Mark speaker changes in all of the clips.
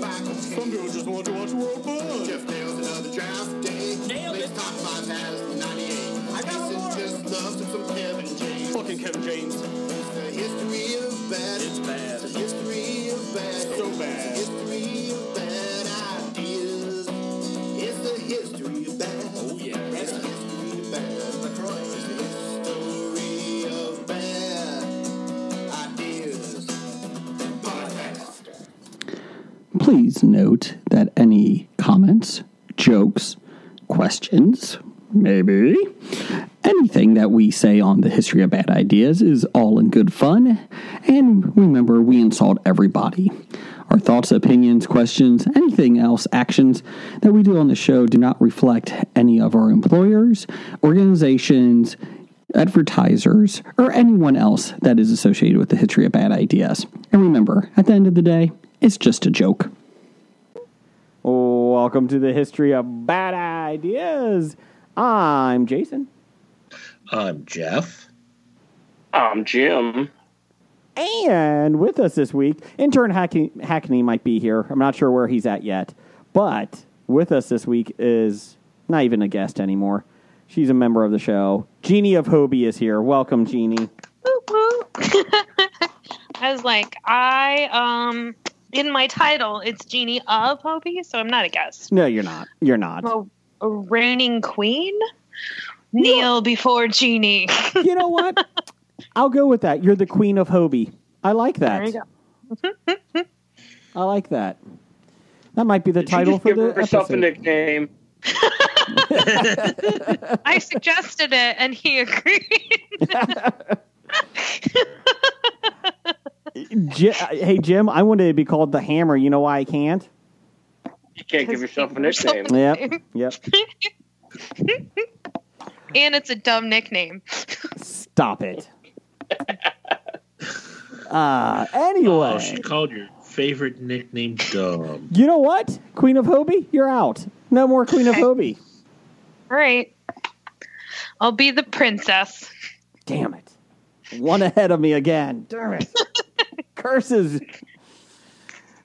Speaker 1: Some people just want to watch the world burn.
Speaker 2: Jeff nailed another draft day.
Speaker 3: Nailed
Speaker 2: Makes
Speaker 3: it.
Speaker 2: top five has the 98.
Speaker 3: I got
Speaker 2: Mason
Speaker 3: one.
Speaker 2: just loves him some Kevin James.
Speaker 1: Fucking Kevin James.
Speaker 2: It's the history of bad.
Speaker 3: It's bad.
Speaker 2: It's the history of bad.
Speaker 1: So bad.
Speaker 2: It's the history of bad ideas. It's the history of bad.
Speaker 3: Oh, yeah.
Speaker 2: It's the history of bad. It's the history of bad ideas. Podcast.
Speaker 4: Please note that any comments, jokes, questions, maybe anything that we say on the history of bad ideas is all in good fun. And remember, we insult everybody. Our thoughts, opinions, questions, anything else, actions that we do on the show do not reflect any of our employers, organizations, advertisers, or anyone else that is associated with the history of bad ideas. And remember, at the end of the day, it's just a joke. Welcome to the history of bad ideas. I'm Jason.
Speaker 5: I'm Jeff.
Speaker 6: I'm Jim.
Speaker 4: And with us this week, intern Hackney, Hackney might be here. I'm not sure where he's at yet. But with us this week is not even a guest anymore. She's a member of the show. Jeannie of Hobie is here. Welcome, Jeannie.
Speaker 7: Whoop, whoop. I was like, I um in my title it's Genie of Hobie, so I'm not a guest.
Speaker 4: No, you're not. You're not.
Speaker 7: I'm a, a reigning queen. Kneel before Genie.
Speaker 4: you know what? I'll go with that. You're the queen of Hobie. I like that.
Speaker 7: There you go.
Speaker 4: I like that. That might be the
Speaker 6: Did you
Speaker 4: title
Speaker 6: just
Speaker 4: for
Speaker 6: give
Speaker 4: the
Speaker 6: yourself
Speaker 4: episode.
Speaker 6: a nickname?
Speaker 7: I suggested it and he agreed.
Speaker 4: Ji- hey Jim, I wanted to be called the Hammer. You know why I can't?
Speaker 6: You can't give yourself a
Speaker 7: Yourself
Speaker 6: nickname.
Speaker 4: Yep. Yep.
Speaker 7: And it's a dumb nickname.
Speaker 4: Stop it. Uh, anyway,
Speaker 5: Oh, she called your favorite nickname dumb.
Speaker 4: you know what? Queen of Hobie, you're out. No more Queen of
Speaker 7: Okay.
Speaker 4: Hobie.
Speaker 7: All right. I'll be the princess.
Speaker 4: Damn it. One ahead of me again. Damn it. Curses.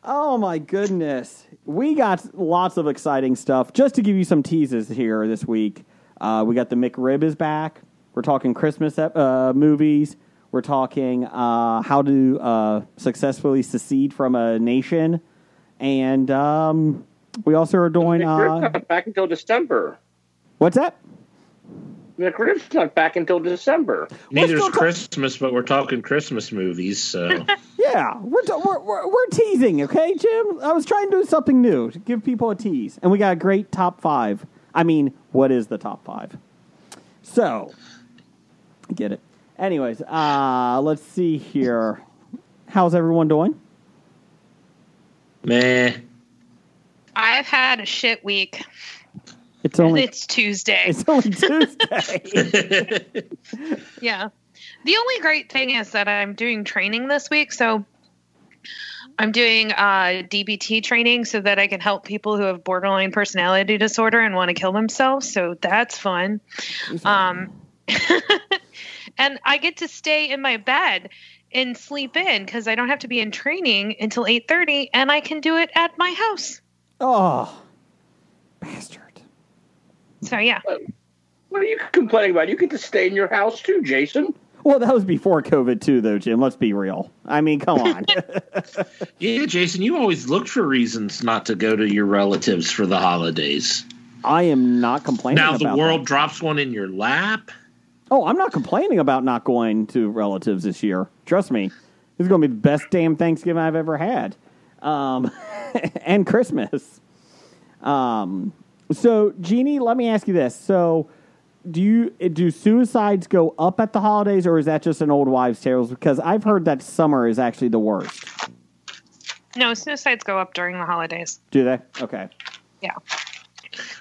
Speaker 4: Oh my goodness. We got lots of exciting stuff. Just to give you some teases here this week, uh, we got the McRib is back. We're talking Christmas ep- uh, movies. We're talking uh, how to uh, successfully secede from a nation. And um, we also are doing.
Speaker 6: McRib's
Speaker 4: Uh,
Speaker 6: not back until December.
Speaker 4: what's that?
Speaker 6: McRib's not back until December.
Speaker 5: Neither's
Speaker 4: still talk-
Speaker 5: Christmas, but we're talking Christmas movies, so
Speaker 4: Yeah, we're, t- we're, we're, we're teasing, okay, Jim? I was trying to do something new to give people a tease. And we got a great top five. I mean, what is the top five? So, I get it. Anyways, uh, let's see here. How's everyone doing?
Speaker 5: meh.
Speaker 7: I've had a shit week.
Speaker 4: It's only
Speaker 7: It's Tuesday.
Speaker 4: it's only Tuesday.
Speaker 7: Yeah. The only great thing is that I'm doing training this week, so I'm doing uh, DBT training so that I can help people who have borderline personality disorder and want to kill themselves. So that's fun. Um, and I get to stay in my bed and sleep in because I don't have to be in training until 8:30, and I can do it at my house.
Speaker 4: oh, bastard.
Speaker 7: So yeah,
Speaker 6: What are you complaining about? You get to stay in your house too, Jason.
Speaker 4: Well, that was before COVID, too, though, Jim. Let's be real. I mean, come on.
Speaker 5: Yeah, Jason, you always look for reasons not to go to your relatives for the holidays.
Speaker 4: I am not complaining
Speaker 5: Now the
Speaker 4: about
Speaker 5: world
Speaker 4: that.
Speaker 5: drops one in your lap.
Speaker 4: Oh, I'm not complaining about not going to relatives this year. Trust me, this is going to be the best damn Thanksgiving I've ever had, um, and Christmas. Um, so, Jeannie, let me ask you this: So, do you do suicides go up at the holidays, or is that just an old wives' tales? Because I've heard that summer is actually the worst.
Speaker 7: no suicides go up during the holidays.
Speaker 4: Do they? Okay.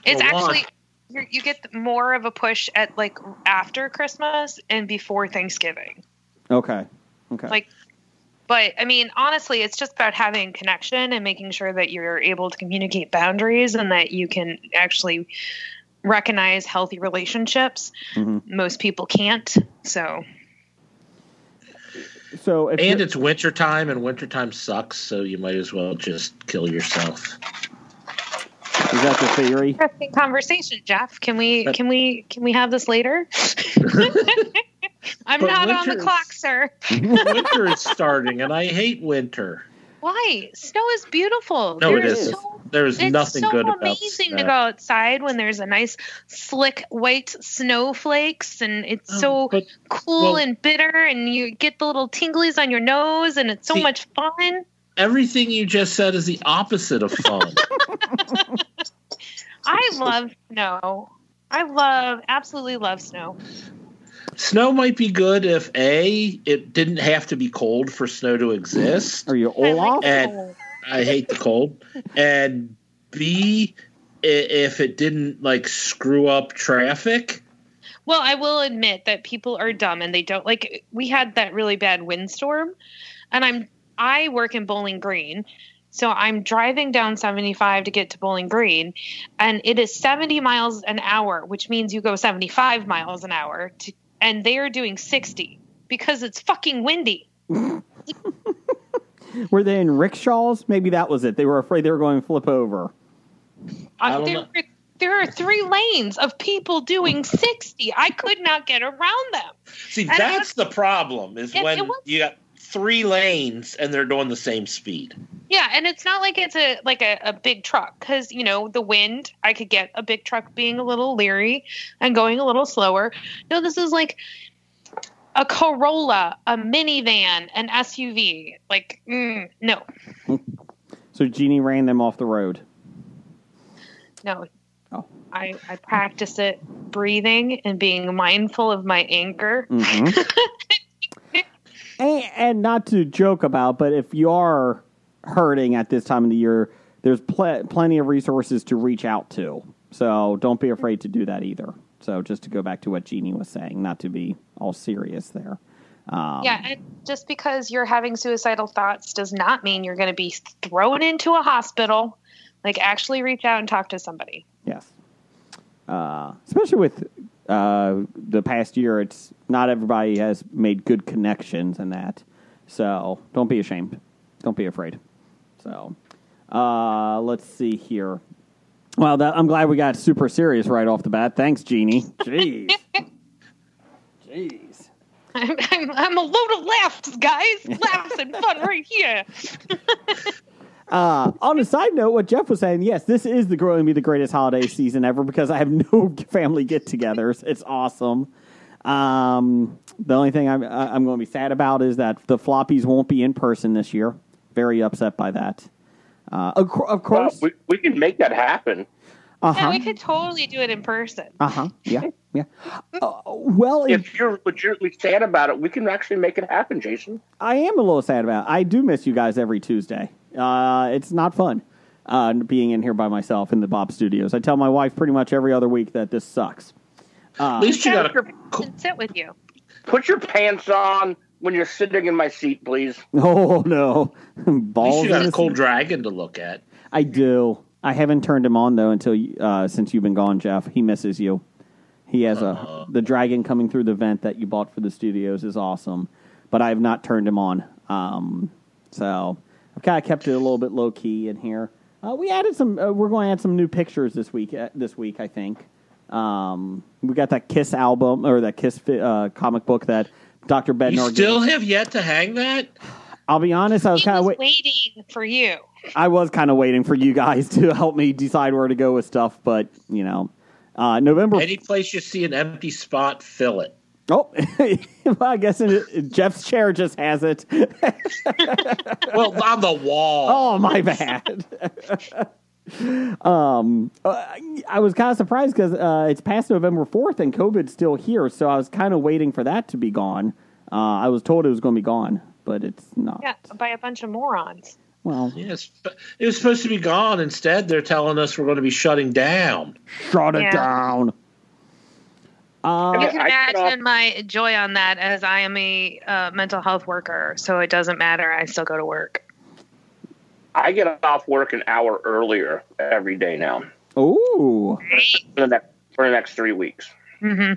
Speaker 7: It's
Speaker 5: Well, why?
Speaker 7: actually you you get more of a push at like after Christmas and before Thanksgiving.
Speaker 4: Okay. Okay.
Speaker 7: Like, but I mean, honestly, it's just about having connection and making sure that you're able to communicate boundaries and that you can actually recognize healthy relationships.
Speaker 4: Mhm.
Speaker 5: Mm-hmm.
Speaker 7: Most people can't. So,
Speaker 4: so, if
Speaker 5: And
Speaker 4: you're-
Speaker 5: it's wintertime and wintertime sucks, so you might as well just kill yourself.
Speaker 4: Is that the theory?
Speaker 7: Interesting conversation, Jeff. Can we
Speaker 5: But-
Speaker 7: can we can we have this later? I'm
Speaker 5: But
Speaker 7: not on the
Speaker 5: winters-
Speaker 7: clock, sir.
Speaker 5: winter is starting, and I hate winter.
Speaker 7: Why? Snow is beautiful.
Speaker 5: No, it
Speaker 7: There is
Speaker 5: isn't.
Speaker 7: so-
Speaker 5: There is
Speaker 7: it's
Speaker 5: nothing
Speaker 7: so
Speaker 5: good about
Speaker 7: amazing
Speaker 5: snow.
Speaker 7: to go outside when there's a nice slick white snowflakes and it's
Speaker 5: Oh,
Speaker 7: so
Speaker 5: but
Speaker 7: cool
Speaker 5: well-
Speaker 7: and bitter and you get the little tinglies on your nose and it's so
Speaker 5: See-
Speaker 7: much fun.
Speaker 5: everything you just said is the opposite of fun.
Speaker 7: I love snow. I love absolutely love snow.
Speaker 5: snow might be good if a it didn't have to be cold for snow to exist.
Speaker 4: Are you
Speaker 7: I like
Speaker 4: Olaf?
Speaker 5: And-
Speaker 7: cold.
Speaker 5: I hate the cold, and b i- if it didn't like screw up traffic.
Speaker 7: Well, I will admit that people are dumb and they don't like we had that really bad windstorm and I'm I work in Bowling Green. So I'm driving down 75 to get to Bowling Green and it is 70 miles an hour, which means you go 75 miles an hour to, and they are doing 60 because it's fucking windy.
Speaker 4: Were they in rickshaws? Maybe that was it. They were afraid they were going to flip over.
Speaker 5: I
Speaker 7: Uh,
Speaker 5: don't
Speaker 7: there,
Speaker 5: know.
Speaker 7: are- there are three lanes of people doing 60. I could not get around them.
Speaker 5: See,
Speaker 7: it
Speaker 5: that's the problem is
Speaker 7: It-
Speaker 5: when
Speaker 7: it was-
Speaker 5: you got three lanes and they're doing the same speed.
Speaker 7: Yeah, and it's not like it's a like a, a big truck because you know the wind. I could get a big truck being a little leery and going a little slower. No, this is like a Corolla, a minivan, an SUV. Like mm, no,
Speaker 4: So Jeannie ran them off the road.
Speaker 7: no.
Speaker 4: Oh.
Speaker 7: I I practice it breathing and being mindful of my anger.
Speaker 4: Mm. and, and not to joke about, but if you are hurting at this time of the year, there's pl- plenty of resources to reach out to. So don't be afraid to do that either. So just to go back to what Jeannie was saying, not to be all serious there. Um,
Speaker 7: Yeah, and just because you're having suicidal thoughts does not mean you're going to be thrown into a hospital. Like actually reach out and talk to somebody.
Speaker 4: Yes. Uh, especially with uh, the past year, it's not everybody has made good connections in that. So don't be ashamed. Don't be afraid. So uh, let's see here. Well, that, I'm glad we got super serious right off the bat. Thanks, Jeannie. Jeez. Jeez.
Speaker 7: I'm, I'm, I'm a load of laughs, guys. Laughs and fun right here.
Speaker 4: Uh, on a side note, what Jeff was saying, yes, this is the growing be the greatest holiday season ever because I have no family get-togethers. It's awesome. Um, the only thing I'm I- I'm going to be sad about is that the floppies won't be in person this year. Very upset by that. Uh, of, cour- of
Speaker 6: Well,
Speaker 4: course,
Speaker 6: we, we can make that happen.
Speaker 4: uh
Speaker 7: Yeah,
Speaker 4: huh,
Speaker 7: we could totally do it in person.
Speaker 4: uh huh, yeah, yeah. Uh, well, if
Speaker 6: If you're legitimately sad about it, we can actually make it happen, Jason.
Speaker 4: I am a little sad about. It. I do miss you guys every Tuesday. Uh, it's not fun uh, being in here by myself in the Bob Studios. I tell my wife pretty much every other week that this sucks.
Speaker 5: At least you got a co-
Speaker 7: and sit with you.
Speaker 6: Put your pants on when you're sitting in my seat, please.
Speaker 4: Oh no,
Speaker 5: at least
Speaker 4: balls!
Speaker 5: you got
Speaker 4: in
Speaker 5: a
Speaker 4: the
Speaker 5: cold
Speaker 4: seat.
Speaker 5: dragon to look at.
Speaker 4: I do. I haven't turned him on though until you- uh, since you've been gone, Jeff. He misses you. He has
Speaker 5: Uh-huh.
Speaker 4: a the dragon coming through the vent that you bought for the studios is awesome, but I have not turned him on. Um, so I've kind of kept it a little bit low key in here. Uh, we added some. Uh, we're going to add some new pictures this week. Uh, this week, I think. Um, we got that Kiss album or that Kiss fi- uh, comic book that Doctor Bednar.
Speaker 5: You
Speaker 4: gave
Speaker 5: still
Speaker 4: us.
Speaker 5: have yet to hang that?
Speaker 4: I'll be honest. I was
Speaker 7: He
Speaker 4: kind of
Speaker 7: was
Speaker 4: waiting.
Speaker 7: waiting for you.
Speaker 4: I was kind of waiting for you guys to help me decide where to go with stuff, but you know, uh, November.
Speaker 5: Any place you see an empty spot, fill it.
Speaker 4: oh, well, I guess it, Jeff's chair just has it.
Speaker 5: Well, on the wall.
Speaker 4: Oh, my bad. um, uh, I was kind of surprised because uh, it's past November fourth and COVID's still here, so I was kind of waiting for that to be gone. Uh, I was told it was going to be gone, but it's not.
Speaker 7: Yeah, by a bunch of morons.
Speaker 4: Well,
Speaker 5: Yes, but it was supposed to be gone. Instead, they're telling us we're going to be shutting down.
Speaker 4: shut it
Speaker 7: Yeah.
Speaker 4: down. Uh,
Speaker 7: You
Speaker 6: Yeah,
Speaker 7: can
Speaker 6: I cut
Speaker 7: imagine my joy on that as I am a uh, mental health worker, so it doesn't matter. I still go to work.
Speaker 6: I get off work an hour earlier every day now
Speaker 4: ooh.
Speaker 6: for the next, for the next three weeks.
Speaker 7: hmm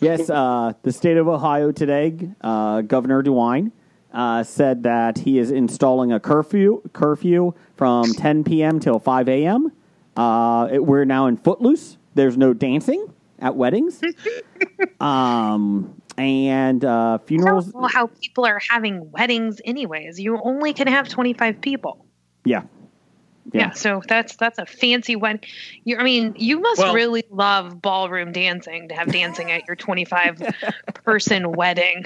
Speaker 4: Yes, uh, the state of Ohio today, uh, Governor DeWine uh, said that he is installing a curfew curfew from 10 p.m. till 5 a.m. Uh, it, we're now in Footloose. There's no dancing at weddings. um, and uh, funerals.
Speaker 7: Well, how people are having weddings, anyways. You only can have twenty five people.
Speaker 4: Yeah.
Speaker 7: Yeah. so that's that's a fancy one. You, I mean, you must
Speaker 5: Well-
Speaker 7: really love ballroom dancing to have dancing at your twenty five person wedding.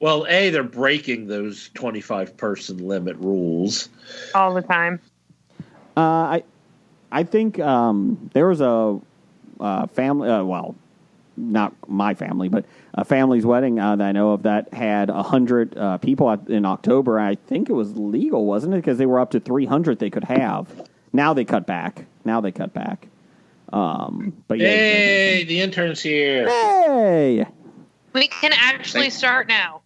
Speaker 5: Well, a they're breaking those twenty-five person limit rules.
Speaker 7: all the time.
Speaker 4: Uh, I, I think um, there was a uh, family. Uh, well, not my family, but a family's wedding uh, that I know of that had hundred uh, people at, in October. I think it was legal, wasn't it? Because they were up to three hundred they could have. Now they cut back. Now they cut back. Um, but yeah,
Speaker 5: Hey, the intern's here.
Speaker 4: Hey!
Speaker 7: We can actually
Speaker 8: Thank-
Speaker 7: start now.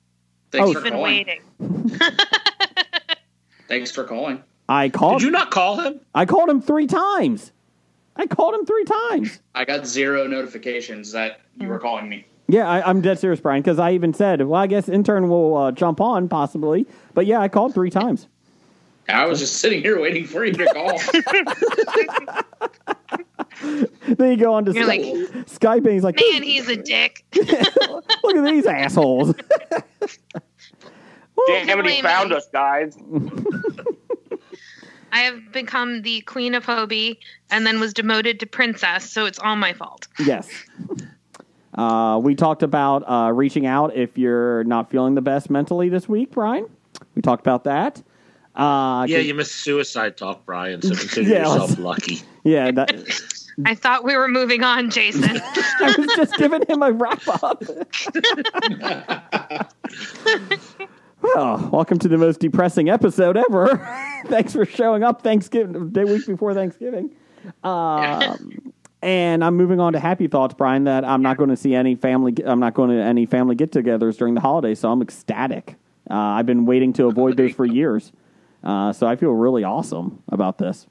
Speaker 8: Thanks
Speaker 4: Oh.
Speaker 8: for
Speaker 7: We've been
Speaker 8: calling.
Speaker 7: waiting.
Speaker 8: Thanks for calling.
Speaker 4: I
Speaker 5: Did
Speaker 4: called.
Speaker 5: you not call him?
Speaker 4: I called him three times. I called him three times.
Speaker 8: I got zero notifications that you
Speaker 7: Mm.
Speaker 8: were calling me.
Speaker 4: Yeah, I, I'm dead serious, Brian, because I even said, well, I guess intern will uh, jump on possibly. But yeah, I called three times.
Speaker 8: I was just sitting here waiting for you to call.
Speaker 4: Then you go on to
Speaker 7: You're
Speaker 4: Skype,
Speaker 7: like,
Speaker 4: Skype and he's like,
Speaker 7: Man, he's a dick.
Speaker 4: look at these assholes.
Speaker 7: can
Speaker 6: Damn it, he
Speaker 7: blame
Speaker 6: found
Speaker 7: me.
Speaker 6: us, guys.
Speaker 7: I have become the queen of Hobie and then was demoted to princess, so it's all my fault.
Speaker 4: yes. Uh, we talked about uh, reaching out if you're not feeling the best mentally this week, Brian. We talked about that. Uh,
Speaker 5: Yeah, you missed suicide talk, Brian. So consider
Speaker 4: Yeah,
Speaker 5: yourself
Speaker 4: let's-
Speaker 5: lucky.
Speaker 4: yeah. That,
Speaker 7: I thought we were moving on, Jason.
Speaker 4: I was just giving him a wrap up. well, welcome to the most depressing episode ever. Thanks for showing up Thanksgiving day week before Thanksgiving. Um, and I'm moving on to happy thoughts, Brian. That I'm not going to see any family. I'm not going to any family get-togethers during the holidays, so I'm ecstatic. Uh, I've been waiting to avoid those for years, uh, so I feel really awesome about this.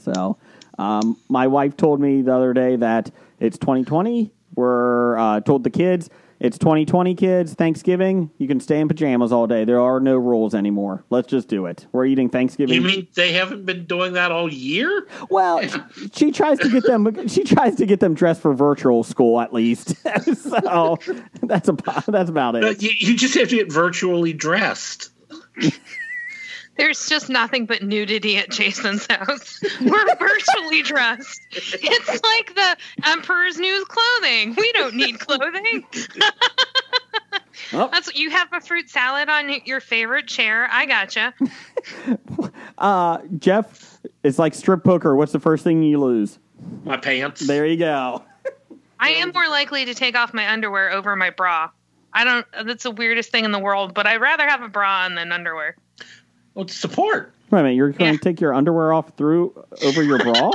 Speaker 4: So, um, my wife told me the other day that it's 2020. We're uh, told the kids it's 2020, kids. Thanksgiving, you can stay in pajamas all day. There are no rules anymore. Let's just do it. We're eating Thanksgiving.
Speaker 5: You mean they haven't been doing that all year?
Speaker 4: well, she tries to get them. She tries to get them dressed for virtual school at least. so that's about that's about
Speaker 5: No,
Speaker 4: it.
Speaker 5: you, you just have to get virtually dressed.
Speaker 7: There's just nothing but nudity at Jason's house. We're virtually dressed. It's like the Emperor's New Clothing. We don't need clothing.
Speaker 4: Oh.
Speaker 7: That's what you have a fruit salad on your favorite chair. I gotcha.
Speaker 4: Uh, Jeff, it's like strip poker. What's the first thing you lose?
Speaker 5: My pants.
Speaker 4: There you go.
Speaker 7: I am more likely to take off my underwear over my bra. I don't. That's the weirdest thing in the world, but I'd rather have a bra on than underwear.
Speaker 5: Well, it's support.
Speaker 4: Wait a minute, you're going
Speaker 7: Yeah.
Speaker 4: to take your underwear off through over your bra?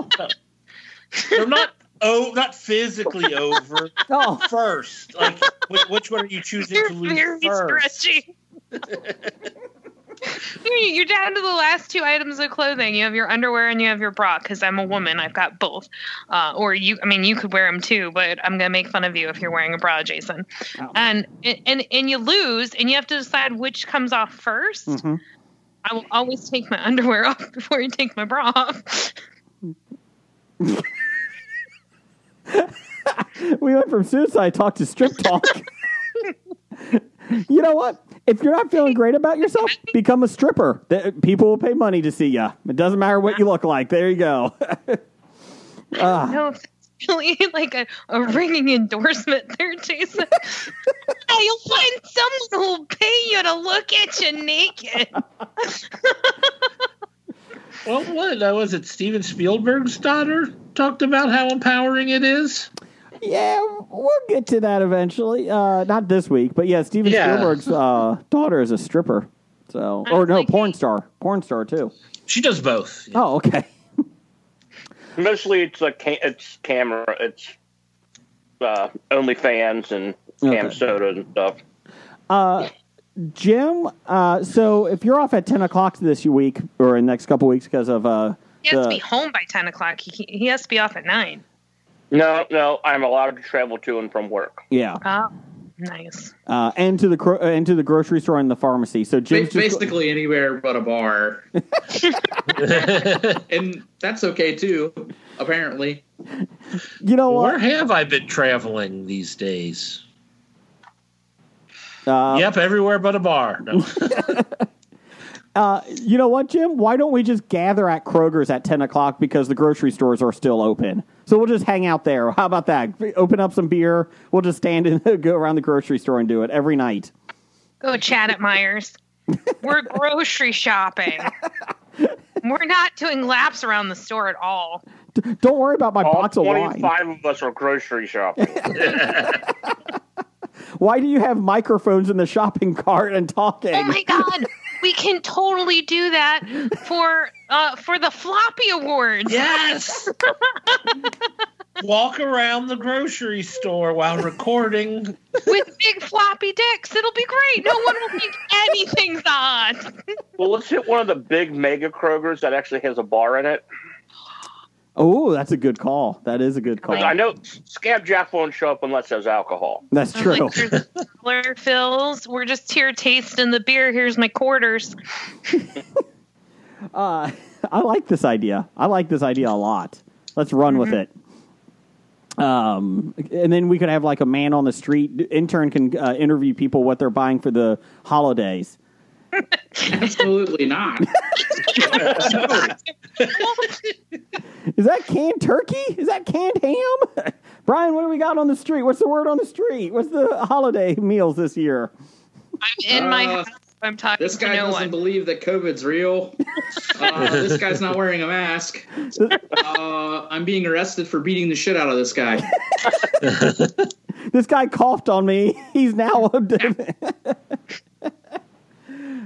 Speaker 5: They're not oh, not physically over
Speaker 4: oh,
Speaker 5: first. Like, which, which one are you choosing
Speaker 7: You're
Speaker 5: to lose
Speaker 7: very
Speaker 5: first?
Speaker 7: stretchy. You're- You're down to the last two items of clothing. You have your underwear and you have your bra. Because I'm a woman, I've got both. Uh, or you, I mean, you could wear them too, but I'm gonna make fun of you if you're wearing a bra, Jason.
Speaker 4: Oh.
Speaker 7: And and and you lose, and you have to decide which comes off 1st
Speaker 4: Mhm.
Speaker 7: I will always take my underwear off before you take my bra off.
Speaker 4: we went from suicide talk to strip talk. you know what? If you're not feeling great about yourself, become a stripper. Th- People will pay money to see you. It doesn't matter what you look like. There you go.
Speaker 7: No, it's really like a, a ringing endorsement there, Jason. Hey, You'll find someone who'll pay you to look at you naked.
Speaker 5: Well, what uh, was it? Steven Spielberg's daughter talked about how empowering it is.
Speaker 4: yeah, we'll get to that eventually. Uh, not this week, but yeah, Steven
Speaker 5: Yeah.
Speaker 4: Spielberg's uh, daughter is a stripper. So, or no,
Speaker 7: like
Speaker 4: porn
Speaker 7: it.
Speaker 4: star, porn star too.
Speaker 5: She does both.
Speaker 4: Oh, okay.
Speaker 6: Mostly it's a ca- it's camera, it's uh, OnlyFans and cam
Speaker 4: Okay.
Speaker 6: soda and stuff.
Speaker 4: Jim, uh, so if you're off at ten o'clock this week or in the next couple weeks because of uh,
Speaker 7: He has
Speaker 4: the-
Speaker 7: to be home by 10 o'clock. He, he has to be off at 9.
Speaker 6: No, no, I'm allowed to travel to and from work.
Speaker 4: yeah,
Speaker 7: Oh, Nice.
Speaker 4: uh, and to the cro- uh, and to the grocery store and the pharmacy. So
Speaker 8: Ba-
Speaker 4: Jim's just-
Speaker 8: basically anywhere but a bar, and that's okay too. Apparently,
Speaker 4: you know
Speaker 5: Where
Speaker 4: what?
Speaker 5: have I been traveling these days?
Speaker 4: Uh,
Speaker 5: yep, everywhere but a bar. No.
Speaker 4: uh, you know what, Jim? Why don't we just gather at Kroger's at ten o'clock because the grocery stores are still open? So we'll just hang out there. How about that? Open up some beer. We'll just stand and go around the grocery store and do it every night.
Speaker 7: Go chat at Myers. We're grocery shopping. We're not doing laps around the store at all.
Speaker 4: Don't worry about my
Speaker 6: All
Speaker 4: box of wine.
Speaker 6: twenty-five of us are grocery shopping.
Speaker 4: Why do you have microphones in the shopping cart and talking?
Speaker 7: Oh my god, we can totally do that for uh, for the floppy awards.
Speaker 5: yes. Walk around the grocery store while recording.
Speaker 7: with big floppy dicks. It'll be great. No one will think anything's odd.
Speaker 6: well, let's hit one of the big mega Krogers that actually has a bar in it.
Speaker 4: oh, that's a good call. That is a good call.
Speaker 6: 'Cause I know Scab Jack won't show up unless there's alcohol.
Speaker 4: That's true.
Speaker 7: Like, there's dollar fills. We're just here tasting the beer. Here's my quarters.
Speaker 4: Uh, I like this idea. I like this idea a lot. Let's run with it. Um, and then we could have like a man on the street intern can uh, interview people what they're buying for the holidays.
Speaker 8: absolutely not.
Speaker 4: Is that canned turkey? Is that canned ham? Brian, what do we got on the street? What's the word on the street? What's the holiday meals this year?
Speaker 7: I'm in my
Speaker 8: Uh,
Speaker 7: house. I'm talking
Speaker 8: This
Speaker 7: to
Speaker 8: guy
Speaker 7: no
Speaker 8: doesn't
Speaker 7: one.
Speaker 8: believe that COVID's real. Uh, this guy's not wearing a mask. Uh, I'm being arrested for beating the shit out of this guy.
Speaker 4: This guy coughed on me. He's now.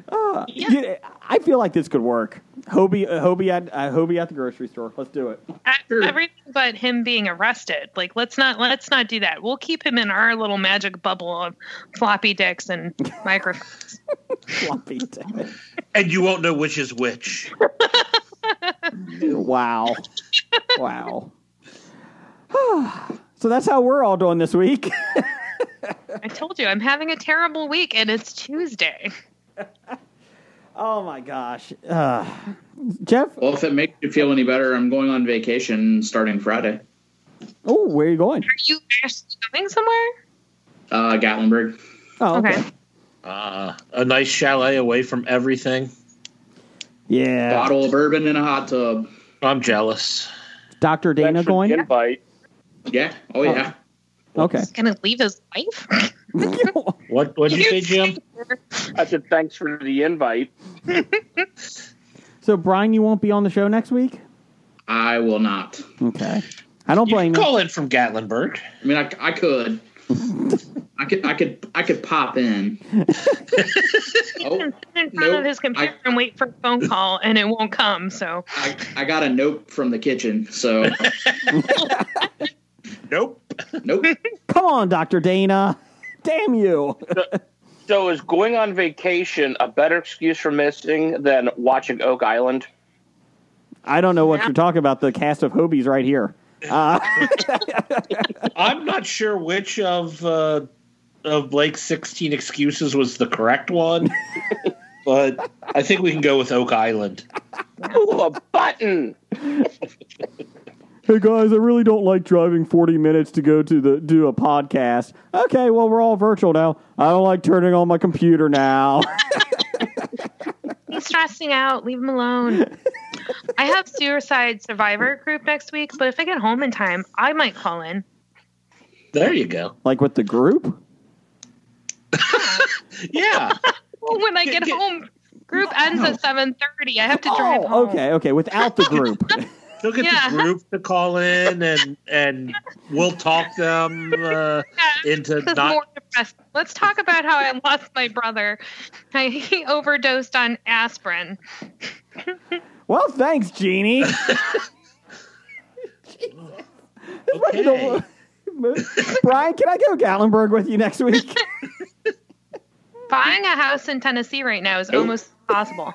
Speaker 4: Uh, you- I feel like this could work. Hobie, uh, Hobie at uh, Hobie at the grocery store. Let's do it.
Speaker 7: A- E-, Everything but him being arrested. Like let's not let's not do that. We'll keep him in our little magic bubble of floppy dicks and microphones.
Speaker 4: Floppy. damn it.
Speaker 5: And you won't know which is which.
Speaker 4: Wow. wow. so that's how we're all doing this week.
Speaker 7: I told you I'm having a terrible week and it's Tuesday.
Speaker 4: oh my gosh. Uh, Jeff,
Speaker 8: Well, if it makes you feel any better, I'm going on vacation starting Friday.
Speaker 4: oh, where are you going?
Speaker 7: Are you actually going somewhere?
Speaker 8: Uh, Gatlinburg.
Speaker 4: Oh, okay.
Speaker 7: okay.
Speaker 5: Uh, a nice chalet away from everything.
Speaker 4: Yeah.
Speaker 8: Bottle of bourbon in a hot tub.
Speaker 5: I'm jealous.
Speaker 4: Dr. Dana
Speaker 6: Thanks for
Speaker 4: going?
Speaker 6: the Invite.
Speaker 8: Yeah. Oh, yeah.
Speaker 4: Okay.
Speaker 7: Gonna leave his wife?
Speaker 5: What what did you say, Jim?
Speaker 6: I said thanks for the invite.
Speaker 4: so, Brian, you won't be on the show next week?
Speaker 8: I will not.
Speaker 4: Okay. I don't
Speaker 5: You can
Speaker 4: blame you.
Speaker 5: call in from Gatlinburg.
Speaker 8: I mean, I, I could. I could, I could, I could pop in. oh,
Speaker 7: in front
Speaker 8: Nope.
Speaker 7: of his computer
Speaker 8: I-
Speaker 7: and wait for a phone call, and it won't come. So
Speaker 8: I, I got a nope from the kitchen. So,
Speaker 5: Nope.
Speaker 8: nope.
Speaker 4: Come on, Dr. Dana. Damn you.
Speaker 6: So is going on vacation a better excuse for missing than watching Oak Island?
Speaker 4: I don't know what you're talking about. The cast of Hobies right here. Uh,
Speaker 5: I'm not sure which of uh, of Blake's 16 excuses was the correct one, but I think we can go with Oak Island.
Speaker 6: Ooh, a button.
Speaker 4: hey guys, I really don't like driving 40 minutes to go to the do a podcast. Okay, well we're all virtual now. I don't like turning on my computer now.
Speaker 7: he's stressing out. Leave him alone. I have suicide survivor group next week, but if I get home in time, I might call in.
Speaker 5: There you go.
Speaker 4: like with the group?
Speaker 5: Yeah.
Speaker 7: When I get home, group ends at seven thirty. I have to drive home.
Speaker 4: Oh, okay, okay, without the group.
Speaker 5: She'll get
Speaker 7: Yeah.
Speaker 5: the group to call in and and we'll talk them uh,
Speaker 7: Yeah,
Speaker 5: into
Speaker 7: this is more
Speaker 5: not
Speaker 7: depressing. Let's talk about how I lost my brother. I, he overdosed on aspirin.
Speaker 4: well, thanks, Jeannie. What in the wo- Brian, can I go Gatlinburg with you next week?
Speaker 7: Buying a house in Tennessee right now is
Speaker 8: Nope.
Speaker 7: almost impossible.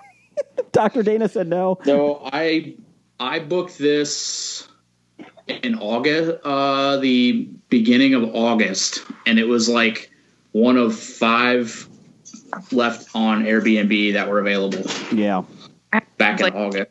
Speaker 4: Dr. Dana said no.
Speaker 8: So I I booked this in August, uh, the beginning of August, and it was like one of five left on Airbnb that were available
Speaker 4: Yeah.
Speaker 8: back in
Speaker 7: Like-
Speaker 8: August.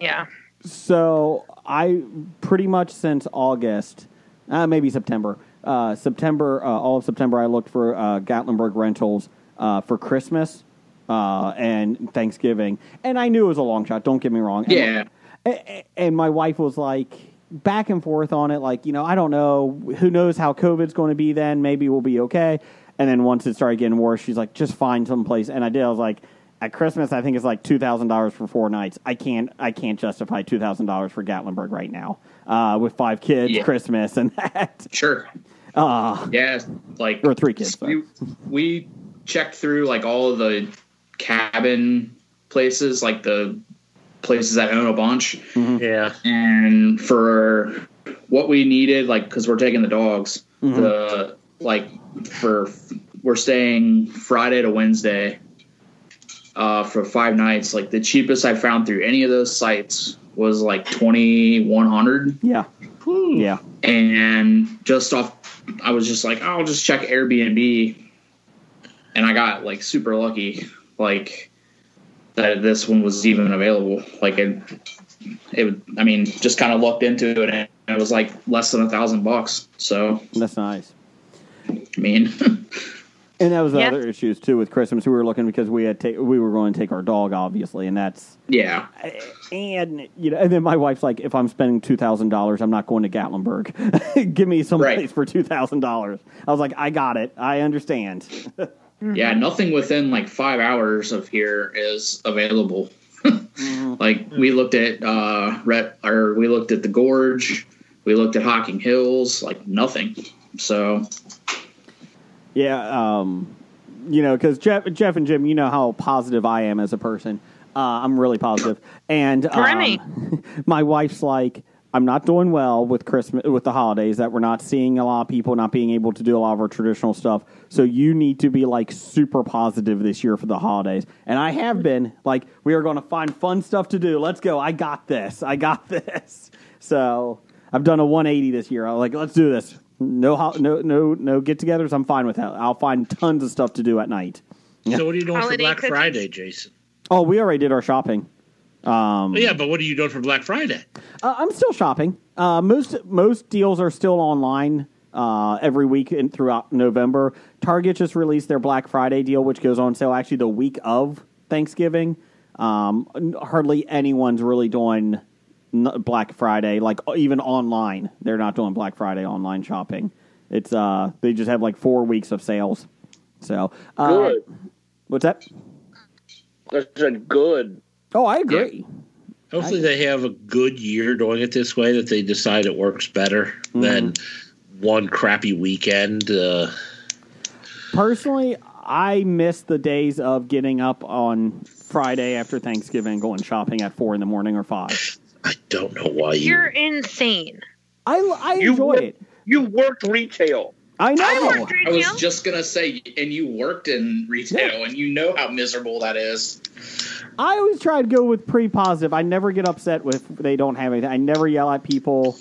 Speaker 7: Yeah.
Speaker 4: So I pretty much since August, uh, maybe September, uh, September, uh, all of September, I looked for uh, Gatlinburg rentals uh, for Christmas uh, and Thanksgiving, and I knew it was a long shot. Don't get me wrong. And-
Speaker 8: Yeah.
Speaker 4: a- and my wife was like back and forth on it like you know i don't know who knows how covid's going to be then maybe we'll be okay and then once it started getting worse she's like just find someplace and i did i was like at christmas i think it's like $2000 for four nights i can't i can't justify $2000 for gatlinburg right now uh, with five kids
Speaker 8: Yeah.
Speaker 4: christmas and that
Speaker 8: Sure.
Speaker 4: uh,
Speaker 8: Yeah, like
Speaker 4: or three kids sorry.
Speaker 8: we, we checked through like all of the cabin places, like the places that own a bunch,
Speaker 5: Yeah.
Speaker 8: and for what we needed, like because we're taking the dogs,
Speaker 4: Mm-hmm.
Speaker 8: the like for we're staying Friday to Wednesday uh, for five nights. Like the cheapest I found through any of those sites was like twenty one hundred
Speaker 4: yeah
Speaker 5: Hmm.
Speaker 4: yeah
Speaker 8: and just off i was just like i'll just check airbnb and i got like super lucky like that this one was even available like it, it would- i mean just kind of looked into it and it was like less than a thousand bucks so
Speaker 4: that's nice
Speaker 8: i mean
Speaker 4: and that was the
Speaker 7: Yeah.
Speaker 4: other issues too with christmas we were looking because we had ta- we were going to take our dog obviously and that's
Speaker 8: yeah
Speaker 4: and you know, and then my wife's like, if I'm spending two thousand dollars, I'm not going to Gatlinburg. Give me some place
Speaker 8: Right.
Speaker 4: for two thousand dollars. I was like, I got it. I understand.
Speaker 8: yeah
Speaker 5: Mm-hmm.
Speaker 8: nothing within like five hours of here is available
Speaker 5: Mm-hmm.
Speaker 8: like we looked at uh ret or we looked at the gorge we looked at hocking hills like nothing so
Speaker 4: Yeah, um, you know, because Jeff, Jeff and Jim, you know how positive I am as a person. Uh, I'm really positive, and
Speaker 7: Grimmy.
Speaker 4: um, my wife's like, I'm not doing well with Christmas, with the holidays. That we're not seeing a lot of people, not being able to do a lot of our traditional stuff. So you need to be like super positive this year for the holidays, and I have been. Like, we are going to find fun stuff to do. Let's go. I got this. I got this. So I've done a 180 this year. I'm like, let's do this. No, ho- no, no, no get-togethers. I'm fine with that. I'll find tons of stuff to do at night.
Speaker 5: So what are you doing
Speaker 7: Holiday
Speaker 5: for Black
Speaker 7: cookies.
Speaker 5: Friday, Jason?
Speaker 4: Oh, we already did our shopping.
Speaker 5: yeah, but what are you doing for Black Friday?
Speaker 4: Uh, I'm still shopping. Uh, most most deals are still online uh, every week and throughout November. Target just released their Black Friday deal, which goes on sale actually the week of Thanksgiving. Um, n- hardly anyone's really doing n- Black Friday, like o- even online. They're not doing Black Friday online shopping. It's uh, they just have like four weeks of sales. So uh,
Speaker 6: Good.
Speaker 4: What's that?
Speaker 6: That's a good.
Speaker 4: Oh, I agree.
Speaker 5: Hopefully, they have a good year doing it this way that they decide it works better than
Speaker 4: Mm-hmm.
Speaker 5: one crappy weekend. Uh,
Speaker 4: Personally, I miss the days of getting up on Friday after Thanksgiving, going shopping at four in the morning or five.
Speaker 5: I don't know why you.
Speaker 7: You're insane.
Speaker 4: I, I
Speaker 6: You
Speaker 4: enjoy
Speaker 6: work-
Speaker 4: it.
Speaker 6: You worked retail.
Speaker 4: I
Speaker 7: I
Speaker 4: know.
Speaker 7: worked
Speaker 8: I was
Speaker 7: retail.
Speaker 8: just gonna say, and you worked in retail, and you know how miserable that is.
Speaker 4: I always try to go with pretty positive. I never get upset with they don't have anything. I never yell at people.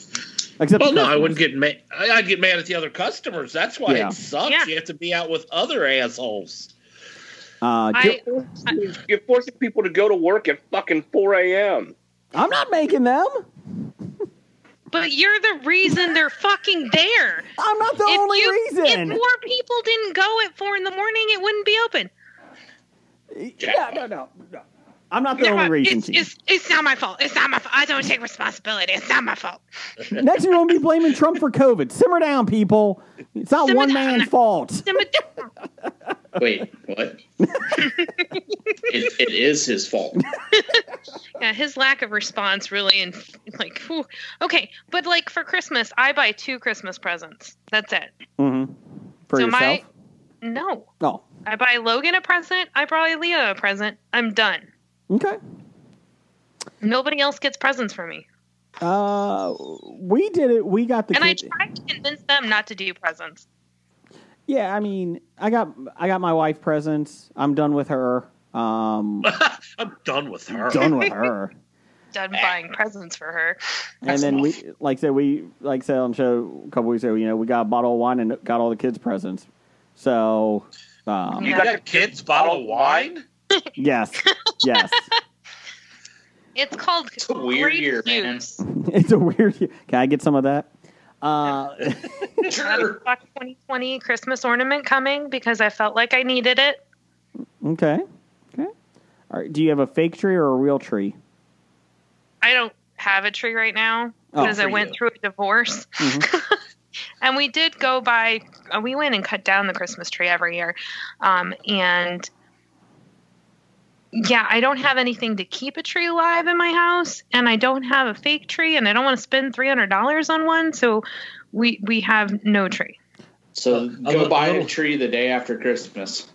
Speaker 4: Except
Speaker 5: well, Oh, no, I
Speaker 4: customers.
Speaker 5: wouldn't get mad. I'd get mad at the other customers. That's why
Speaker 4: Yeah.
Speaker 5: it sucks.
Speaker 7: Yeah.
Speaker 5: You have to be out with other assholes.
Speaker 4: Uh, Jim-
Speaker 7: I,
Speaker 6: You're forcing people to go to work at fucking 4 a.m.
Speaker 4: I'm not making them.
Speaker 7: but you're the reason they're fucking there.
Speaker 4: I'm not the only
Speaker 7: if
Speaker 4: reason.
Speaker 7: more people didn't go at four in the morning, it wouldn't be open.
Speaker 4: yeah, no, no, no. I'm not the
Speaker 7: No,
Speaker 4: only reason.
Speaker 7: it's,
Speaker 4: Chief.
Speaker 7: it's, it's not my fault. It's not my fault. I don't take responsibility. It's not my fault.
Speaker 4: Next, you're going to be blaming Trump for COVID. Simmer down, people. It's not
Speaker 7: Simmer
Speaker 4: one
Speaker 7: down.
Speaker 4: man's fault.
Speaker 8: Wait, what? it, it is his fault.
Speaker 7: Yeah, his lack of response really, and like, whew. okay, but like for Christmas, I buy two Christmas presents. That's it.
Speaker 4: Mm-hmm. For
Speaker 7: so
Speaker 4: yourself?
Speaker 7: my no,
Speaker 4: Oh,
Speaker 7: I buy Logan a present. I buy Leah a present. I'm done.
Speaker 4: okay.
Speaker 7: Nobody else gets presents for me,
Speaker 4: Uh, we did it. We got the
Speaker 7: and I
Speaker 4: kid-
Speaker 7: try to convince them not to do presents.
Speaker 4: Yeah, I mean, I got I got my wife presents. I'm done with her. Um,
Speaker 5: I'm done with her.
Speaker 4: done with her.
Speaker 7: Done buying presents for her.
Speaker 4: And then we, like I said, we like I said on the show a couple weeks ago. You know, we got a bottle of wine and got all the kids presents. So, um,
Speaker 5: You got a kid's bottle of wine?
Speaker 4: yes, yes,
Speaker 7: It's called
Speaker 8: It's a weird
Speaker 7: grape
Speaker 8: year, man.
Speaker 7: juice.
Speaker 4: it's a weird. Can I get some of that? Uh,
Speaker 8: Sure.
Speaker 7: Xbox 2020 Christmas ornament coming because I felt like I needed it.
Speaker 4: okay, okay. All right. Do you have a fake tree or a real tree?
Speaker 7: I don't have a tree right now
Speaker 4: Oh,
Speaker 7: because I
Speaker 8: for
Speaker 7: went
Speaker 8: you. Mm-hmm.
Speaker 7: through a divorce. and we did go by, uh, we went and cut down the Christmas tree every year. Um, and yeah, I don't have anything to keep a tree alive in my house. And I don't have a fake tree and I don't want to spend $300 on one. So we, we have no tree.
Speaker 8: So go
Speaker 5: little-
Speaker 8: buy
Speaker 5: a
Speaker 8: a
Speaker 5: little-
Speaker 8: tree the day after Christmas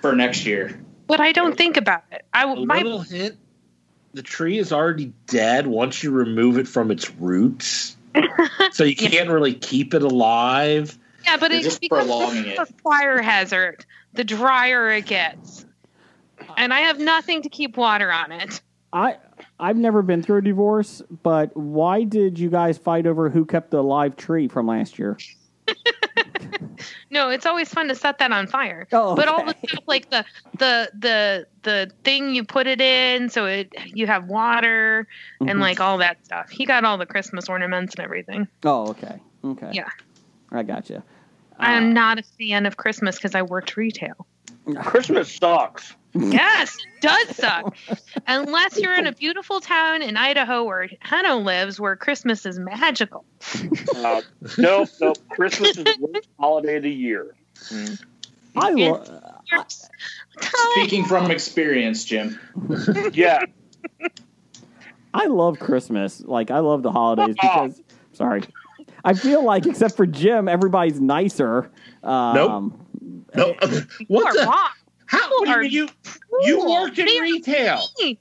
Speaker 8: for next year.
Speaker 7: But I don't think about it. I,
Speaker 5: A
Speaker 7: my
Speaker 5: little hint. The tree is already dead once you remove it from its roots. so you can't really keep it alive.
Speaker 7: Yeah, but
Speaker 8: You're
Speaker 7: it
Speaker 8: just
Speaker 7: becomes
Speaker 8: prolonging
Speaker 7: a
Speaker 8: it.
Speaker 7: fire hazard. The drier it gets, and I have nothing to keep water on it.
Speaker 4: I I've never been through a divorce, but why did you guys fight over who kept the live tree from last year?
Speaker 7: No, it's always fun to set that on fire.
Speaker 4: Oh,
Speaker 7: But all the
Speaker 4: okay.
Speaker 7: stuff like the the the the thing you put it in, so it you have water
Speaker 4: Mhm.
Speaker 7: and like all that stuff. He got all the Christmas ornaments and everything.
Speaker 4: Oh, okay, okay.
Speaker 7: Yeah.
Speaker 4: I gotcha. Uh,
Speaker 7: I
Speaker 4: Ah.
Speaker 7: am not a fan of Christmas because I worked retail.
Speaker 6: Christmas sucks.
Speaker 7: Yes, it does suck. Unless you're in a beautiful town in Idaho where Heno lives, where Christmas is magical.
Speaker 6: Uh, nope, nope. Christmas is the worst holiday of the year.
Speaker 4: I lo-
Speaker 7: It's- Yes. Time.
Speaker 8: Speaking from experience, Jim.
Speaker 6: Yeah,
Speaker 4: I love Christmas. Like I love the holidays because sorry. I feel like except for Jim, everybody's nicer. Um,
Speaker 5: No, what
Speaker 7: You are
Speaker 5: the?
Speaker 7: wrong.
Speaker 5: How what do you,
Speaker 7: are
Speaker 5: mean you? You
Speaker 7: cruel.
Speaker 5: worked in
Speaker 7: They are
Speaker 5: retail.
Speaker 7: mean.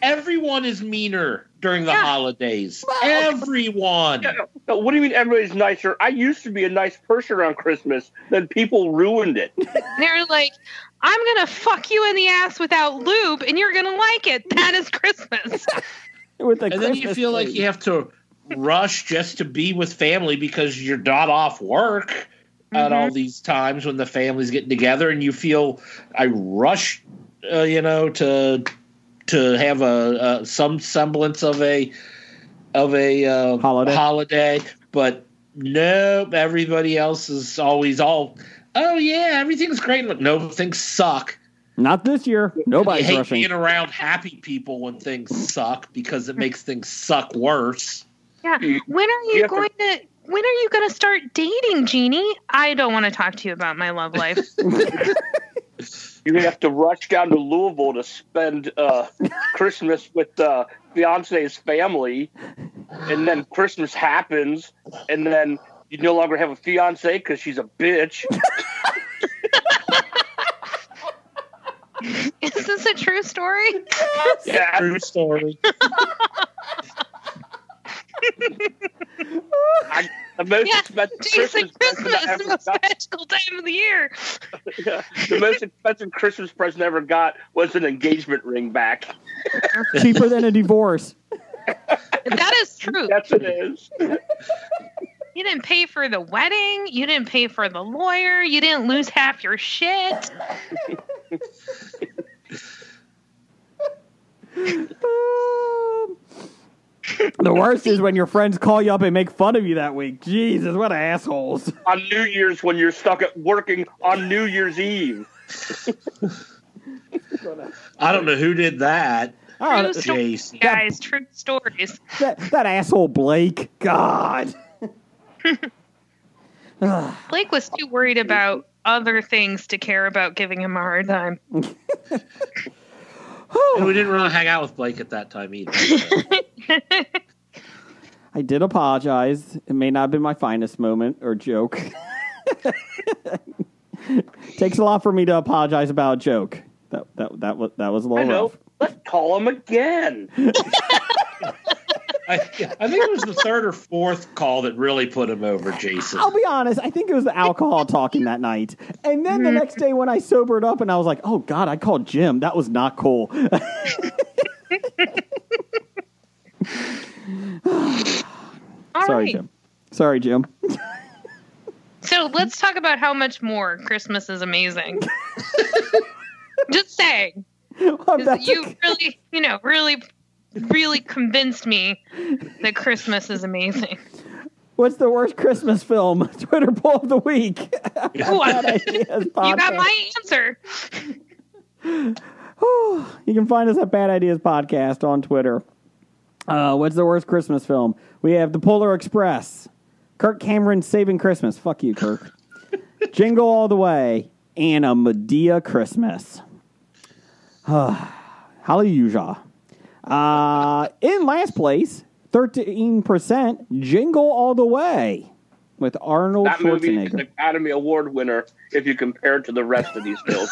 Speaker 5: Everyone is meaner during the
Speaker 7: Yeah.
Speaker 5: holidays. Everyone.
Speaker 6: No, what do you mean everybody's nicer? I used to be a nice person around Christmas, then people ruined it.
Speaker 7: They're like, I'm gonna fuck you in the ass without lube, and you're gonna like it. That is Christmas.
Speaker 4: with a
Speaker 5: and then you
Speaker 4: Christmas
Speaker 5: feel like
Speaker 4: tree.
Speaker 5: you have to rush just to be with family because you're not off work at
Speaker 4: Mm-hmm.
Speaker 5: all these times when the family's getting together and you feel i rush uh, you know to to have a, a some semblance of a of a uh,
Speaker 4: Holiday.
Speaker 5: holiday but nope everybody else is always all oh yeah everything's great Look, no things suck
Speaker 4: not this year.
Speaker 5: I
Speaker 4: Nobody's
Speaker 5: hate
Speaker 4: rushing.
Speaker 5: being around happy people when things suck because it makes things suck worse
Speaker 7: yeah. When are you
Speaker 6: You have to-
Speaker 7: going to? When are you going to start dating, Jeannie? I don't want to talk to you about my love life.
Speaker 6: You have to rush down to Louisville to spend uh, Christmas with uh, fiance's family, and then Christmas happens, and then you no longer have a fiance because she's a bitch.
Speaker 7: is this a true story?
Speaker 6: Yeah,
Speaker 5: True story.
Speaker 6: I, the most
Speaker 7: Yeah,
Speaker 6: expensive
Speaker 7: Jason,
Speaker 6: Christmas present I
Speaker 7: Christmas,
Speaker 6: ever
Speaker 7: most
Speaker 6: got.
Speaker 7: magical time of the year.
Speaker 6: the most expensive Christmas present I ever got was an engagement ring back.
Speaker 4: Cheaper than a divorce.
Speaker 7: That is true.
Speaker 6: That's what it is.
Speaker 7: You didn't pay for the wedding. You didn't pay for the lawyer. You didn't lose half your shit.
Speaker 4: Um, the worst is when your friends call you up and make fun of you that week. Jesus, what assholes!
Speaker 6: on New Year's when you're stuck at working on New Year's Eve.
Speaker 5: I don't know who did that.
Speaker 4: I don't-
Speaker 7: True
Speaker 5: Jason.
Speaker 7: stories, guys. True stories.
Speaker 4: that, that asshole Blake. God.
Speaker 7: Blake was too worried about other things to care about giving him a hard time.
Speaker 5: And we didn't really hang out with Blake at that time either.
Speaker 4: I did apologize. It may not have been my finest moment or joke. Takes a lot for me to apologize about a joke. That that that was that was a
Speaker 6: I
Speaker 4: little
Speaker 6: know.
Speaker 4: rough.
Speaker 6: Let's call him again.
Speaker 5: I, I think it was the third or fourth call that really put him over, Jason.
Speaker 4: I'll be honest. I think it was the alcohol talking that night, and then
Speaker 6: Mm-hmm.
Speaker 4: the next day when I sobered up and I was like, "Oh God, I called Jim. That was not cool."
Speaker 7: All right.
Speaker 4: Sorry, Jim. Sorry, Jim.
Speaker 7: So let's talk about how much more Christmas is amazing. Just saying.
Speaker 4: I'm
Speaker 7: 'Cause
Speaker 4: about to-
Speaker 7: you really, you know, really, really convinced me that Christmas is amazing.
Speaker 4: What's the worst Christmas film? Twitter poll of the week.
Speaker 7: Ooh, I-
Speaker 4: Ideas
Speaker 7: you got
Speaker 4: podcast.
Speaker 7: my answer.
Speaker 4: you can find us at Bad Ideas Podcast on Twitter. Uh, what's the worst Christmas film? We have The Polar Express, Kirk Cameron Saving Christmas. Fuck you, Kirk. Jingle All the Way, and a Medea Christmas. Hallelujah. Uh, in last place, 13%, Jingle All the Way with Arnold
Speaker 6: That movie is an
Speaker 4: Schwarzenegger.
Speaker 6: Academy Award winner if you compare it to the rest of these films.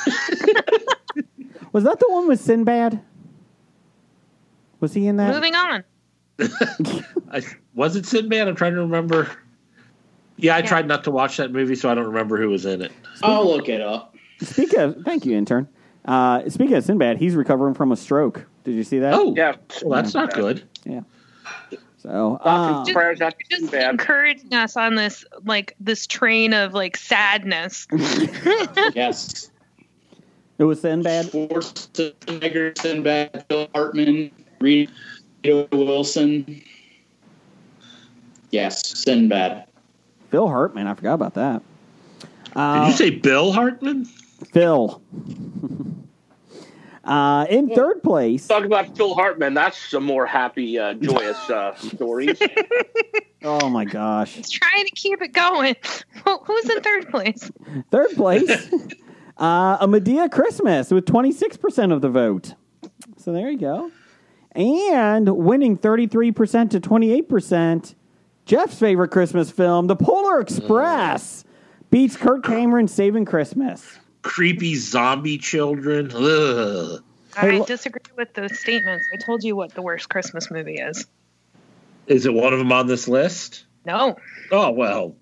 Speaker 4: Was that the one with Sinbad? Was he in that?
Speaker 7: Moving on.
Speaker 5: I, was it Sinbad? I'm trying to remember. Yeah, I
Speaker 7: Yeah.
Speaker 5: tried not to watch that movie, so I don't remember who was in it.
Speaker 8: I'll look it up.
Speaker 4: Speak of, thank you, intern. Uh, speaking of Sinbad, he's recovering from a stroke. Did you see that?
Speaker 5: Oh,
Speaker 6: yeah.
Speaker 5: Well, that's not good.
Speaker 4: yeah. So, uh,
Speaker 6: Thoughts and prayers not too
Speaker 7: Just
Speaker 6: bad.
Speaker 7: encouraging us on this, like this train of like sadness.
Speaker 8: Yes.
Speaker 4: it was Sinbad.
Speaker 8: Schwarzenegger, Sinbad, Bill Hartman, Rita Wilson. Yes, Sinbad.
Speaker 4: Phil Hartman. I forgot about that. Uh,
Speaker 5: Did
Speaker 4: Um,
Speaker 5: you say Bill Hartman?
Speaker 4: Phil. uh, in third place.
Speaker 6: Talk about Phil Hartman. That's some more happy, uh, joyous uh, stories.
Speaker 4: Oh my gosh.
Speaker 7: Just trying to keep it going. Who- Who's in third place?
Speaker 4: Third place. uh, a Medea Christmas with 26% of the vote. So there you go. And winning 33% to 28%, Jeff's favorite Christmas film, The Polar Express,
Speaker 7: Mm.
Speaker 4: beats Kurt Cameron Saving Christmas.
Speaker 5: Creepy zombie children. Ugh.
Speaker 4: Hey,
Speaker 7: I
Speaker 4: lo-
Speaker 7: disagree with those statements. I told you what the worst Christmas movie is.
Speaker 5: Is it one of them on this list?
Speaker 7: No.
Speaker 5: Oh well,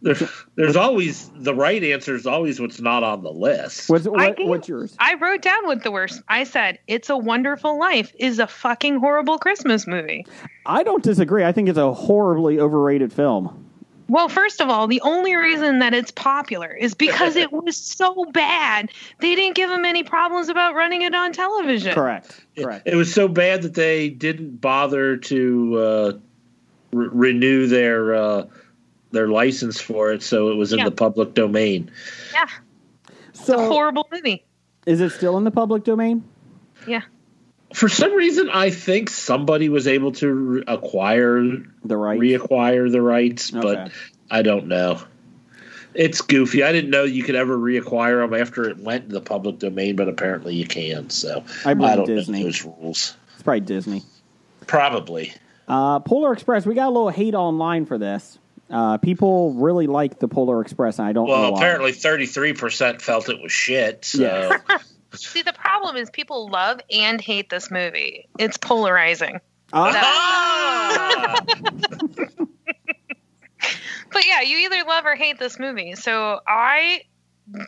Speaker 5: there's there's always the right answer is always what's not on the list.
Speaker 4: What's,
Speaker 7: I
Speaker 4: what,
Speaker 7: gave-
Speaker 4: what's yours?
Speaker 7: I wrote down what the worst. I said, "It's a Wonderful Life" is a fucking horrible Christmas movie.
Speaker 4: I don't disagree. I think it's a horribly overrated film.
Speaker 7: Well, first of all, the only reason that it's popular is because it was so bad. They didn't give him any problems about running it on television.
Speaker 4: Correct. Correct.
Speaker 5: It was so bad that they didn't bother to uh, re- renew their uh, their license for it, so it was in
Speaker 7: Yeah.
Speaker 5: the public domain.
Speaker 7: Yeah, it's a
Speaker 4: So,
Speaker 7: horrible movie.
Speaker 4: is it still in the public domain?
Speaker 7: Yeah,
Speaker 5: For some reason, I think somebody was able to re- acquire
Speaker 4: The right.
Speaker 5: reacquire the rights, but
Speaker 4: Okay.
Speaker 5: I don't know. It's goofy. I didn't know you could ever reacquire them after it went in the public domain, but apparently you can. So
Speaker 4: I blame
Speaker 5: don't
Speaker 4: Disney.
Speaker 5: know those rules.
Speaker 4: It's probably Disney.
Speaker 5: Probably.
Speaker 4: Uh, Polar Express, we got a little hate online for this. Uh, people really like the Polar Express, and I don't know
Speaker 5: Well,
Speaker 4: why.
Speaker 5: apparently thirty three percent felt it was shit. So
Speaker 4: Yeah.
Speaker 7: see, the problem is people love and hate this movie. It's polarizing.
Speaker 4: Ah,
Speaker 5: Ah!
Speaker 7: But yeah, you either love or hate this movie. So I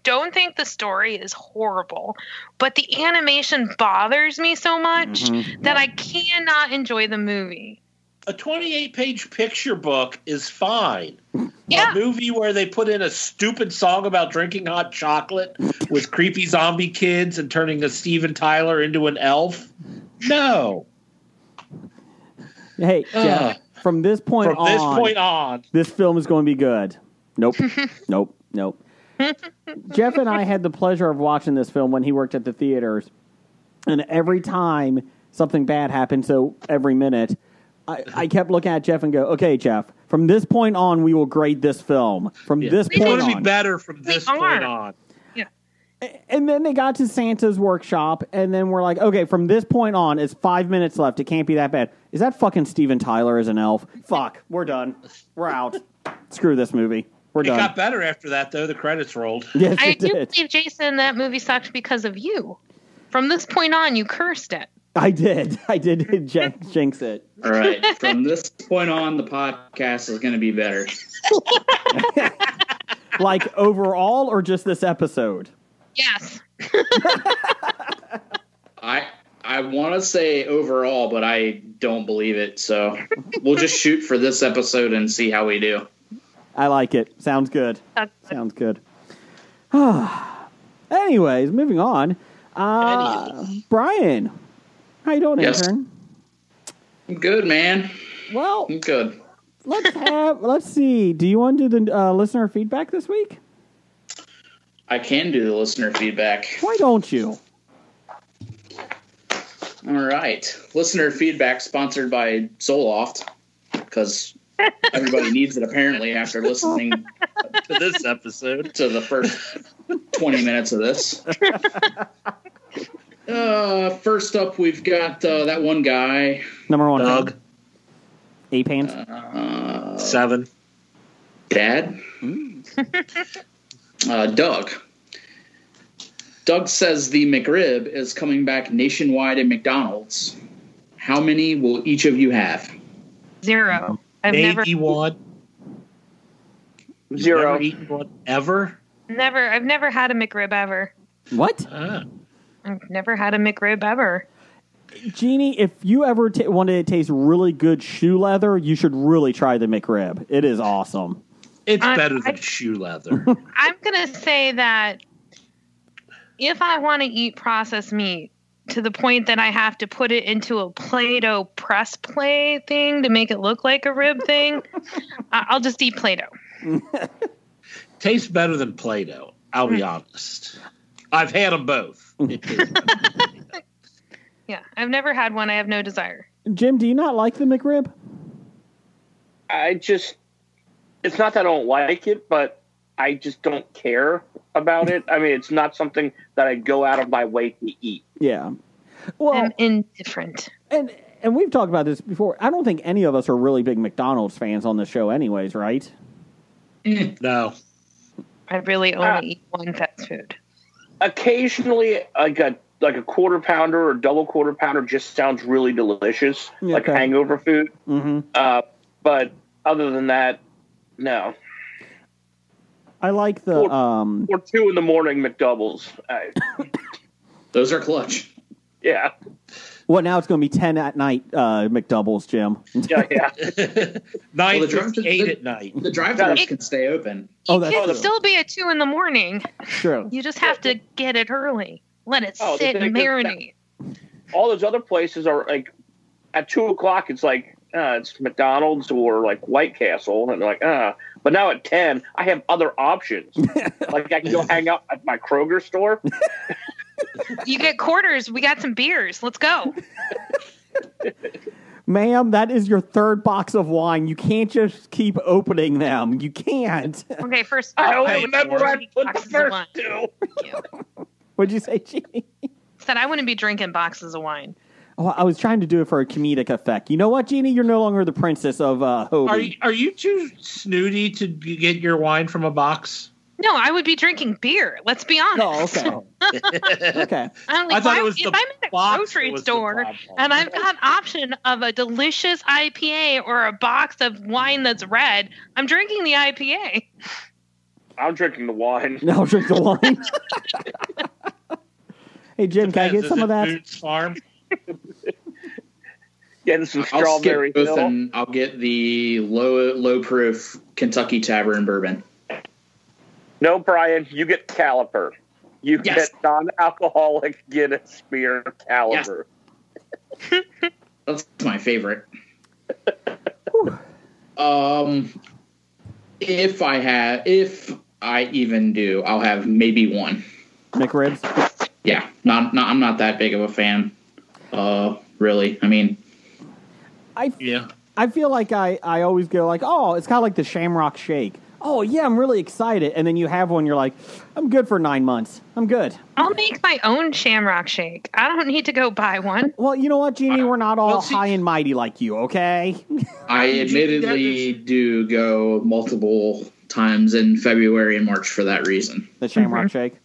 Speaker 7: don't think the story is horrible, but the animation bothers me so much
Speaker 4: Mm-hmm.
Speaker 7: that I cannot enjoy the movie.
Speaker 5: a twenty eight page picture book is fine.
Speaker 7: Yeah.
Speaker 5: A movie where they put in a stupid song about drinking hot chocolate with creepy zombie kids and turning a Steven Tyler into an elf? No.
Speaker 4: hey, Jeff, from this point
Speaker 5: From
Speaker 4: on,
Speaker 5: this point on,
Speaker 4: this film is going to be good. Nope, nope, nope. Jeff and I had the pleasure of watching this film when he worked at the theaters, and every time something bad happened, so every minute, I, I kept looking at Jeff and go, "Okay, Jeff, from this point on, we will grade this film. From this
Speaker 5: it's going
Speaker 4: point
Speaker 5: to
Speaker 4: on,
Speaker 5: be better from this
Speaker 7: are.
Speaker 5: point on.
Speaker 4: And then they got to Santa's workshop, and then we're like, okay, from this point on, it's five minutes left. It can't be that bad. Is that fucking Steven Tyler as an elf? Fuck, we're done. We're out. Screw this movie. We're
Speaker 5: It
Speaker 4: done.
Speaker 5: got better after that, though. The credits rolled.
Speaker 4: yes,
Speaker 7: I
Speaker 4: it
Speaker 7: do
Speaker 4: did.
Speaker 7: believe, Jason, that movie sucked because of you. From this point on, you cursed it.
Speaker 4: I did. I did jinx, jinx it.
Speaker 8: All right. From this point on, the podcast is going to be better.
Speaker 4: Like overall, or just this episode?
Speaker 7: Yes.
Speaker 8: I I want to say overall, but I don't believe it. So we'll just shoot for this episode and see how we do.
Speaker 4: I like it. Sounds good.
Speaker 7: That's
Speaker 4: Sounds good. Anyways, moving on. Uh, Brian, how you doing,
Speaker 8: Yes.
Speaker 4: intern?
Speaker 8: I'm good, man.
Speaker 4: Well,
Speaker 8: I'm good.
Speaker 4: let's have. let's see. Do you want to do the uh, listener feedback this week?
Speaker 8: I can do the listener feedback.
Speaker 4: Why don't you?
Speaker 8: All right. Listener feedback sponsored by Zoloft because everybody needs it apparently after listening
Speaker 5: to this episode.
Speaker 8: to the first 20 minutes of this. Uh, first up, we've got uh, that one guy.
Speaker 4: Number one,
Speaker 5: Doug
Speaker 4: ape hands.
Speaker 8: Uh,
Speaker 5: seven.
Speaker 8: Dad? uh, Doug. Doug says the McRib is coming back nationwide at McDonald's. How many will each of you have?
Speaker 7: zero. I've never,
Speaker 4: e-
Speaker 5: Maybe one.
Speaker 6: Zero.
Speaker 5: Never eaten one ever.
Speaker 7: never, I've never had a McRib ever.
Speaker 4: What,
Speaker 5: Ah.
Speaker 7: I've never had a McRib ever.
Speaker 4: Jeannie? If you ever t- wanted to taste really good shoe leather, you should really try the McRib. It is awesome.
Speaker 5: It's
Speaker 7: I-
Speaker 5: better than
Speaker 7: I-
Speaker 5: shoe leather.
Speaker 7: I'm gonna say that if I want to eat processed meat to the point that I have to put it into a Play-Doh press play thing to make it look like a rib thing, I- I'll just eat Play-Doh.
Speaker 5: Tastes better than Play-Doh. I'll be
Speaker 7: Hmm.
Speaker 5: honest. I've had them both. It tastes better than Play-Doh.
Speaker 7: Yeah, I've never had one. I have no desire.
Speaker 4: Jim, do you not like the McRib?
Speaker 6: I just, it's not that I don't like it, but I just don't care about it. I mean, it's not something that I go out of my way to eat.
Speaker 4: Yeah. Well,
Speaker 7: I'm indifferent.
Speaker 4: and and we've talked about this before. I don't think any of us are really big McDonald's fans on the show, anyways, right?
Speaker 5: no.
Speaker 7: I really only
Speaker 4: uh,
Speaker 6: Ah.
Speaker 7: eat one fast food.
Speaker 6: Occasionally, like a like a quarter pounder or double quarter pounder just sounds really delicious,
Speaker 4: Yeah,
Speaker 6: like
Speaker 4: okay.
Speaker 6: hangover food.
Speaker 4: Mm-hmm.
Speaker 6: Uh, but other than that, no.
Speaker 4: I like the
Speaker 6: Or-
Speaker 4: um.
Speaker 6: Or two in the morning McDoubles. I,
Speaker 8: Those are clutch.
Speaker 6: yeah,
Speaker 4: Well, now it's going to be ten at night. Uh, McDoubles, Jim.
Speaker 6: yeah, yeah.
Speaker 5: Nine
Speaker 8: the drive-
Speaker 5: eight
Speaker 8: the-
Speaker 5: at night.
Speaker 8: The drive-thrus can stay open.
Speaker 4: Oh,
Speaker 7: It
Speaker 4: that's
Speaker 7: can
Speaker 4: true.
Speaker 7: still be a two in the morning.
Speaker 4: true.
Speaker 7: You just have to get it early. Let it
Speaker 6: Oh, the
Speaker 7: sit and
Speaker 6: thing is that-
Speaker 7: marinate.
Speaker 6: all those other places are like at two o'clock it's like uh, it's mcdonald's or like white castle and they're like uh but now at 10 i have other options like i can go hang out at my kroger store
Speaker 7: You get quarters. We got some beers. Let's go.
Speaker 4: Ma'am, that is your third box of wine. You can't just keep opening them. You can't.
Speaker 7: Okay, first.
Speaker 6: i
Speaker 7: I
Speaker 6: don't
Speaker 7: would
Speaker 6: remember where i
Speaker 7: drink
Speaker 6: put the
Speaker 7: boxes of wine.
Speaker 6: first two
Speaker 7: Thank you.
Speaker 4: What'd you say, Jeannie?
Speaker 7: Said I wouldn't be drinking boxes of wine.
Speaker 4: Oh, I was trying to do it for a comedic effect. You know what, Jeannie? You're no longer the princess of uh, Hobie.
Speaker 5: Are you, are you too snooty to get your wine from a box?
Speaker 7: No, I would be drinking beer. Let's be honest.
Speaker 4: Oh, okay. okay.
Speaker 7: I'm like,
Speaker 5: I thought
Speaker 7: why-
Speaker 5: it was
Speaker 7: if
Speaker 5: the
Speaker 7: I'm in a
Speaker 5: box
Speaker 7: grocery
Speaker 5: was the
Speaker 7: store
Speaker 5: problem.
Speaker 7: and I've got an option of a delicious IPA or a box of wine that's red, I'm drinking the IPA.
Speaker 6: i'm drinking the wine
Speaker 4: Now drink the wine. hey, Jim, can I
Speaker 5: Depends.
Speaker 4: get
Speaker 5: Is
Speaker 4: some
Speaker 5: it
Speaker 4: of that?
Speaker 5: Boone's Farm?
Speaker 6: getting some
Speaker 8: I'll
Speaker 6: strawberry
Speaker 8: skip both
Speaker 6: hill
Speaker 8: and I'll get the low low proof Kentucky Tavern bourbon.
Speaker 6: no brian you get caliper you
Speaker 8: Yes.
Speaker 6: get non-alcoholic guinness beer caliper
Speaker 8: That's my favorite. um, if I have, if I even do, I'll have maybe one.
Speaker 4: McRibs.
Speaker 8: Yeah, not, not I'm not that big of a fan. Uh, really. I mean,
Speaker 4: I
Speaker 5: Yeah.
Speaker 4: I feel like I, I always go like, oh, it's kind of like the Shamrock Shake. Oh yeah, I'm really excited, and then you have one, you're like, I'm good for nine months. I'm good.
Speaker 7: I'll make my own shamrock shake. I don't need to go buy one.
Speaker 4: Well, you know what, Jeannie? We're not all
Speaker 5: Well, see-
Speaker 4: high and mighty like you, okay?
Speaker 8: I admittedly do go multiple times in February and March for that reason.
Speaker 4: The Shamrock Shake.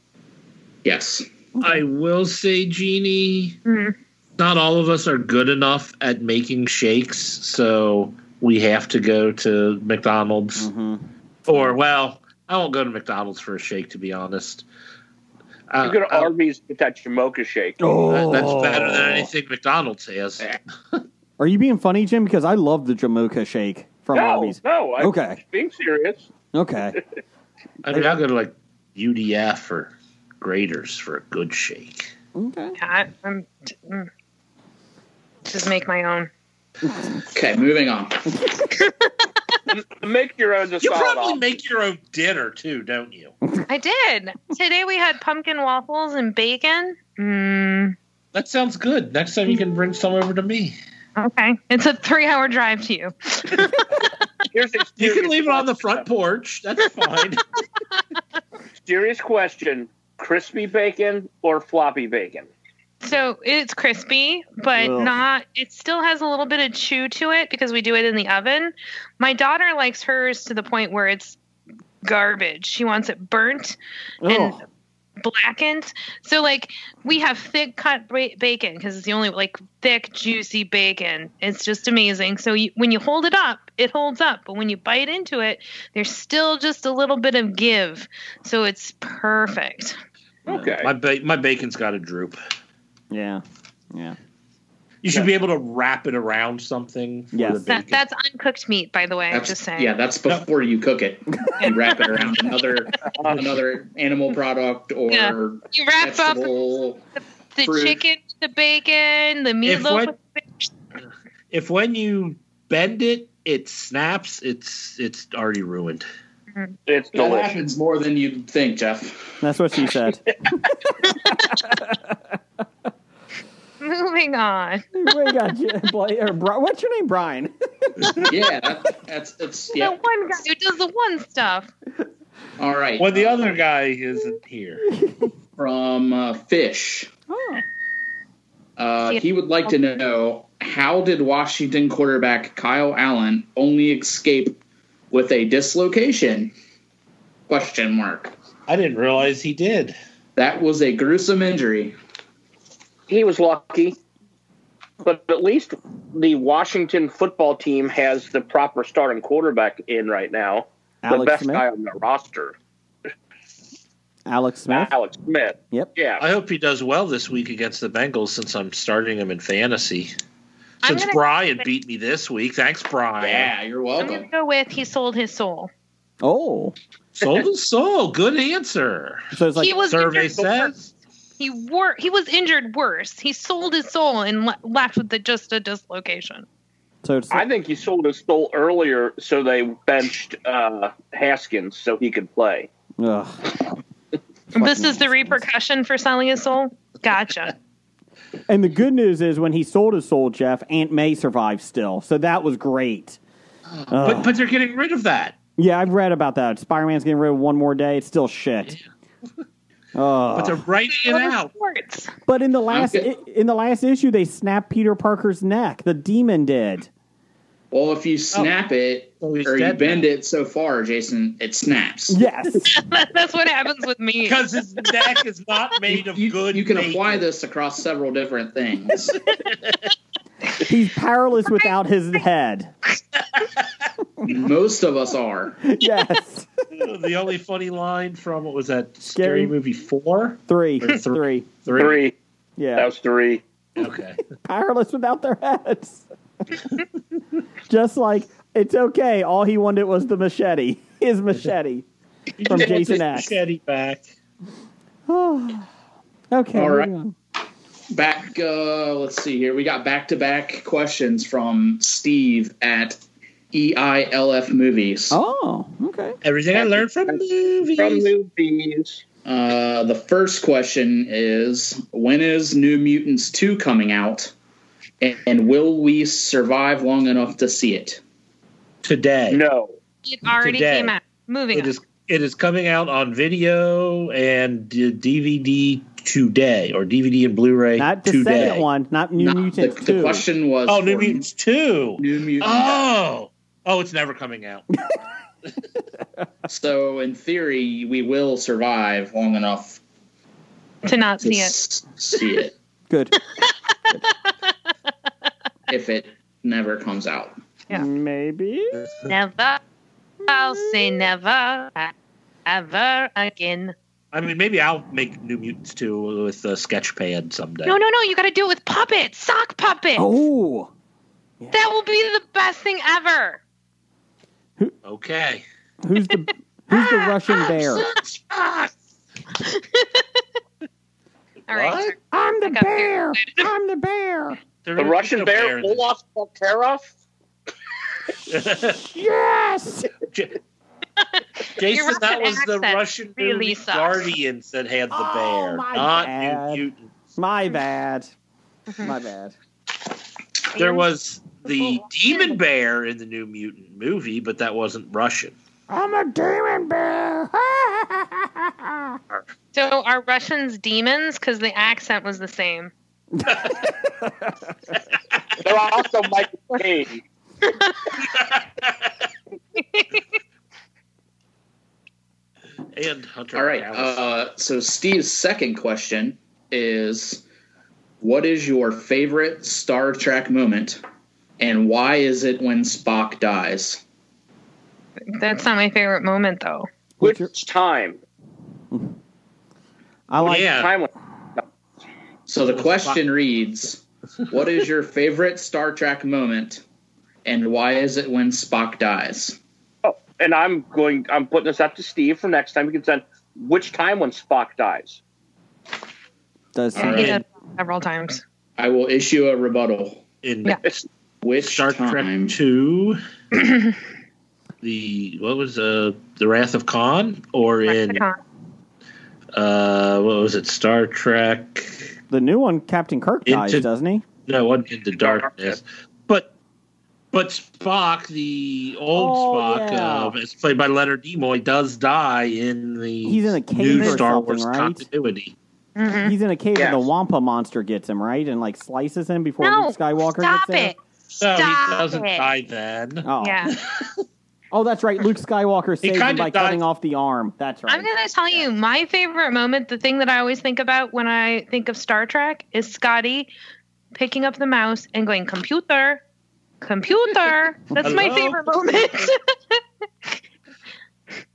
Speaker 8: Yes.
Speaker 5: I will say, Jeannie,
Speaker 7: Mhm.
Speaker 5: not all of us are good enough at making shakes, so we have to go to McDonald's.
Speaker 4: Mm-hmm.
Speaker 5: Or, well, I won't go to McDonald's for a shake, to be honest. Uh,
Speaker 6: you go to
Speaker 5: uh,
Speaker 6: arby's and get that jamocha shake
Speaker 5: that- that's better than anything McDonald's has.
Speaker 4: Are you being funny, Jim? Because I love the Jamocha Shake from
Speaker 6: no
Speaker 4: Arby's.
Speaker 6: no i'm
Speaker 4: Okay.
Speaker 6: being serious
Speaker 4: Okay.
Speaker 5: I mean, I'll go to like UDF or Graders for a good shake.
Speaker 4: Okay.
Speaker 7: I, I'm, mm. just make my own.
Speaker 8: Okay, moving on.
Speaker 6: Make your own
Speaker 5: You
Speaker 6: solid
Speaker 5: probably
Speaker 6: op-
Speaker 5: make your own dinner too, don't you?
Speaker 7: I did. Today we had pumpkin waffles and bacon. Mm,
Speaker 5: That sounds good. Next time you can bring some over to me.
Speaker 7: okay. It's a three hour drive to you.
Speaker 6: Here's a
Speaker 5: You can
Speaker 6: serious
Speaker 5: leave it on the
Speaker 6: question.
Speaker 5: front porch. That's fine.
Speaker 6: Serious question: crispy bacon or floppy bacon?
Speaker 7: So it's crispy, but
Speaker 4: Ugh.
Speaker 7: not, it still has a little bit of chew to it because we do it in the oven. My daughter likes hers to the point where it's garbage. She wants it burnt and
Speaker 4: Ugh.
Speaker 7: blackened. So, like, we have thick cut ba- bacon because it's the only, like, thick, juicy bacon. It's just amazing. So, you, when you hold it up, it holds up. But when you bite into it, there's still just a little bit of give. So, it's perfect.
Speaker 6: Okay.
Speaker 5: my ba- my bacon's got a droop.
Speaker 4: Yeah. Yeah.
Speaker 5: You should be able to wrap it around something. For
Speaker 4: Yes.
Speaker 5: the
Speaker 7: That,
Speaker 5: bacon.
Speaker 7: that's uncooked meat, by the way.
Speaker 8: That's,
Speaker 7: just saying.
Speaker 8: Yeah, that's before you cook it. You wrap it around another another animal product or
Speaker 7: Yeah. you wrap up
Speaker 8: vegetable.
Speaker 7: the
Speaker 8: fruit.
Speaker 7: chicken with the bacon, the
Speaker 5: If
Speaker 7: meatloaf.
Speaker 5: what-
Speaker 7: With the bacon.
Speaker 5: if when you bend it, it snaps. It's it's already ruined.
Speaker 6: It's
Speaker 8: That
Speaker 6: delicious.
Speaker 8: happens more than you'd think, Jeff.
Speaker 4: That's what she said.
Speaker 7: Moving on.
Speaker 4: we got J- Bla- or Bri- What's your name, Brian?
Speaker 8: Yeah, that, that's it's
Speaker 7: The
Speaker 8: yeah.
Speaker 7: one guy who does the one stuff.
Speaker 8: All right.
Speaker 5: When the other guy isn't here,
Speaker 8: from uh, Fish.
Speaker 4: Oh.
Speaker 8: Uh, he would like
Speaker 7: Oh.
Speaker 8: to know how did Washington quarterback Kyle Allen only escape with a dislocation? Question mark.
Speaker 5: I didn't realize he did.
Speaker 8: That was a gruesome injury.
Speaker 6: he was lucky. But at least the Washington football team has the proper starting quarterback in right now. the
Speaker 4: Alex
Speaker 6: best
Speaker 4: Smith.
Speaker 6: guy on the roster,
Speaker 4: Alex Smith.
Speaker 6: Alex Smith.
Speaker 4: Yep.
Speaker 6: Yeah.
Speaker 5: I hope he does well this week against the Bengals since I'm starting him in fantasy.
Speaker 7: I'm
Speaker 5: Since
Speaker 7: gonna-
Speaker 5: Brian beat me this week, thanks Brian.
Speaker 8: Yeah, you're
Speaker 7: I'm going to
Speaker 8: welcome.
Speaker 7: go with he sold his soul.
Speaker 4: Oh.
Speaker 5: Soul to soul, good answer.
Speaker 4: So it's like
Speaker 7: he was
Speaker 5: Survey
Speaker 7: injured
Speaker 5: says.
Speaker 7: He wor- He was injured worse. He sold his soul and le- left with the, just a dislocation.
Speaker 4: so it's
Speaker 6: I think he sold his soul earlier, so they benched uh, Haskins so he could play.
Speaker 4: ugh.
Speaker 7: this is the repercussion for selling his soul. Gotcha.
Speaker 4: And the good news is when he sold his soul, Jeff, Aunt May survived still. So that was great.
Speaker 5: But but they're getting rid of that.
Speaker 4: Yeah, I've read about that. Spider Man's getting rid of one more day. It's still shit. Oh.
Speaker 5: But they're writing it
Speaker 7: What are
Speaker 5: out.
Speaker 7: sports?
Speaker 4: But in the last
Speaker 8: Okay.
Speaker 4: i- in the last issue, they snapped Peter Parker's neck. The demon did.
Speaker 8: Well, if you snap it
Speaker 5: Oh, he's
Speaker 8: or you
Speaker 5: dead
Speaker 8: bend
Speaker 5: now.
Speaker 8: it so far, Jason, it snaps.
Speaker 4: Yes.
Speaker 7: That- That's what happens with me.
Speaker 5: Because his neck is not made of
Speaker 8: You,
Speaker 5: good.
Speaker 8: you can
Speaker 5: bacon.
Speaker 8: apply this across several different things.
Speaker 4: He's powerless without his head.
Speaker 8: Most of us are.
Speaker 4: Yes.
Speaker 5: the only funny line from what was that scary,
Speaker 4: Scary-
Speaker 5: movie four?
Speaker 4: Three.
Speaker 5: Three.
Speaker 4: Three.
Speaker 6: Three.
Speaker 4: Yeah.
Speaker 6: That was three.
Speaker 5: Okay.
Speaker 4: powerless without their heads. Just like it's okay. All he wanted was the machete. His machete. From
Speaker 5: Just
Speaker 4: Jason
Speaker 5: want the
Speaker 4: Axe.
Speaker 5: machete back.
Speaker 4: Okay.
Speaker 8: All right.
Speaker 4: moving on.
Speaker 8: Back, uh, let's see here. We got back to back questions from Steve at E EILF Movies.
Speaker 4: Oh, okay.
Speaker 5: Everything I learned from movies.
Speaker 6: From movies.
Speaker 8: Uh, the first question is When is New Mutants 2 coming out? And, and will we survive long enough to see it?
Speaker 5: today.
Speaker 6: No.
Speaker 7: It already
Speaker 5: Today.
Speaker 7: came out. Moving
Speaker 5: It
Speaker 7: on.
Speaker 5: is it is coming out on video and d- DVD today or DVD and Blu-ray
Speaker 4: Not the
Speaker 5: today.
Speaker 4: second one. Not New
Speaker 8: Not- the,
Speaker 4: Mutants
Speaker 8: the
Speaker 4: two.
Speaker 8: question was
Speaker 5: Oh, New
Speaker 8: for
Speaker 5: Mutants two.
Speaker 8: New Mutants.
Speaker 5: Oh, oh, it's never coming out.
Speaker 8: So, in theory, we will survive long enough
Speaker 7: to not
Speaker 8: to
Speaker 7: see it.
Speaker 8: s- see it
Speaker 4: Good.
Speaker 8: if it never comes out.
Speaker 7: Yeah.
Speaker 4: Maybe.
Speaker 7: Never. I'll say never. Ever again.
Speaker 5: I mean, maybe I'll make New Mutants two with a sketch pad someday.
Speaker 7: No, no, no. You got to do it with puppets. Sock puppets.
Speaker 4: Oh.
Speaker 7: That will be the best thing ever.
Speaker 5: Okay,
Speaker 4: Who's the Who's the Russian bear?
Speaker 7: All right.
Speaker 5: What?
Speaker 4: I'm
Speaker 7: I got there.
Speaker 4: I'm the bear.
Speaker 5: There
Speaker 6: The
Speaker 5: is
Speaker 6: Russian
Speaker 5: no
Speaker 6: bear,
Speaker 5: in
Speaker 6: Olaf Karkaroff?
Speaker 5: this.
Speaker 4: Yes.
Speaker 5: J- Jason,
Speaker 7: Russian
Speaker 5: that was the
Speaker 7: accent
Speaker 5: Russian
Speaker 7: really
Speaker 5: movie
Speaker 7: sucks.
Speaker 5: Guardians that had the
Speaker 4: Oh,
Speaker 5: bear,
Speaker 4: my
Speaker 5: not
Speaker 4: bad.
Speaker 5: New Mutants.
Speaker 4: My bad.
Speaker 5: Mm-hmm.
Speaker 7: Mhm.
Speaker 4: My bad.
Speaker 5: There was the
Speaker 7: Cool.
Speaker 5: demon bear in the New Mutant movie, but that wasn't Russian.
Speaker 4: I'm a demon bear.
Speaker 7: So are Russians demons? Because the accent was the same.
Speaker 6: They're also Michael Caine.
Speaker 5: And Hunter.
Speaker 8: All right.
Speaker 5: Dallas.
Speaker 8: Uh, so Steve's second question is, what is your favorite Star Trek moment, and why is it when Spock dies?
Speaker 7: That's not my favorite moment, though.
Speaker 6: Which
Speaker 4: What's your-
Speaker 6: time?
Speaker 4: I like.
Speaker 5: yeah,
Speaker 6: Time.
Speaker 8: So the question reads, what is your favorite Star Trek moment, and why is it when Spock dies?
Speaker 6: Oh, and I'm going. I'm putting this out to Steve for next time. He can send which time when Spock dies.
Speaker 4: Does
Speaker 8: All
Speaker 7: He
Speaker 8: right.
Speaker 7: did several times.
Speaker 8: I will issue a rebuttal.
Speaker 5: in
Speaker 7: Yeah.
Speaker 6: It's
Speaker 8: Which
Speaker 5: Star
Speaker 8: time?
Speaker 5: Trek Two, the what was uh the Wrath of Khan, or in
Speaker 7: Lexicon.
Speaker 5: uh what was it Star Trek?
Speaker 4: the new one Captain Kirk dies,
Speaker 5: Into-
Speaker 4: doesn't he?
Speaker 5: No, one in the darkness, but. But Spock, the old
Speaker 4: Oh,
Speaker 5: Spock,
Speaker 4: yeah.
Speaker 5: uh, it's played by Leonard Nimoy, does die in the
Speaker 4: He's in a cave
Speaker 5: new
Speaker 4: or
Speaker 5: Star
Speaker 4: something,
Speaker 5: Wars
Speaker 4: right?
Speaker 5: continuity.
Speaker 7: Mhm.
Speaker 4: He's in a cave
Speaker 6: Yeah.
Speaker 4: and the Wampa monster gets him right and like slices him before
Speaker 7: No,
Speaker 4: Luke Skywalker gets
Speaker 7: Stop
Speaker 4: there.
Speaker 7: it.
Speaker 5: No,
Speaker 7: Stop
Speaker 5: he doesn't
Speaker 7: it.
Speaker 5: die then.
Speaker 4: Oh.
Speaker 7: Yeah.
Speaker 4: oh, that's right. Luke Skywalker
Speaker 5: He
Speaker 4: saved him
Speaker 5: kinda
Speaker 4: by
Speaker 5: died-
Speaker 4: cutting off the arm. That's right.
Speaker 7: I'm going to tell you my favorite moment, the thing that I always think about when I think of Star Trek is Scotty picking up the mouse and going, computer, computer. That's my
Speaker 5: Hello?
Speaker 7: favorite moment.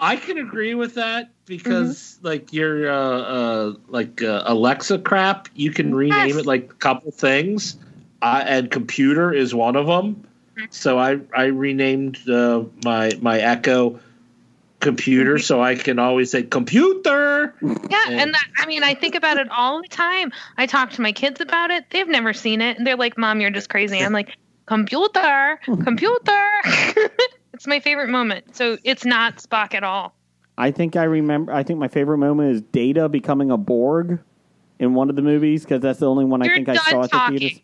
Speaker 5: I can agree with that because
Speaker 7: Mm-hmm.
Speaker 5: like your uh, uh like uh, Alexa crap, you can rename
Speaker 7: Yes.
Speaker 5: it like a couple things, uh, and computer is one of them.
Speaker 7: Mm-hmm.
Speaker 5: So I I renamed uh, my my Echo computer
Speaker 7: Mm-hmm.
Speaker 5: so I can always say computer.
Speaker 7: yeah.
Speaker 5: Yeah.
Speaker 7: And that, I mean, I think about it all the time. I talk to my kids about it. They've never seen it. And they're like, Mom, you're just crazy. I'm like, computer,
Speaker 4: Hmm.
Speaker 7: computer. it's my favorite moment. So it's not Spock at all.
Speaker 4: I think I remember. I think my favorite moment is Data becoming a Borg in one of the movies because that's the only one I
Speaker 7: You're
Speaker 4: think I
Speaker 7: done
Speaker 4: saw at the
Speaker 7: talking.
Speaker 4: theaters.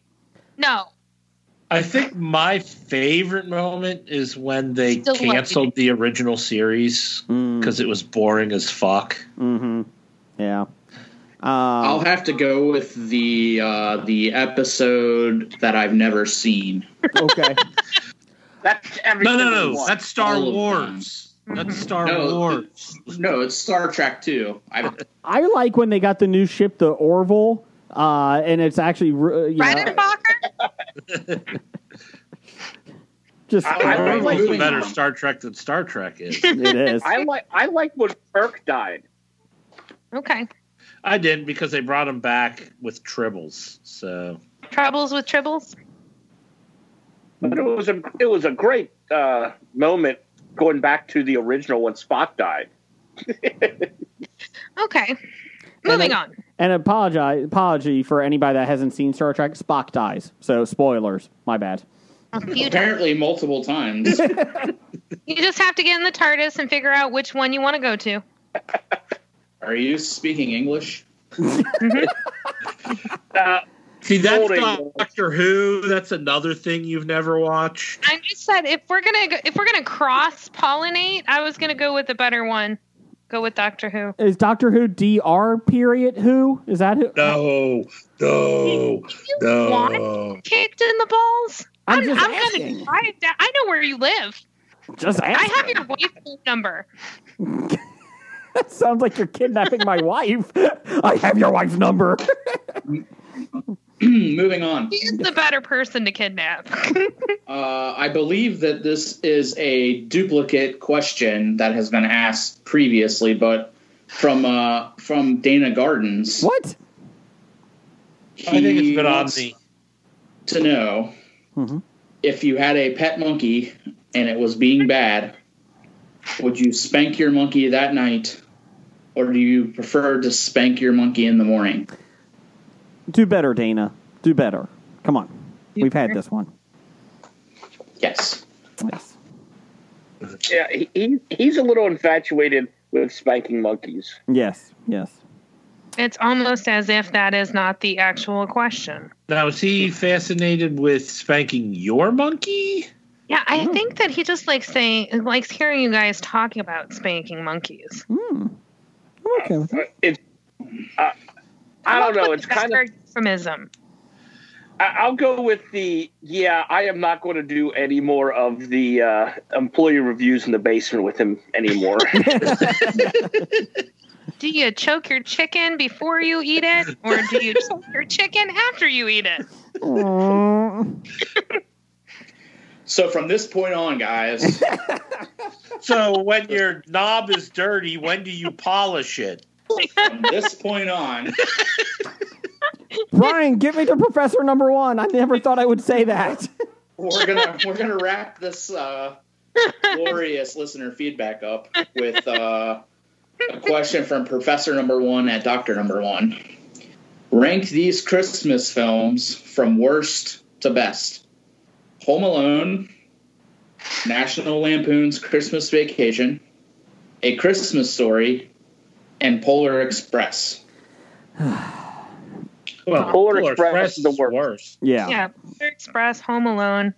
Speaker 7: No.
Speaker 5: I think my favorite moment is when they
Speaker 7: Still love
Speaker 5: canceled the original series
Speaker 8: Mm.
Speaker 5: because it was boring as fuck.
Speaker 4: Mm, Mm-hmm. Yeah. Um,
Speaker 6: Oh.
Speaker 8: I'll have to go with the uh, the episode that I've never seen.
Speaker 4: okay.
Speaker 6: that's every
Speaker 5: No, no,
Speaker 6: single
Speaker 5: no.
Speaker 6: one.
Speaker 5: That's Star
Speaker 8: All of
Speaker 5: Wars.
Speaker 7: Mm-hmm.
Speaker 5: That's Star
Speaker 8: No,
Speaker 5: Wars.
Speaker 8: No, it's Star Trek Two. I
Speaker 4: I like when they got the new ship, the Orville, uh, and it's actually uh, you know,
Speaker 7: Redenbacher?
Speaker 4: just
Speaker 6: I- I
Speaker 5: Star
Speaker 6: don't like
Speaker 5: Wars is
Speaker 6: moving
Speaker 5: better
Speaker 6: on.
Speaker 5: Star Trek than Star Trek is.
Speaker 4: it is.
Speaker 6: I like. I like when Kirk died.
Speaker 7: Okay.
Speaker 5: I didn't because they brought him back with tribbles. So
Speaker 7: Troubles with tribbles?
Speaker 6: But it was a it was a great uh, moment going back to the original when Spock died.
Speaker 7: Okay. Moving
Speaker 4: then-
Speaker 7: on.
Speaker 4: And apologize, apology for anybody that hasn't seen Star Trek. Spock dies, so spoilers. My bad.
Speaker 7: You,
Speaker 8: apparently multiple times.
Speaker 7: you just have to get in the TARDIS and figure out which one you want to go to.
Speaker 8: Are you speaking English?
Speaker 6: Uh,
Speaker 5: see, that's
Speaker 6: Old
Speaker 5: not
Speaker 6: English.
Speaker 5: Doctor Who. That's another thing you've never watched.
Speaker 7: I just said if we're gonna go, if we're gonna cross pollinate, I was gonna go with a better one. Go with Doctor Who.
Speaker 4: Is Doctor Who Dr. Period Who is that? Who?
Speaker 5: No, no,
Speaker 7: You
Speaker 5: no.
Speaker 7: kicked in the balls.
Speaker 4: I'm
Speaker 7: I'm,
Speaker 4: just
Speaker 7: I'm
Speaker 4: asking.
Speaker 7: gonna. I, I know where you live.
Speaker 4: Just
Speaker 7: I
Speaker 4: ask.
Speaker 7: have your wife's phone number.
Speaker 4: Sounds like you're kidnapping my wife. I have your wife's number.
Speaker 8: Moving on.
Speaker 7: She's the better person to kidnap.
Speaker 8: Uh, I believe that this is a duplicate question that has been asked previously, but from uh, from Dana Gardens.
Speaker 4: what?
Speaker 5: I think it's been on
Speaker 8: wants
Speaker 5: the.
Speaker 8: to know
Speaker 4: Mhm.
Speaker 8: if you had a pet monkey and it was being bad, Would you spank your monkey that night, or do you prefer to spank your monkey in the morning?
Speaker 4: Do better, Dana. Do better. Come on. We've had this one.
Speaker 8: Yes.
Speaker 4: Yes.
Speaker 6: Yeah, he, he he's a little infatuated with spanking monkeys.
Speaker 4: Yes. Yes.
Speaker 7: It's almost as if that is not the actual question.
Speaker 5: Now, is he fascinated with spanking your monkey?
Speaker 7: Yeah, I
Speaker 4: Hmm.
Speaker 7: think that he just likes saying likes hearing you guys talking about spanking monkeys.
Speaker 4: I'm Hmm. okay with that.
Speaker 6: It's uh, I don't know. It's kind of
Speaker 7: euphemism.
Speaker 6: I- I'll go with the yeah. I am not going to do any more of the uh, employee reviews in the basement with him anymore.
Speaker 7: Do you choke your chicken before you eat it, or do you choke your chicken after you eat it?
Speaker 8: So from this point on, guys,
Speaker 5: So, when your knob is dirty, when do you polish it?
Speaker 8: from this point on,
Speaker 4: Brian, get me to professor number one. I never thought I would say that.
Speaker 8: we're gonna we're gonna wrap this uh, glorious listener feedback up with uh, a question from Professor Number One at Doctor Number One. Rank these Christmas films from worst to best: Home Alone, National Lampoon's Christmas Vacation, A Christmas Story, and Polar Express.
Speaker 5: Well,
Speaker 6: Polar Express is the worst.
Speaker 4: Yeah.
Speaker 7: Yeah, Polar Express, Home Alone,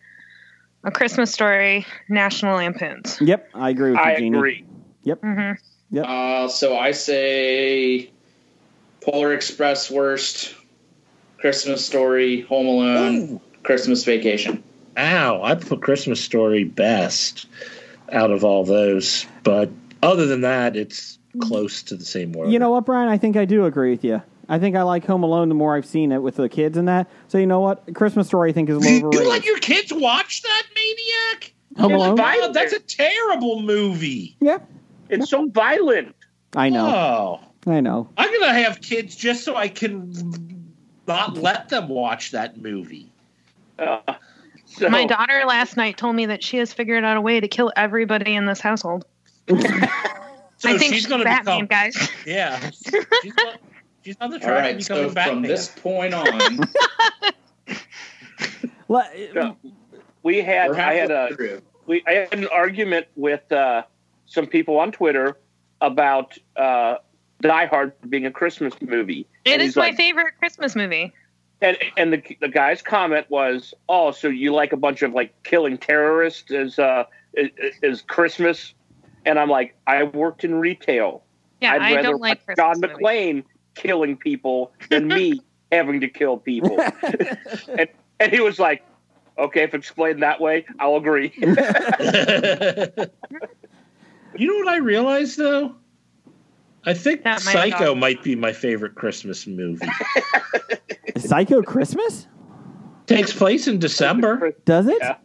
Speaker 7: A Christmas Story, National Lampoons.
Speaker 4: Yep. I agree with you,
Speaker 6: I
Speaker 4: Jeannie.
Speaker 6: agree.
Speaker 7: hmm
Speaker 8: Uh, so I say Polar Express worst, Christmas Story, Home Alone, Christmas Vacation.
Speaker 5: Ow, I put Christmas Story best out of all those. But other than that, it's close to the same order.
Speaker 4: You know what, Brian? I think I do agree with you. I think I like Home Alone the more I've seen it with the kids and that. So you know what? Christmas Story I think is a
Speaker 5: you
Speaker 4: little overrated.
Speaker 5: let your kids watch that maniac?
Speaker 9: Home Alone?
Speaker 5: Wow, that's a terrible movie.
Speaker 4: yeah.
Speaker 6: It's so violent.
Speaker 4: I know.
Speaker 5: Oh,
Speaker 4: I know.
Speaker 5: I'm gonna have kids just so I can not let them watch that movie.
Speaker 6: Uh, so,
Speaker 7: My daughter last night told me that she has figured out a way to kill everybody in this household.
Speaker 5: So
Speaker 7: I think
Speaker 5: she's
Speaker 7: she's
Speaker 5: gonna
Speaker 7: Batman,
Speaker 5: become
Speaker 7: guys.
Speaker 5: yeah. She's, on- she's on the
Speaker 8: All
Speaker 5: track of
Speaker 8: right,
Speaker 5: becoming
Speaker 8: so from
Speaker 5: Batman.
Speaker 8: this point on,
Speaker 4: Let-
Speaker 6: uh, we had
Speaker 8: we're
Speaker 6: I had a
Speaker 8: halfway through.
Speaker 6: we I had an argument with uh, some people on Twitter about uh, Die Hard being a Christmas movie.
Speaker 7: It
Speaker 6: And
Speaker 7: is
Speaker 6: he's
Speaker 7: my
Speaker 6: like-
Speaker 7: favorite Christmas movie.
Speaker 6: And and the the guy's comment was, "Oh, so you like a bunch of like killing terrorists as uh is, is Christmas?" And I'm like, "I worked in retail.
Speaker 7: Yeah,
Speaker 6: I'd
Speaker 7: I
Speaker 6: rather
Speaker 7: don't like
Speaker 6: watch
Speaker 7: Christmas
Speaker 6: John
Speaker 7: movies.
Speaker 6: McClane killing people than me having to kill people." and and he was like, "Okay, if explained that way, I'll agree."
Speaker 5: you know what I realized though? I think
Speaker 7: That might
Speaker 5: Psycho
Speaker 7: not-
Speaker 5: might be my favorite Christmas movie.
Speaker 4: Psycho Christmas?
Speaker 5: Takes place in December.
Speaker 4: Does it?
Speaker 6: Yeah.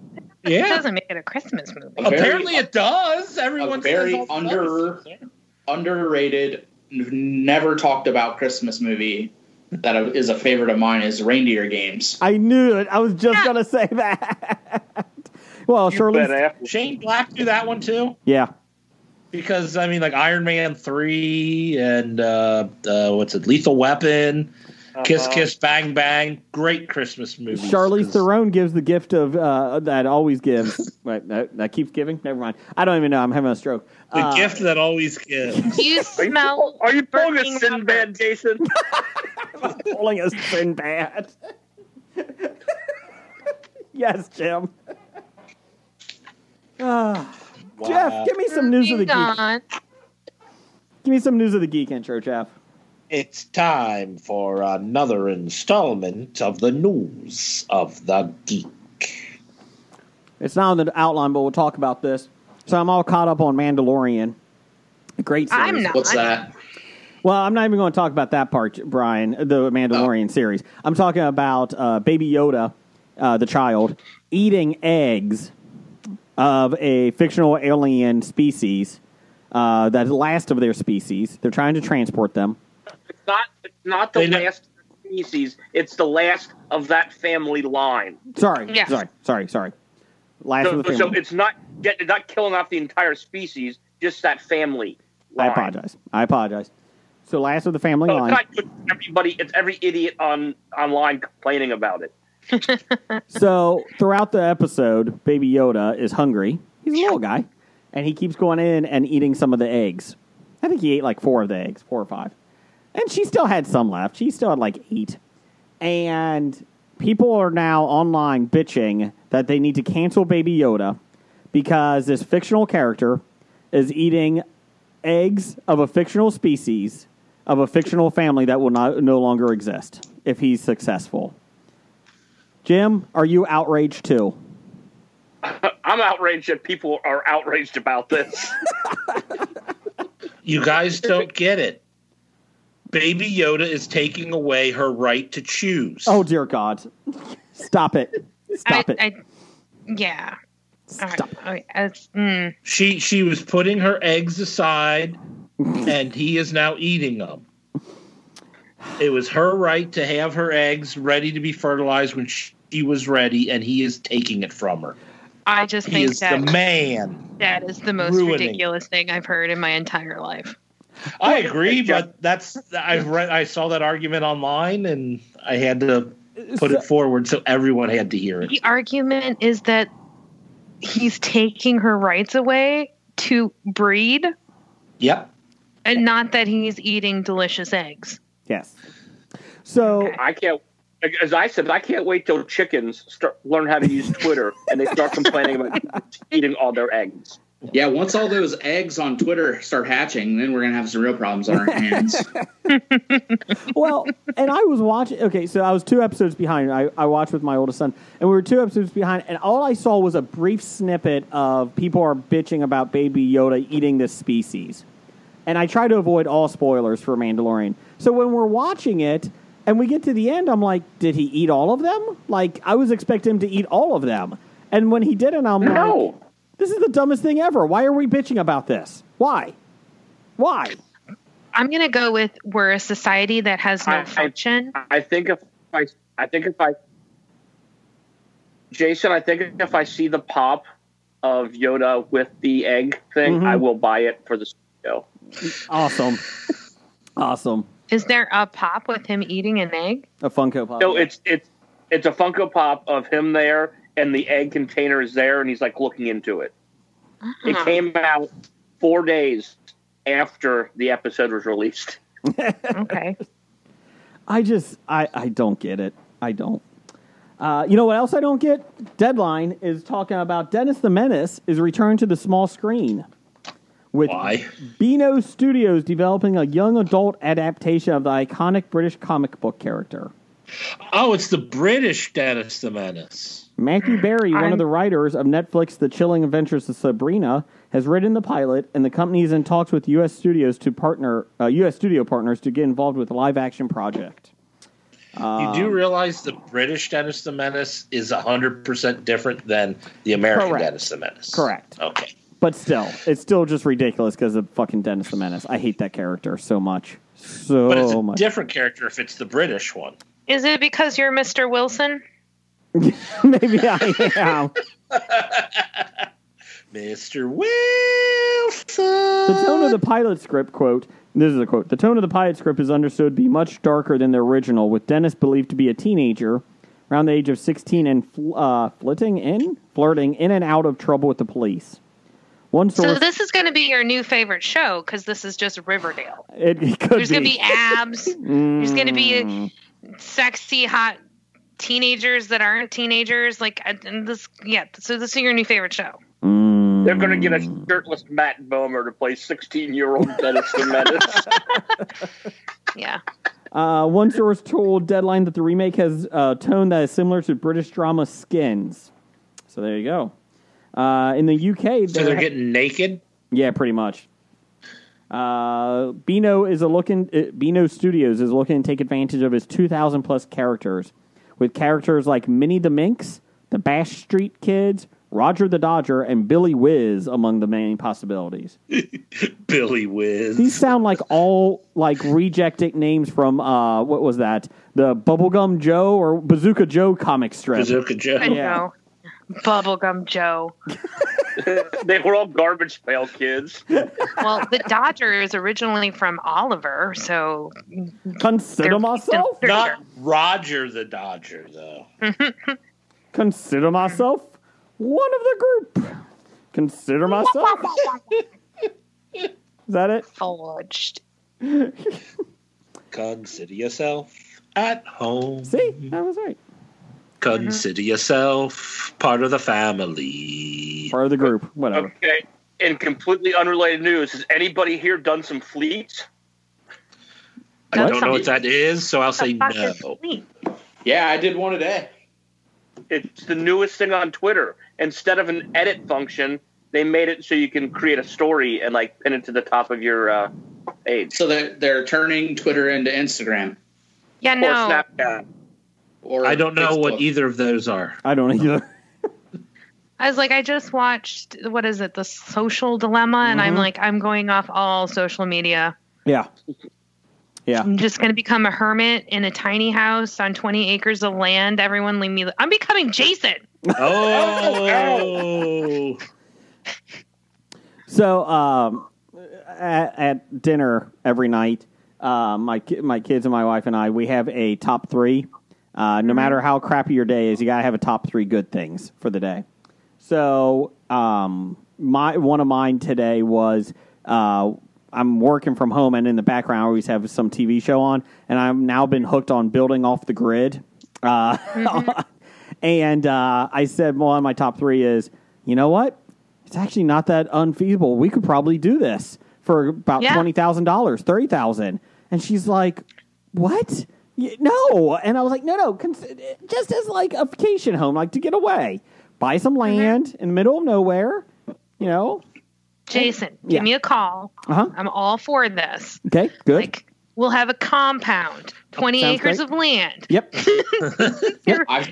Speaker 7: It
Speaker 5: Yeah.
Speaker 7: doesn't make it a Christmas movie.
Speaker 8: A very-
Speaker 5: Apparently it does. Everyone
Speaker 8: a very
Speaker 5: says all
Speaker 8: under-
Speaker 5: the time.
Speaker 8: underrated, n- never talked about Christmas movie that is a favorite of mine is Reindeer Games.
Speaker 6: Oh,
Speaker 4: I knew it. I was just
Speaker 7: Yeah.
Speaker 4: gonna say that. well, surely.
Speaker 6: But
Speaker 5: eh?
Speaker 6: after-
Speaker 5: Shane Black do that one too.
Speaker 4: Yeah.
Speaker 5: because I mean, like Iron Man three and uh, uh, what's it, Lethal Weapon, Kiss
Speaker 6: Uh-huh.
Speaker 5: Kiss Bang Bang, great Christmas movies.
Speaker 4: Charlize
Speaker 5: 'Cause-
Speaker 4: Theron gives the gift of uh, that always gives. Wait, that, that keeps giving. Never mind. I don't even know. I'm having a stroke.
Speaker 5: the
Speaker 4: Uh,
Speaker 5: gift that always gives.
Speaker 7: You
Speaker 6: Are you,
Speaker 7: smell.
Speaker 6: are you pulling
Speaker 7: burning
Speaker 6: a Sinbad,
Speaker 7: rubber.
Speaker 6: Jason?
Speaker 4: calling us Sinbad. yes, Jim. Ah. Jeff, give me some news of the geek.
Speaker 7: Ding-dong.
Speaker 4: Give me some news of the geek intro, Jeff.
Speaker 5: It's time for another installment of the news of the geek.
Speaker 4: It's not on the outline, but we'll talk about this. So I'm all caught up on Mandalorian. Great series.
Speaker 7: I'm not.
Speaker 8: What's that?
Speaker 4: Well, I'm not even going to talk about that part, Brian, the
Speaker 6: Oh.
Speaker 4: Mandalorian series. I'm talking about uh, Baby Yoda, uh, the child, eating eggs of a fictional alien species, uh, the last of their species. They're trying to transport them.
Speaker 6: not not the
Speaker 5: They know-
Speaker 6: last species. It's the last of that family line.
Speaker 4: Sorry,
Speaker 7: Yes.
Speaker 4: sorry, sorry, sorry. Last
Speaker 6: So,
Speaker 4: of the
Speaker 6: so
Speaker 4: family.
Speaker 6: it's not get, not killing off the entire species. just that family.
Speaker 4: I
Speaker 6: Line.
Speaker 4: apologize. I apologize. So last of the family
Speaker 6: So it's
Speaker 4: line.
Speaker 6: not good for everybody. It's every idiot on online complaining about it.
Speaker 4: So throughout the episode, Baby Yoda is hungry. He's a little guy, and he keeps going in and eating some of the eggs. I think he ate like four of the eggs, four or five, and she still had some left. She still had like eight, and people are now online bitching that they need to cancel Baby Yoda because this fictional character is eating eggs of a fictional species of a fictional family that will not, no longer exist if he's successful. Jim, are you outraged too?
Speaker 6: I'm outraged that people are outraged about this.
Speaker 5: You guys don't get it. Baby Yoda is taking away her right to choose.
Speaker 4: Oh dear God! Stop it! Stop
Speaker 7: I,
Speaker 4: it!
Speaker 7: I, yeah. All right.
Speaker 4: Stop.
Speaker 7: Okay, that's- mm.
Speaker 5: She she was putting her eggs aside, and he is now eating them. It was her right to have her eggs ready to be fertilized when she was ready, and he is taking it from her.
Speaker 7: I just
Speaker 5: He
Speaker 7: think
Speaker 5: is the
Speaker 7: that
Speaker 5: man.
Speaker 7: that is the most
Speaker 5: ruining.
Speaker 7: ridiculous thing I've heard in my entire life.
Speaker 5: I agree, but that's I read I saw that argument online, and I had to put it forward so everyone had to hear it.
Speaker 7: The argument is that he's taking her rights away to breed
Speaker 5: Yep.
Speaker 7: and not that he's eating delicious eggs.
Speaker 4: Yes. So
Speaker 6: I can't. As I said, I can't wait till chickens start learn how to use Twitter and they start complaining about eating all their eggs.
Speaker 8: Yeah, once all those eggs on Twitter start hatching, then we're gonna have some real problems on our hands.
Speaker 4: well, and I was watching. Okay, so I was two episodes behind. I, I watched with my oldest son, and we were two episodes behind. And all I saw was a brief snippet of people are bitching about Baby Yoda eating this species. And I try to avoid all spoilers for Mandalorian. So when we're watching it and we get to the end, I'm like, did he eat all of them? Like I was expecting him to eat all of them. And when he didn't, I'm like,
Speaker 6: No.
Speaker 4: this is the dumbest thing ever. Why are we bitching about this? Why? Why?
Speaker 7: I'm going to go with we're a society that has no
Speaker 6: I- I-
Speaker 7: function.
Speaker 6: I think if I, I think if I, Jason, I think if I see the pop of Yoda with the egg thing,
Speaker 4: Mhm.
Speaker 6: I will buy it for the studio.
Speaker 4: Awesome. awesome.
Speaker 7: is there a pop with him eating an egg?
Speaker 4: A Funko Pop.
Speaker 6: No, it's it's it's a Funko Pop of him there, and the egg container is there, and he's like looking into it. It came out four days after the episode was released.
Speaker 7: Okay.
Speaker 4: I just I I don't get it. I don't. Uh, you know what else I don't get? Deadline is talking about Dennis the Menace is returned to the small screen with
Speaker 5: Why?
Speaker 4: Beano Studios developing a young adult adaptation of the iconic British comic book character.
Speaker 5: Oh, it's the British Dennis the Menace.
Speaker 4: Matthew Berry, one of
Speaker 7: I'm-
Speaker 4: the writers of Netflix The Chilling Adventures of Sabrina, has written the pilot, and the company is in talks with U.S. studios to partner uh, U.S. studio partners to get involved with a live action project.
Speaker 5: you do realize the British Dennis the Menace is 100% different than the American
Speaker 4: Correct.
Speaker 5: Dennis the Menace.
Speaker 4: Correct.
Speaker 5: Okay.
Speaker 4: But still, it's still just ridiculous because of fucking Dennis the Menace. I hate that character so much, so
Speaker 5: But it's a
Speaker 4: much.
Speaker 5: different character if it's the British one.
Speaker 7: Is it because you're Mr. Wilson?
Speaker 4: Maybe I am.
Speaker 5: Mr. Wilson.
Speaker 4: The tone of the pilot script quote. This is a quote. The tone of the pilot script is understood to be much darker than the original, with Dennis believed to be a teenager around the age of 16 and fl- uh, flitting in, flirting in and out of trouble with the police. One source,
Speaker 7: So this is going to be your new favorite show because this is just Riverdale.
Speaker 4: it, it could Hmm. Mm.
Speaker 7: There's going to be abs. There's going to be sexy, hot teenagers that aren't teenagers. Like I- and this, yeah. So this is your new favorite show.
Speaker 4: Mm.
Speaker 6: They're going to get a shirtless Matt Bomer to play 16 year old Dennis the Menace.
Speaker 7: Yeah.
Speaker 4: Uh, one source told Deadline that the remake has a tone that is similar to British drama Skins. So there you go. Uh, in the UK,
Speaker 5: So they're getting naked?
Speaker 4: yeah, pretty much. Uh, Beano is a looking. Uh, Beano Studios is looking to take advantage of his two thousand plus characters, with characters like Minnie the Minx, the Bash Street Kids, Roger the Dodger, and Billy Whiz among the main possibilities.
Speaker 5: Billy Wiz.
Speaker 4: These sound like all like rejected names from uh what was that? The Bubblegum Joe or Bazooka Joe comic strip.
Speaker 5: Bazooka Joe.
Speaker 7: I know. Bubblegum Joe.
Speaker 6: they were all garbage pail kids.
Speaker 7: Well, the Dodger is originally from Oliver, so
Speaker 4: Consider
Speaker 7: they're-
Speaker 4: myself.
Speaker 7: they're-
Speaker 5: Not Roger the Dodger, though.
Speaker 4: Consider myself one of the group. Consider myself. Is that it?
Speaker 7: forged.
Speaker 5: Consider yourself at home.
Speaker 4: See, I was right.
Speaker 5: Consider
Speaker 7: Mm-hmm.
Speaker 5: yourself part of the family.
Speaker 4: Part of the group. Whatever.
Speaker 6: Okay. In completely unrelated news, has anybody here done some fleets?
Speaker 5: I
Speaker 7: What?
Speaker 5: don't know what that is, so I'll
Speaker 7: The
Speaker 5: say
Speaker 7: fuck is
Speaker 5: no.
Speaker 7: sweet?
Speaker 8: Yeah, I did one today.
Speaker 6: It's the newest thing on Twitter. Instead of an edit function, they made it so you can create a story and like pin it to the top of your uh, page
Speaker 8: So they're, they're turning Twitter into Instagram.
Speaker 7: Yeah,
Speaker 6: or
Speaker 7: no.
Speaker 6: Snapchat.
Speaker 8: Or
Speaker 5: I don't know what
Speaker 8: Facebook.
Speaker 5: either of those are.
Speaker 4: I don't either.
Speaker 7: I was like, I just watched what is it, the Social Dilemma, and I'm
Speaker 4: Mhm.
Speaker 7: like, I'm going off all social media.
Speaker 4: Yeah. Yeah.
Speaker 7: I'm just going to become a hermit in a tiny house on 20 acres of land. Everyone leave me. I'm becoming Jason.
Speaker 5: Oh,
Speaker 4: So um, at, at dinner every night, uh, my ki- my kids and my wife and I we have a top three. Uh, no matter how crappy your day is, you gotta have a top three good things for the day. So um, my one of mine today was uh, I'm working from home, and in the background I always have some TV show on, and I've now been hooked on building off the grid. Uh, and uh, I said one of my top three is, you know what? It's actually not that unfeasible. We could probably do this for about
Speaker 7: Yeah.
Speaker 4: twenty thousand dollars, thirty thousand. And she's like, "What? Y- No!" And I was like, "No, no. Cons- just as like a vacation home, like to get away, buy some
Speaker 7: Mm-hmm.
Speaker 4: land in the middle of nowhere, you know."
Speaker 7: Jason,
Speaker 4: Yeah.
Speaker 7: give me a call.
Speaker 4: Uh huh.
Speaker 7: I'm all for this.
Speaker 4: Okay. Good. Oh,
Speaker 7: Like, we'll have a compound, 20
Speaker 4: Sounds
Speaker 7: acres
Speaker 4: great.
Speaker 7: of land.
Speaker 4: yep.
Speaker 8: I've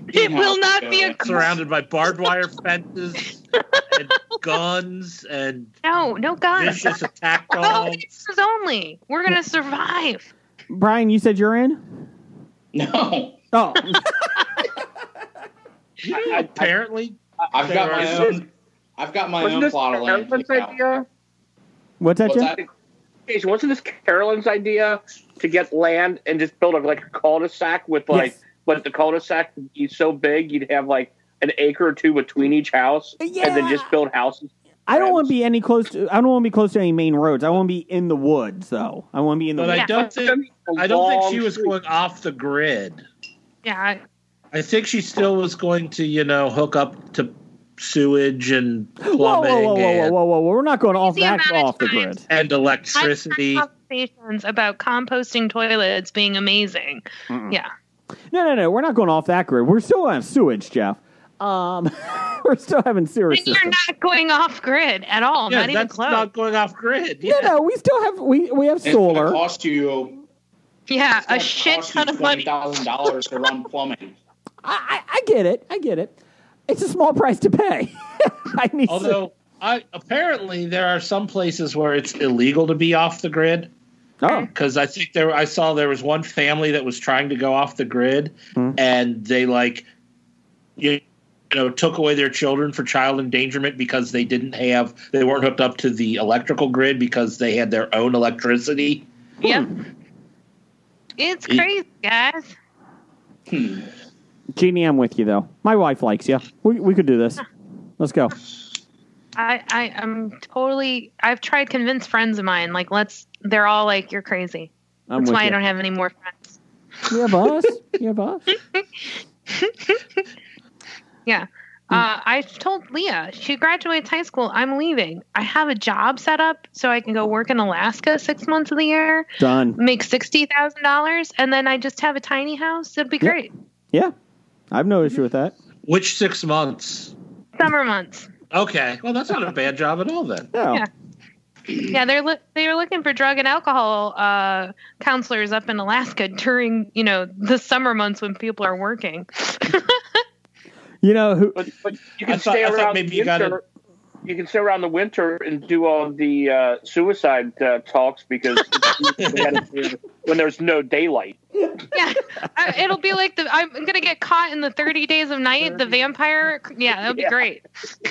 Speaker 7: It
Speaker 8: seen
Speaker 7: will
Speaker 8: how
Speaker 7: not
Speaker 8: go.
Speaker 7: be a
Speaker 5: surrounded by barbed wire fences and guns and
Speaker 7: no, no guns.
Speaker 5: vicious attack
Speaker 7: Oh,
Speaker 5: dogs.
Speaker 7: acres only. We're gonna survive.
Speaker 4: Brian, you said you're in.
Speaker 8: No,
Speaker 4: Oh,
Speaker 5: You know,
Speaker 6: I- I-
Speaker 5: apparently,
Speaker 8: I've got
Speaker 5: There
Speaker 8: my
Speaker 5: are-
Speaker 8: own. I've got my
Speaker 6: Wasn't
Speaker 8: own
Speaker 6: this
Speaker 8: plot of land.
Speaker 6: Carolyn's
Speaker 8: picked out.
Speaker 6: idea?
Speaker 4: what's that,
Speaker 8: What's
Speaker 4: Jim?
Speaker 8: that?
Speaker 6: Jason, wasn't this Carolyn's idea to get land and just build a, like a cul-de-sac with like,
Speaker 4: Yes.
Speaker 6: but the cul-de-sac would be so big you'd have like an acre or two between each house, and then
Speaker 4: Yeah.
Speaker 6: just build houses.
Speaker 4: I don't want to be any close to. I don't want to be close to any main roads. I want to be in the woods, though. I want to be in the.
Speaker 5: but
Speaker 4: woods.
Speaker 5: I don't think I don't think she was
Speaker 6: going.
Speaker 5: going off the grid.
Speaker 7: Yeah.
Speaker 5: I think she still was going to, you know, hook up to sewage and plumbing
Speaker 4: Whoa, whoa, whoa, whoa, whoa,
Speaker 5: and,
Speaker 4: whoa, whoa! We're not going off
Speaker 7: Easy
Speaker 4: that
Speaker 7: amount of
Speaker 4: off the
Speaker 7: time.
Speaker 4: grid.
Speaker 5: and
Speaker 7: I've had
Speaker 5: electricity.
Speaker 7: Conversations about composting toilets being amazing. Yeah.
Speaker 4: No, no, no. We're not going off that grid. We're still having sewage, Jeff. Um, we're still having sewer
Speaker 7: And you're
Speaker 4: systems.
Speaker 7: not going off grid at all.
Speaker 5: yeah,
Speaker 7: not even
Speaker 5: that's
Speaker 7: close.
Speaker 5: not going off grid. Yeah.
Speaker 4: No, no. We still have we we have
Speaker 8: It's gonna
Speaker 4: solar.
Speaker 8: Cost you
Speaker 7: yeah,
Speaker 8: it's
Speaker 7: a
Speaker 8: gonna
Speaker 7: shit
Speaker 8: cost you
Speaker 7: ton of money.
Speaker 8: Thousand dollars to run plumbing.
Speaker 4: I, I I get it. I get it. It's a small price to pay. I need.
Speaker 5: Although I apparently there are some places where it's illegal to be off the grid.
Speaker 4: sewer. oh,
Speaker 5: because I think there I saw there was one family that was trying to go off the grid,
Speaker 4: Hmm.
Speaker 5: and they like you, you know took away their children for child endangerment because they didn't have they weren't hooked up to the electrical grid because they had their own electricity.
Speaker 7: Yeah.
Speaker 4: Hmm.
Speaker 7: It's
Speaker 5: Eat.
Speaker 7: crazy, guys.
Speaker 4: Jeannie, I'm with you though. My wife likes you. We we could do this. Let's go.
Speaker 7: I, I am totally. I've tried to convince friends of mine. Like, let's. They're all like, "You're crazy."
Speaker 4: I'm
Speaker 7: That's
Speaker 4: with
Speaker 7: why
Speaker 4: you.
Speaker 7: I don't have any more friends.
Speaker 4: you have us. You have us.
Speaker 7: Yeah.
Speaker 4: Hmm.
Speaker 7: Uh, I told Leah she graduates high school. I'm leaving. I have a job set up so I can go work in Alaska six months of the year,
Speaker 4: Done.
Speaker 7: make sixty thousand dollars, and then I just have a tiny house. It'd be
Speaker 4: Yep.
Speaker 7: great.
Speaker 4: Yeah, I've no issue with that.
Speaker 5: Which six months?
Speaker 7: Summer months.
Speaker 5: Okay, well that's not a bad job at all then.
Speaker 4: No.
Speaker 7: Yeah. Yeah, they're loo- they were looking for drug and alcohol uh, counselors up in Alaska during you know the summer months when people are working.
Speaker 4: You know who?
Speaker 6: But, but you
Speaker 5: I
Speaker 6: can
Speaker 5: thought-
Speaker 6: stay
Speaker 5: I thought
Speaker 6: around
Speaker 5: maybe
Speaker 6: the
Speaker 5: you got
Speaker 6: winter. You can stay around the winter and do all the uh, suicide uh, talks because it's- when there's no daylight.
Speaker 7: yeah, I- it'll be like the I'm gonna get caught in the 30 days of night. The vampire, yeah, that'd be
Speaker 6: Yeah.
Speaker 7: great.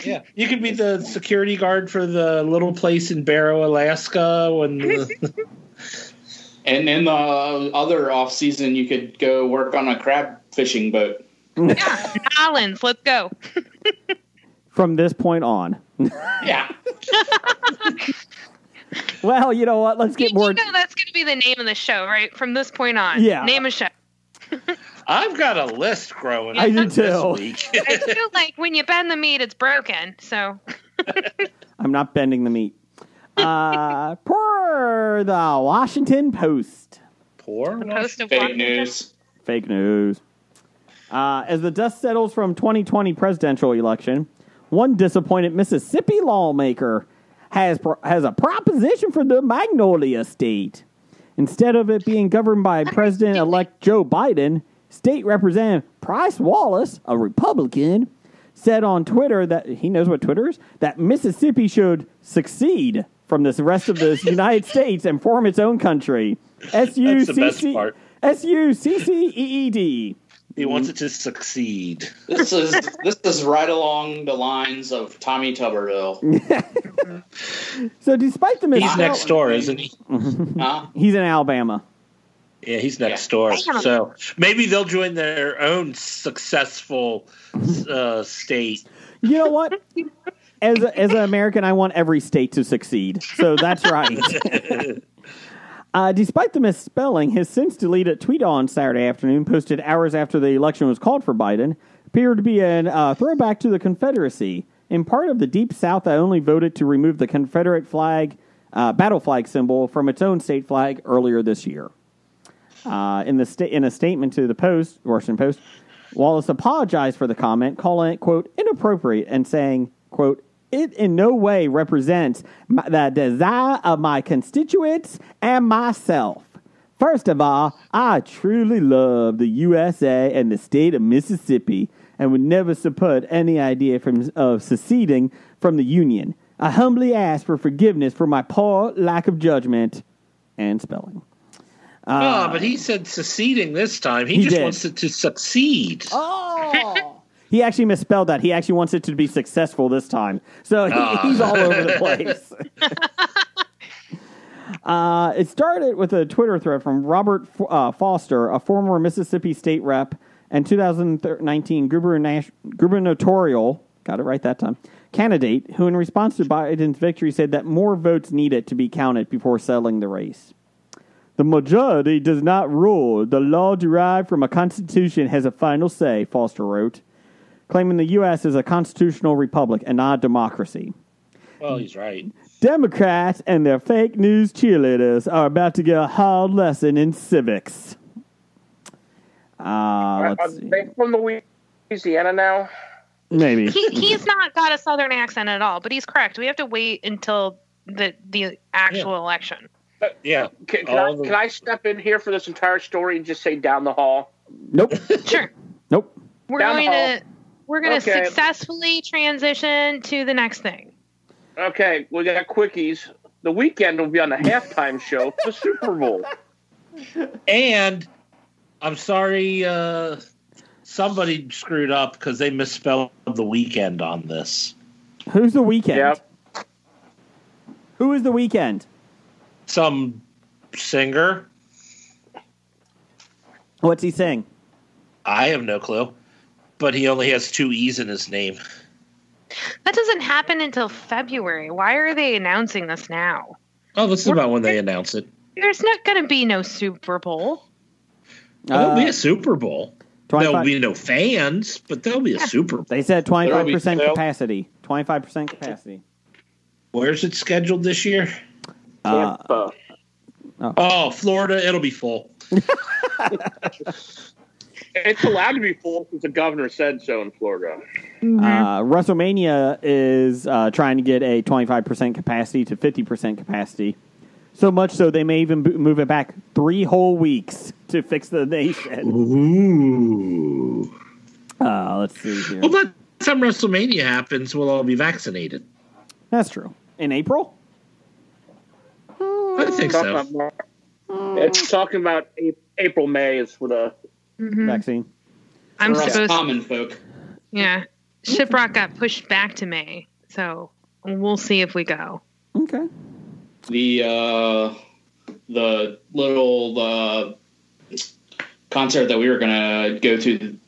Speaker 5: Yeah, you could be the security guard for the little place in Barrow, Alaska. When the,
Speaker 8: And in the other off season, you could go work on a crab fishing boat.
Speaker 7: Yeah, Islands, let's go.
Speaker 4: From this point on.
Speaker 8: Yeah,
Speaker 4: Well, you know what? Let's get
Speaker 7: you
Speaker 4: more.
Speaker 7: know that's gonna be the name of the show, right? From this point on,
Speaker 4: Yeah.
Speaker 7: name a show.
Speaker 5: I've got a list growing.
Speaker 4: I do
Speaker 5: this
Speaker 4: too.
Speaker 5: week.
Speaker 7: I feel like when you bend the meat, it's broken. So
Speaker 4: I'm not bending the meat. Uh, per the Washington Post.
Speaker 5: Poor
Speaker 7: post of
Speaker 8: fake
Speaker 7: Washington.
Speaker 8: news.
Speaker 4: Fake news. Uh, as the dust settles from 2020 presidential election, one disappointed Mississippi lawmaker has pro- has a proposition for the Magnolia State. Instead of it being governed by President-elect Joe Biden, State Representative Price Wallace, a Republican, said on Twitter that he knows what Twitter is that Mississippi should succeed from the rest of the United States and form its own country. S U
Speaker 5: the
Speaker 4: C
Speaker 5: best
Speaker 4: C
Speaker 5: part.
Speaker 4: S U C C E E D.
Speaker 5: He wants it to succeed.
Speaker 8: This is this is right along the lines of Tommy Tuberville.
Speaker 4: So, despite the
Speaker 5: He's
Speaker 4: mis-
Speaker 5: next door, isn't he?
Speaker 8: Huh?
Speaker 4: he's in Alabama.
Speaker 5: Yeah, he's next
Speaker 8: Yeah.
Speaker 5: door.
Speaker 7: Damn.
Speaker 5: So maybe they'll join their own successful uh, state.
Speaker 4: You know what? As a, as an American, I want every state to succeed. So that's right. uh, despite the misspelling, his since deleted tweet on Saturday afternoon, posted hours after the election was called for Biden, appeared to be a uh, throwback to the Confederacy. In part of the Deep South, I only voted to remove the Confederate flag, uh, battle flag symbol from its own state flag earlier this year. Uh, in the sta- in a statement to the Post, Washington Post, Wallace apologized for the comment, calling it "quote inappropriate" and saying "quote it in no way represents my, the desire of my constituents and myself." First of all, I truly love the USA and the state of Mississippi, and would never support any idea from, of seceding from the Union. I humbly ask for forgiveness for my poor lack of judgment and spelling.
Speaker 5: Ah, but he said seceding this time. He,
Speaker 4: he
Speaker 5: just
Speaker 4: did.
Speaker 5: wants it to succeed.
Speaker 7: Oh.
Speaker 4: He actually misspelled that. He actually wants it to be successful this time. So he- he's all over the place. uh, it started with a Twitter thread from Robert F- uh, Foster, a former Mississippi state rep and 2019 guberna- gubernatorial, got it right that time, candidate, who in response to Biden's victory said that more votes needed to be counted before settling the race. The majority does not rule. The law derived from a constitution has a final say, Foster wrote, claiming the U.S. is a constitutional republic and not a democracy.
Speaker 5: Well, he's right.
Speaker 4: Democrats and their fake news cheerleaders are about to get a hard lesson in civics. Uh,
Speaker 6: Are
Speaker 4: let's see.
Speaker 6: they from Louisiana now?
Speaker 4: Maybe.
Speaker 7: he, he's not got a southern accent at all, but he's correct. We have to wait until the the actual election.
Speaker 5: Yeah.
Speaker 6: Can, can, I,
Speaker 5: All the-
Speaker 6: can I step in here for this entire story and just say down the hall?
Speaker 4: Nope.
Speaker 7: Sure,
Speaker 4: Nope.
Speaker 7: we're
Speaker 6: Down the
Speaker 7: going to we're going to
Speaker 6: Okay.
Speaker 7: successfully transition to the next thing.
Speaker 6: Okay, we got quickies. The weekend will be on the halftime show for the Super Bowl.
Speaker 5: And I'm sorry, uh, somebody screwed up because they misspelled the weekend on this.
Speaker 4: Who's the weekend?
Speaker 6: Yep.
Speaker 4: Who is the weekend?
Speaker 5: Some singer.
Speaker 4: What's he saying?
Speaker 5: I have no clue. But he only has two E's in his name.
Speaker 7: That doesn't happen until February. Why are they announcing this now?
Speaker 5: Oh, this is about when they announce it.
Speaker 7: There's not going to be no Super Bowl.
Speaker 5: Oh, There'll be
Speaker 4: Uh,
Speaker 5: a Super Bowl.
Speaker 4: 25
Speaker 5: There'll be no fans, but there'll be a Super Bowl.
Speaker 4: they said 25%
Speaker 8: There'll be-
Speaker 4: capacity. 25% capacity.
Speaker 5: Where's it scheduled this year?
Speaker 4: Uh,
Speaker 6: Tampa.
Speaker 5: Oh, Florida. It'll be full.
Speaker 6: it's allowed to be full since the governor said so in Florida.
Speaker 7: Mm-hmm.
Speaker 4: Uh, WrestleMania is uh, trying to get a 25% capacity to 50% capacity. So much so they may even bo- move it back three whole weeks to fix the nation.
Speaker 5: Ooh.
Speaker 4: Uh, let's see here.
Speaker 5: Well, by the time WrestleMania happens, we'll all be vaccinated.
Speaker 4: That's true. In April?
Speaker 5: I think so.
Speaker 6: Sometime It's talking about A- April, May is uh, for the.
Speaker 7: Mhm.
Speaker 4: vaccine.
Speaker 7: I'm
Speaker 8: for us
Speaker 7: supposed.
Speaker 8: common folk.
Speaker 7: Yeah, Shiprock got pushed back to May, so we'll see if we go.
Speaker 4: Okay.
Speaker 8: the uh, the little uh, concert that we were gonna go to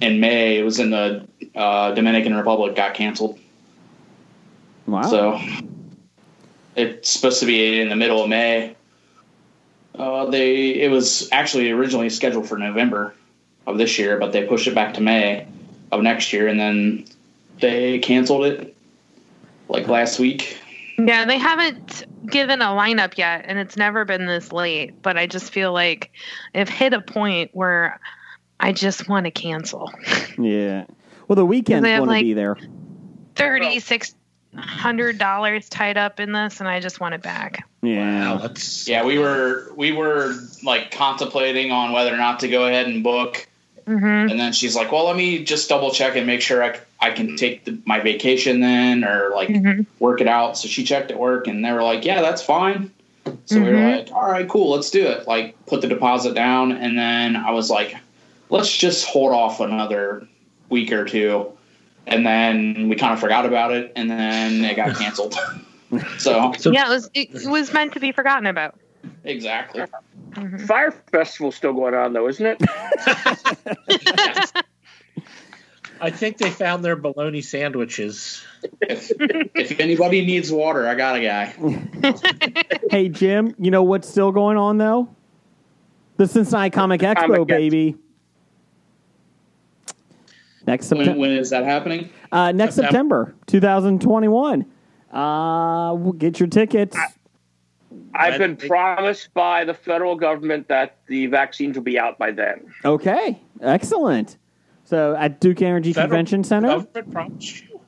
Speaker 8: in May it was in the uh, Dominican Republic got canceled.
Speaker 4: Wow.
Speaker 8: So it's supposed to be in the middle of May. Uh, they it was actually originally scheduled for November of this year, but they pushed it back to May of next year, and then they canceled it like last week.
Speaker 7: Yeah, they haven't given a lineup yet, and it's never been this late. But I just feel like I've hit a point where I just want to cancel.
Speaker 4: yeah. Well, the weekend's
Speaker 7: They have,
Speaker 4: going to
Speaker 7: like-
Speaker 4: be there.
Speaker 7: Thirty six hundred dollars tied up in this, and I just want it back.
Speaker 4: Yeah.
Speaker 5: Wow, that's
Speaker 8: Yeah, we were we were like contemplating on whether or not to go ahead and book,
Speaker 7: hmm
Speaker 8: and then she's like, "Well, let me just double check and make sure I, c- I can take the, my vacation then, or like
Speaker 7: Mhm.
Speaker 8: work it out." So she checked at work, and they were like, "Yeah, that's fine." So we were
Speaker 7: Mhm.
Speaker 8: like, "All right, cool, let's do it." Like, put the deposit down, and then I was like, "Let's just hold off another week or two. and then we kind of forgot about it, and then it got canceled. so
Speaker 5: So-
Speaker 7: yeah, it was it, it was meant to be forgotten about.
Speaker 8: exactly.
Speaker 7: Mhm.
Speaker 6: Fire Festival's still going on, though, isn't it?
Speaker 5: I think they found their bologna sandwiches.
Speaker 8: if, if anybody needs water, I got a guy.
Speaker 4: Hey, Jim, you know what's still going on, though? The Cincinnati Comic Expo,
Speaker 6: Comic Ex-
Speaker 4: baby. Next
Speaker 8: When,
Speaker 4: September.
Speaker 8: when is that happening?
Speaker 4: Uh, next
Speaker 5: Septem-
Speaker 4: September, 2021. Uh, we'll get your tickets.
Speaker 6: I've been
Speaker 5: Right.
Speaker 6: promised by the federal government that the vaccines will be out by then.
Speaker 4: Okay, excellent. So at Duke Energy
Speaker 5: Federal-
Speaker 4: Convention Center,
Speaker 5: Government promised you.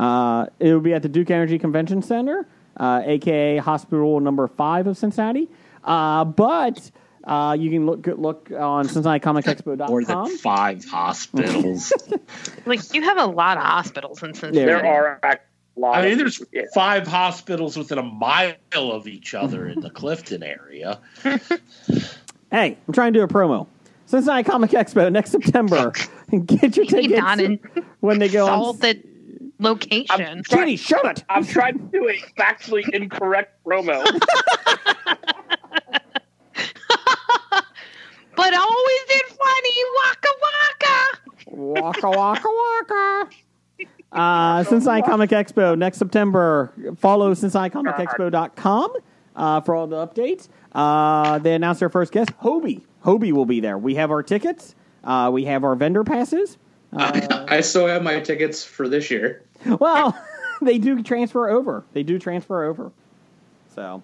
Speaker 4: uh, it will be at the Duke Energy Convention Center, uh, aka Hospital Number Five of Cincinnati. Uh, but uh, you can look look on
Speaker 5: More than
Speaker 4: CincinnatiComicExpo.com.
Speaker 5: five hospitals.
Speaker 7: Like you have a lot of hospitals in Cincinnati.
Speaker 4: There
Speaker 6: There are a lot.
Speaker 5: I mean,
Speaker 6: of-
Speaker 5: there's
Speaker 6: yeah.
Speaker 5: five hospitals within a mile of each other in the Clifton area.
Speaker 4: Hey, I'm trying to do a promo. Cincinnati Comic Expo next September. Get your
Speaker 7: Maybe
Speaker 4: tickets
Speaker 7: not in
Speaker 4: when they go on.
Speaker 7: solid location.
Speaker 4: Judy, shut it.
Speaker 6: I'm trying to do a factually incorrect promo.
Speaker 7: But always in funny waka waka.
Speaker 4: Waka waka waka. Uh, Cincinnati Comic Expo next September. Follow CincinnatiComicExpo.com uh, for all the updates. Uh, they announced their first guest, Hobie. Hobie will be there. We have our tickets. Uh, we have our vendor passes.
Speaker 8: I still have my tickets for this year.
Speaker 4: Well, they do transfer over. They do transfer over. So,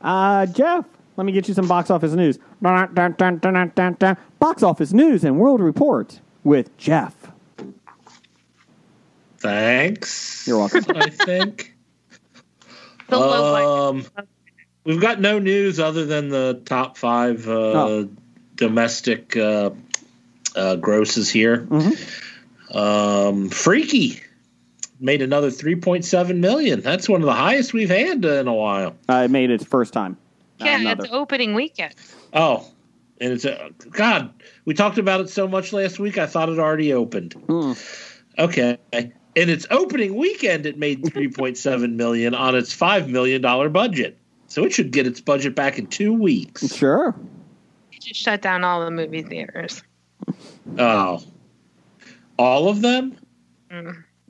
Speaker 4: uh, Jeff, let me get you some box office news. Dun, dun, dun, dun, dun, dun, dun. Box office news and world report with Jeff.
Speaker 5: Thanks.
Speaker 4: You're welcome.
Speaker 5: I think.
Speaker 7: The
Speaker 4: Uh,
Speaker 7: low
Speaker 5: um, we've got no news other than the top five uh,
Speaker 4: Oh.
Speaker 5: domestic uh, uh, grosses here.
Speaker 4: Mm-hmm.
Speaker 5: Um, Freaky made another 3.7 million. That's one of the highest we've had in a while.
Speaker 4: I made Uh, it first time. Not
Speaker 7: yeah,
Speaker 4: another.
Speaker 7: it's opening weekend.
Speaker 5: Oh, and it's uh, God. We talked about it so much last week. I thought it already opened. Okay, and its opening weekend, it made three point seven million on its five million dollar budget. So it should get its budget back in two weeks.
Speaker 4: Sure.
Speaker 7: They just shut down all the movie theaters.
Speaker 5: Oh, all of them?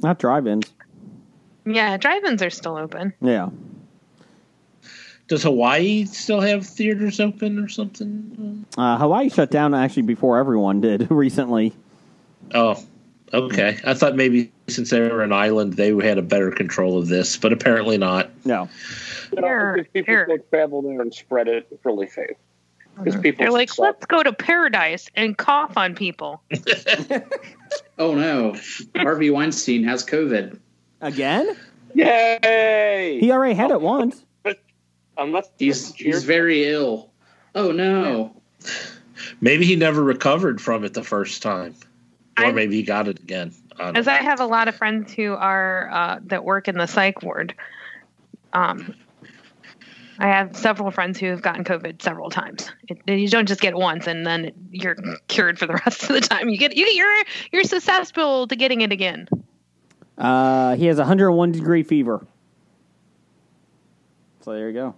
Speaker 4: Not drive-ins.
Speaker 7: Yeah, drive-ins are still open.
Speaker 4: Yeah.
Speaker 5: Does Hawaii still have theaters open or something?
Speaker 4: Uh, Hawaii shut down actually before everyone did recently.
Speaker 5: Oh, okay. I thought maybe since they were an island, they had a better control of this, but apparently not.
Speaker 4: No.
Speaker 6: You know,
Speaker 7: Here,
Speaker 6: because people
Speaker 7: here. Mm-hmm.
Speaker 6: will travel there and spread it really fast. Because people
Speaker 7: They're like,
Speaker 6: suck.
Speaker 7: let's go to paradise and cough on people.
Speaker 8: Oh no, Harvey Weinstein has COVID.
Speaker 4: Again?
Speaker 6: Yay!
Speaker 4: He already had it once.
Speaker 6: Unless
Speaker 8: He's he's very ill. Oh no.
Speaker 5: Maybe he never recovered from it the first time, or
Speaker 7: I'm-
Speaker 5: maybe he got it again. I don't
Speaker 7: As I have a lot of friends who are uh, that work in the psych ward. Um, I have several friends who have gotten COVID several times. It, you don't just get it once and then you're cured for the rest of the time. You get you get you're you're susceptible to getting it again.
Speaker 4: Uh, he has 101 degree fever. So there you go.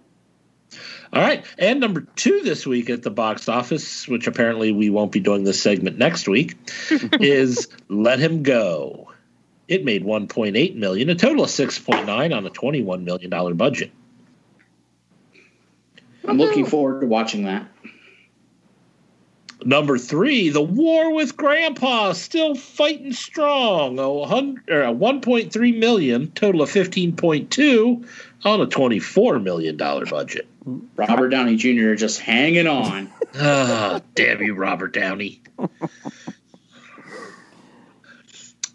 Speaker 5: All right. And number two this week at the box office, which apparently we won't be doing this segment next week, is Let Him Go. It made 1.8 million, a total of 6.9 on a 21 million dollar budget.
Speaker 8: I'm looking forward to watching that.
Speaker 5: Number three, The War with Grandpa, still fighting strong. A hun- or a 1.3 million, total of 15.2 on a 24 million dollar budget.
Speaker 8: Robert Downey Jr. just hanging on.
Speaker 5: Ah, damn you, Robert Downey.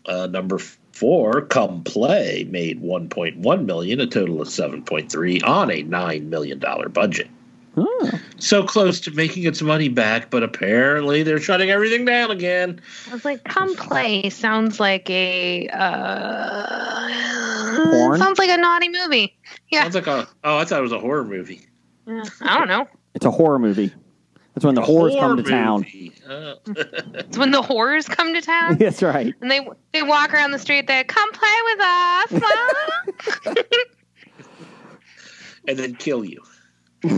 Speaker 5: uh, number four, Come Play made 1.1 million, a total of 7.3 on a nine million dollar budget.
Speaker 4: Oh.
Speaker 5: So close to making its money back, but apparently they're shutting everything down again.
Speaker 7: I was like, "Come play." Sounds like a uh,
Speaker 4: Porn?
Speaker 7: sounds like a naughty movie. Yeah,
Speaker 5: Sounds like a oh, I thought it was a horror movie.
Speaker 7: Yeah. I don't know.
Speaker 4: It's a horror movie. That's when the
Speaker 5: A
Speaker 4: horrors
Speaker 5: horror
Speaker 4: come to town.
Speaker 5: movie. Uh,
Speaker 7: It's when the horrors come to town.
Speaker 4: That's right.
Speaker 7: And they they walk around the street. They come play with us. Mom.
Speaker 5: and then kill you. oh,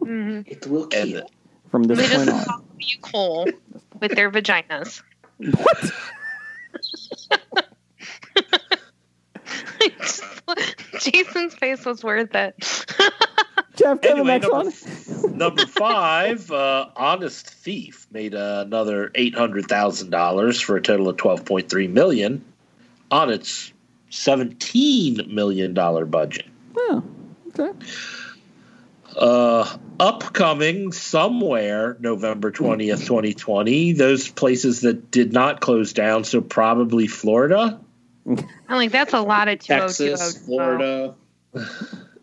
Speaker 5: wait,
Speaker 7: Mhm.
Speaker 8: It will
Speaker 5: and uh, then-
Speaker 4: From this
Speaker 7: They
Speaker 4: point
Speaker 7: just
Speaker 4: on.
Speaker 7: call you coal with their vaginas.
Speaker 4: What?
Speaker 7: Jason's face was worth it.
Speaker 4: Jeff, go to the
Speaker 5: Anyway,
Speaker 4: next
Speaker 5: number
Speaker 4: one.
Speaker 5: Number five, uh, Honest Thief made another eight hundred thousand dollars for a total of twelve point three million on its seventeen million dollar budget.
Speaker 4: Oh, okay.
Speaker 5: Uh, upcoming somewhere November twentieth, twenty twenty. Those places that did not close down, so probably Florida
Speaker 7: I'm like, that's a lot of 2020.
Speaker 8: Texas, Florida.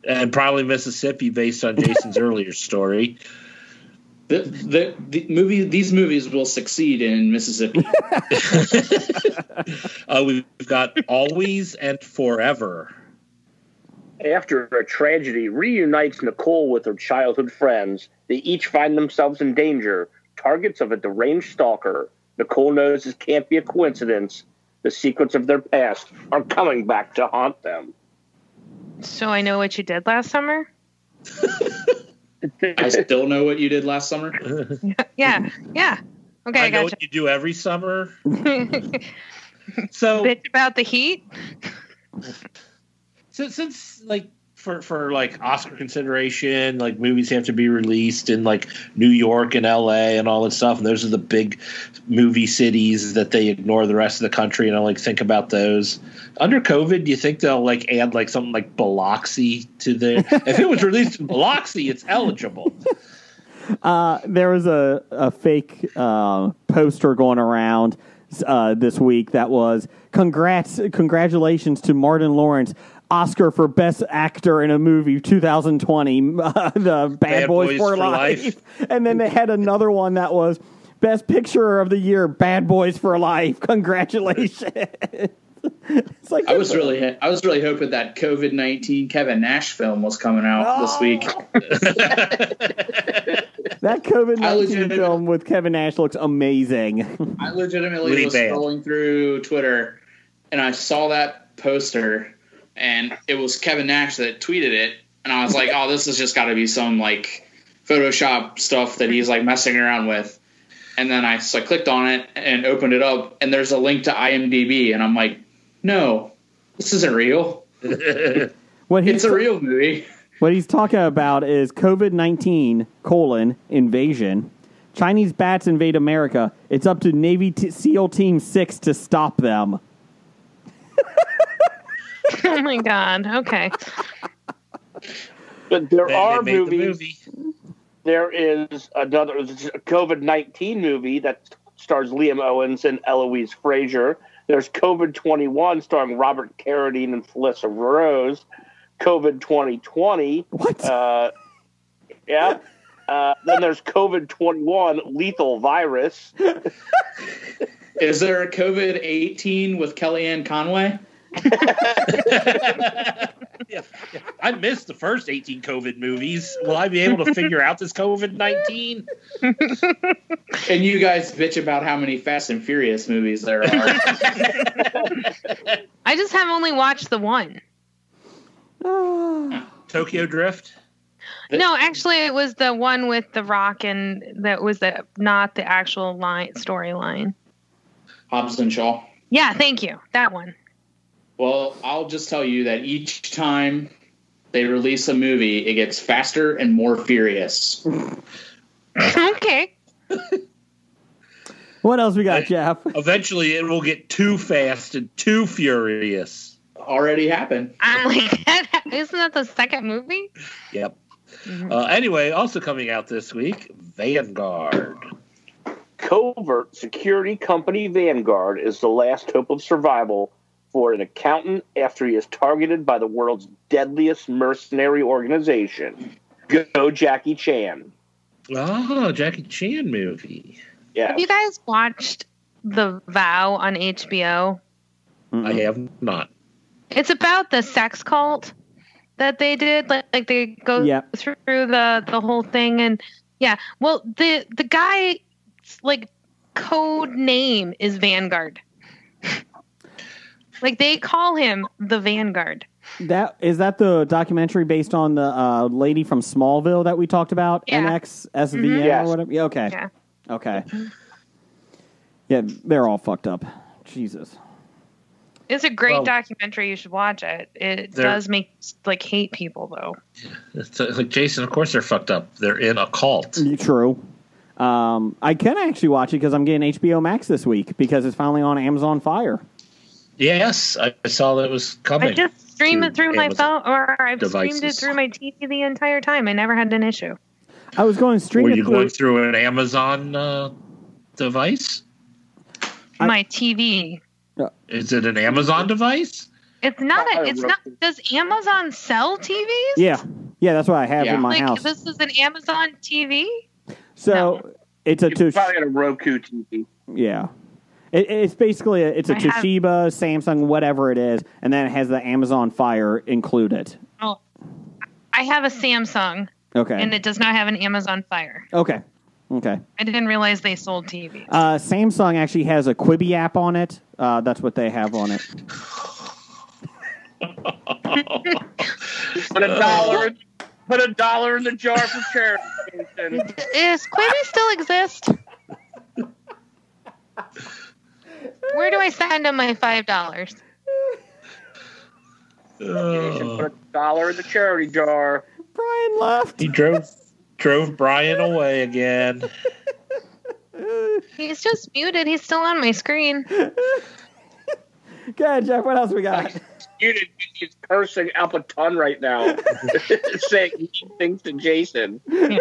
Speaker 5: and probably Mississippi, based on Jason's earlier story.
Speaker 8: The, the, the movie, these movies will succeed in Mississippi.
Speaker 5: Uh, we've got always and forever.
Speaker 6: After a tragedy reunites Nicole with her childhood friends, they each find themselves in danger, targets of a deranged stalker. Nicole knows this can't be a coincidence. The secrets of their past are coming back to haunt them.
Speaker 7: So I know what you did last summer.
Speaker 8: I still know what you did last summer.
Speaker 7: Yeah, yeah. Okay, I,
Speaker 5: I know
Speaker 7: gotcha.
Speaker 5: what you do every summer.
Speaker 7: Bitch
Speaker 5: So
Speaker 7: about the heat.
Speaker 5: since, since like for for like Oscar consideration, like movies have to be released in like New York and L.A. and all that stuff, and those are the big movie cities that they ignore the rest of the country and I like think about those. Under COVID, do you think they'll like add like something like Biloxi to the? if it was released in Biloxi, it's eligible.
Speaker 4: Uh, there was a, a fake uh, poster going around uh, this week that was congrats, congratulations to Martin Lawrence, Oscar for Best Actor in a Movie 2020, uh, the Bad, Boys, for, life. And then they had another one that was Best Picture of the Year, Bad Boys for Life. Congratulations. it's like
Speaker 8: I was really, I was really hoping that COVID nineteen Kevin Nash film was coming out this week.
Speaker 4: that COVID
Speaker 8: I
Speaker 4: nineteen
Speaker 8: legitimately-
Speaker 4: film with Kevin Nash looks amazing.
Speaker 8: I legitimately
Speaker 5: Really
Speaker 8: was
Speaker 5: bad.
Speaker 8: scrolling through Twitter and I saw that poster and it was Kevin Nash that tweeted it and I was like, Oh, this has just gotta be some like Photoshop stuff that he's like messing around with. And then I so I clicked on it and opened it up and there's a link to IMDB and I'm like, No, this isn't real.
Speaker 4: What he's
Speaker 8: It's a real movie.
Speaker 4: What he's talking about is COVID nineteen colon invasion. Chinese bats invade America. It's up to Navy t- SEAL Team Six to stop them.
Speaker 7: Oh my god. Okay.
Speaker 6: But
Speaker 5: They-
Speaker 6: there
Speaker 5: they
Speaker 6: are
Speaker 5: made the
Speaker 6: movies.
Speaker 5: movie.
Speaker 6: There is another COVID 19 movie that stars Liam Owens and Eloise Frazier. There's COVID 21 starring Robert Carradine and Felissa Rose. COVID 2020.
Speaker 4: What?
Speaker 6: Uh, yeah. Uh, then there's COVID 21 lethal virus.
Speaker 8: Is there a COVID eighteen with Kellyanne Conway?
Speaker 5: Yeah, yeah. I missed the first 18 COVID movies. Will I be able to figure out this COVID 19?
Speaker 8: And you guys bitch about how many Fast and Furious movies there are.
Speaker 7: I just have only watched the one.
Speaker 4: Ah.
Speaker 5: Tokyo Drift?
Speaker 7: No, actually, it was the one with The Rock, and that was the not the actual line storyline.
Speaker 8: Hobbs and Shaw.
Speaker 7: Yeah, thank you. That one.
Speaker 8: Well, I'll just tell you that each time they release a movie, it gets faster and more furious.
Speaker 7: okay.
Speaker 4: What else we got, Jeff?
Speaker 5: Eventually, it will get too fast and too furious.
Speaker 8: Already happened.
Speaker 7: I'm like, that, isn't that the second movie?
Speaker 5: Yep. Uh, anyway, also coming out this week, Vanguard.
Speaker 6: Covert security company Vanguard is the last hope of survival for an accountant after he is targeted by the world's deadliest mercenary organization. Go Jackie Chan.
Speaker 5: Oh, Jackie Chan movie.
Speaker 6: Yeah.
Speaker 7: Have you guys watched The Vow on HBO?
Speaker 5: I have not.
Speaker 7: It's about the sex cult that they did. Like, like they go
Speaker 4: Yeah.
Speaker 7: through the the whole thing, and yeah. Well, the the guy's like code name is Vanguard. like they call him the Vanguard.
Speaker 4: That is that the documentary based on the uh, lady from Smallville that we talked about,
Speaker 7: Yeah.
Speaker 4: NXSVN
Speaker 6: Mm-hmm. Yes.
Speaker 4: or whatever. Yeah, okay,
Speaker 7: Yeah.
Speaker 4: okay. Yeah, they're all fucked up. Jesus.
Speaker 7: It's a great
Speaker 5: Well-
Speaker 7: documentary. You should watch it. It
Speaker 5: There-
Speaker 7: does make like hate people though.
Speaker 5: It's uh, like Jason, of course they're fucked up. They're in a cult.
Speaker 4: True. Um, I can actually watch it because I'm getting HBO Max this week because it's finally on Amazon Fire.
Speaker 5: Yes, I I saw that was coming.
Speaker 7: I just stream it
Speaker 5: through
Speaker 7: through my
Speaker 5: Amazon
Speaker 7: phone, or I've streamed
Speaker 5: devices.
Speaker 7: it through my TV the entire time. I never had an issue.
Speaker 4: I was going to stream
Speaker 5: Were
Speaker 4: it
Speaker 5: you
Speaker 4: through.
Speaker 5: going through an Amazon uh, device?
Speaker 4: I-
Speaker 7: my TV.
Speaker 5: Is it an Amazon device?
Speaker 7: It's not.
Speaker 6: I
Speaker 7: A, it's not.
Speaker 6: don't
Speaker 7: Does Amazon sell TVs?
Speaker 4: yeah, yeah, that's what I have
Speaker 8: Yeah.
Speaker 4: in my
Speaker 7: Like
Speaker 4: house.
Speaker 7: this is an Amazon TV.
Speaker 4: so
Speaker 7: no.
Speaker 4: it's a
Speaker 6: You
Speaker 4: Tosh-
Speaker 6: probably had a Roku TV.
Speaker 4: yeah. It, it's basically a, it's a
Speaker 7: I have-
Speaker 4: Toshiba, Samsung, whatever it is, and then it has the Amazon Fire included.
Speaker 7: Oh, I have a Samsung,
Speaker 4: Okay.
Speaker 7: and it does not have an Amazon Fire.
Speaker 4: Okay. Okay.
Speaker 7: I didn't realize they sold TVs.
Speaker 4: Uh, Samsung actually has a Quibi app on it. Uh, that's what they have on it.
Speaker 6: Put a dollar. in- Put a dollar in the jar for charity. Jason.
Speaker 7: Does Quibi still exist? Where do I send them my five dollars?
Speaker 5: Oh.
Speaker 6: Jason, Put a dollar in the charity jar.
Speaker 4: Brian left.
Speaker 5: he drove drove Brian away again.
Speaker 7: He's just muted. He's still on my screen.
Speaker 4: Good, Jeff. What else we got?
Speaker 6: You did, he's cursing up a ton right now, saying mean things to Jason.
Speaker 7: I, mean,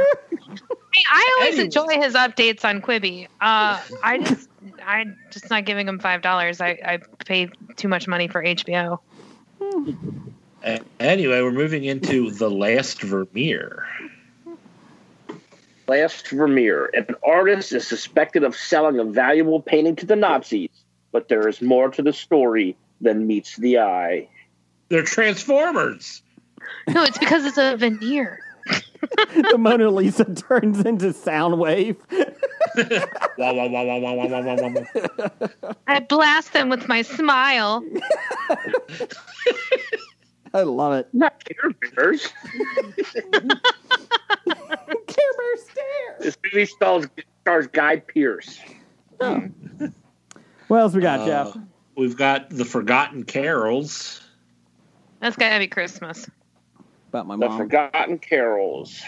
Speaker 7: I always
Speaker 5: Anyway.
Speaker 7: enjoy his updates on Quibi. Uh, I just, I'm just not giving him five dollars. I, I pay too much money for HBO.
Speaker 5: A- Anyway, we're moving into the last Vermeer.
Speaker 6: Last Vermeer. If an artist is suspected of selling a valuable painting to the Nazis, but there is more to the story than meets the eye.
Speaker 5: They're Transformers.
Speaker 7: No, it's because it's a veneer.
Speaker 4: the Mona Lisa turns into Soundwave.
Speaker 5: Wah, wah, wah, wah, wah, wah, wah, wah, wah.
Speaker 7: I blast them with my smile.
Speaker 4: I love it.
Speaker 6: Not Care Bears.
Speaker 4: Care Bear stare.
Speaker 6: This movie stars, stars Guy Pearce.
Speaker 4: What else we got,
Speaker 5: Uh,
Speaker 4: Jeff?
Speaker 5: We've got the Forgotten Carols.
Speaker 7: That's gotta be Christmas.
Speaker 4: About my
Speaker 6: The
Speaker 4: mom.
Speaker 6: Forgotten Carols.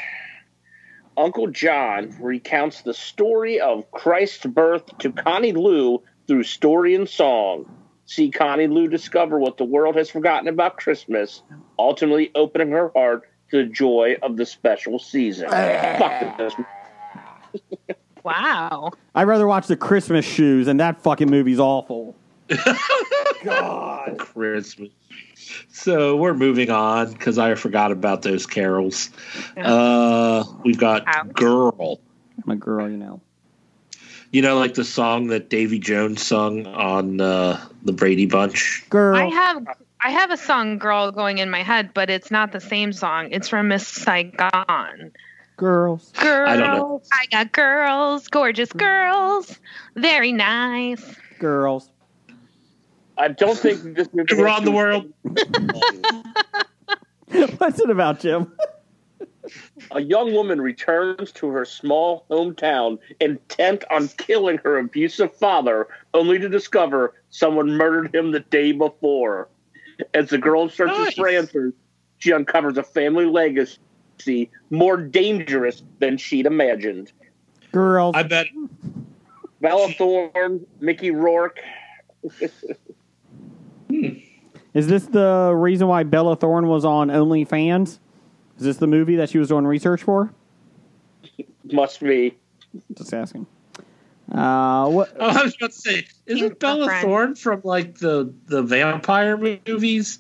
Speaker 6: Uncle John recounts the story of Christ's birth to Connie Lou through story and song. See Connie Lou discover what the world has forgotten about Christmas, ultimately opening her heart to the joy of the special season. Fuck this.
Speaker 7: Wow.
Speaker 4: I'd rather watch the Christmas shoes, and that fucking movie's awful.
Speaker 5: Christmas. So we're moving on because I forgot about those carols. Uh, we've got
Speaker 7: Ouch.
Speaker 5: Girl.
Speaker 4: I'm a girl, you know.
Speaker 5: You know, like the song that Davy Jones sung on uh, the Brady Bunch.
Speaker 4: Girl,
Speaker 7: I have I have a song "Girl" going in my head, but it's not the same song. It's from Miss Saigon.
Speaker 4: girls.
Speaker 7: Girls,
Speaker 5: don't know.
Speaker 7: I got girls, gorgeous girls, very nice.
Speaker 4: Girls.
Speaker 6: I don't think this movie.
Speaker 5: We're on the world.
Speaker 4: What's it about, Jim?
Speaker 6: A young woman returns to her small hometown intent on killing her abusive father, only to discover someone murdered him the day before. As the girl searches
Speaker 5: Nice.
Speaker 6: for answers, she uncovers a family legacy more dangerous than she'd imagined.
Speaker 4: Girls.
Speaker 5: I bet.
Speaker 6: Bella Thorne, Mickey Rourke.
Speaker 4: Is this the reason why Bella Thorne was on OnlyFans? Is this the movie that she was doing research for?
Speaker 6: Must be.
Speaker 4: Just asking. Uh, what?
Speaker 5: Oh, I was about to say,
Speaker 7: Pink
Speaker 5: isn't Bella
Speaker 7: friend.
Speaker 5: Thorne from like the the vampire movies?